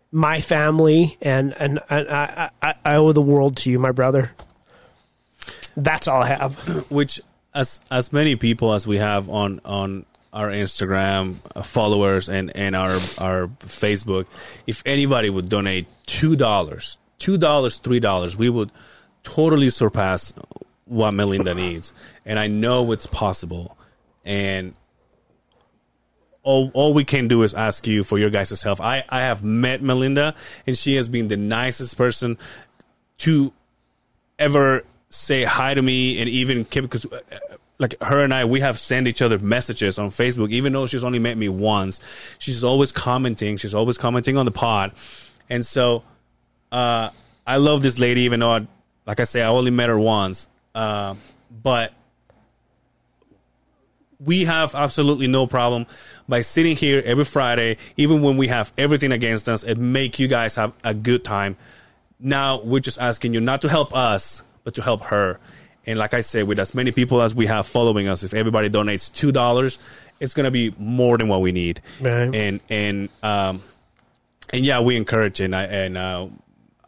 Speaker 2: my family, and and, and I, I I owe the world to you, my brother. That's all I have.
Speaker 3: which as as many people as we have on on our Instagram uh, followers and and our our Facebook, if anybody would donate two dollars, two dollars, three dollars, we would totally surpass what Melinda needs. And I know it's possible. And all, all we can do is ask you for your guys' help. I, I have met Melinda, and she has been the nicest person to ever say hi to me and even kept because uh, like her and I we have sent each other messages on Facebook even though she's only met me once she's always commenting she's always commenting on the pod and so uh I love this lady even though I, like I say I only met her once uh, but we have absolutely no problem by sitting here every Friday, even when we have everything against us, and make you guys have a good time. Now we're just asking you not to help us, but to help her. And like I said, with as many people as we have following us, if everybody donates two dollars, it's gonna be more than what we need.
Speaker 8: Right.
Speaker 3: And and um, and yeah, we encourage and I and uh,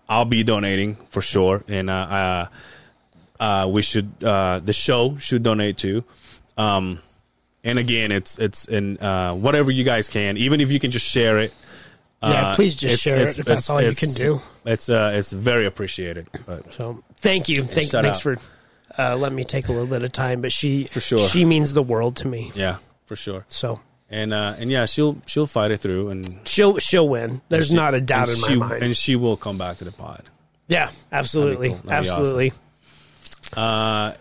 Speaker 3: I'll be donating for sure. And uh, uh, uh, we should uh, the show should donate too. Um, and again, it's it's in uh, whatever you guys can, even if you can just share it.
Speaker 8: Yeah,
Speaker 3: uh,
Speaker 8: please just share
Speaker 3: it's-
Speaker 8: it
Speaker 3: it's-
Speaker 8: if that's
Speaker 3: it's-
Speaker 8: all you
Speaker 3: it's-
Speaker 8: can do.
Speaker 3: It's uh, it's very appreciated. But
Speaker 8: So
Speaker 2: Thank you. Thank,
Speaker 3: Shout
Speaker 2: thanks for
Speaker 3: out.
Speaker 2: uh, letting me take a little bit of time, but she for
Speaker 3: sure.
Speaker 2: she means the world to me.
Speaker 3: yeah, for sure.
Speaker 2: So
Speaker 3: And uh, and yeah, she'll she'll fight it through, and
Speaker 2: she'll she'll win. There's
Speaker 3: she-
Speaker 2: not a doubt
Speaker 3: and
Speaker 2: in my
Speaker 3: she,
Speaker 2: mind.
Speaker 3: And she will come back to the pod.
Speaker 2: yeah, absolutely,
Speaker 3: That'd be cool. That'd be
Speaker 2: absolutely.
Speaker 3: Uh,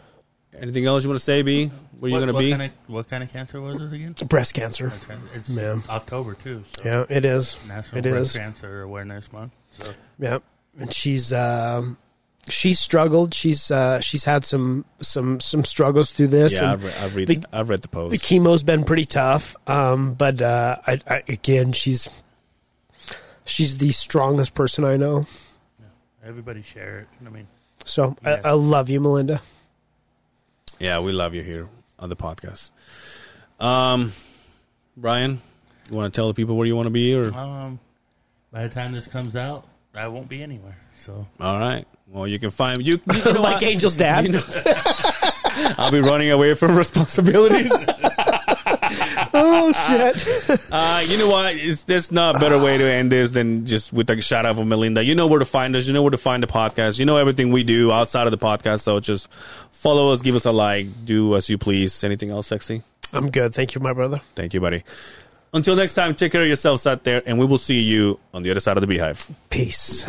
Speaker 3: anything else you want to say, B? Where you
Speaker 4: What-
Speaker 3: gonna
Speaker 4: what
Speaker 3: be?
Speaker 4: Kind of, what kind of cancer was it again?
Speaker 2: Breast cancer.
Speaker 4: It's
Speaker 2: Yeah.
Speaker 4: October too. So
Speaker 2: Yeah, it is.
Speaker 4: National
Speaker 2: it
Speaker 4: Breast
Speaker 2: is.
Speaker 4: Cancer Awareness Month. So
Speaker 2: Yeah, and she's um, she's struggled. She's uh, she's had some some some struggles through this.
Speaker 3: yeah,
Speaker 2: and
Speaker 3: I've read, I've read
Speaker 2: the-
Speaker 3: I've read the post.
Speaker 2: the chemo's been pretty tough. Um, but uh, I, I again, she's she's the strongest person I know.
Speaker 4: everybody share it. I mean,
Speaker 2: So
Speaker 4: Yeah.
Speaker 2: I, I love you, Melinda.
Speaker 3: yeah, we love you here on the podcast. Um, Brian, you want to tell the people where you want to be, or
Speaker 4: um, by the time this comes out, I won't be anywhere. So
Speaker 3: all right? Well, you can find you, you know
Speaker 2: like
Speaker 3: what?
Speaker 2: Angel's dad.
Speaker 3: You know- I'll be running away from responsibilities.
Speaker 2: oh shit!
Speaker 3: Uh, you know what? It's there's not a better way to end this than just with a shout out from Melinda. You know where to find us. You know where to find the podcast. You know everything we do outside of the podcast. So just follow us, give us a like, do as you please. Anything else sexy?
Speaker 2: I'm good. Thank you, my brother.
Speaker 3: Thank you, buddy. Until next time, take care of yourselves out there, and we will see you on the other side of the beehive.
Speaker 2: Peace.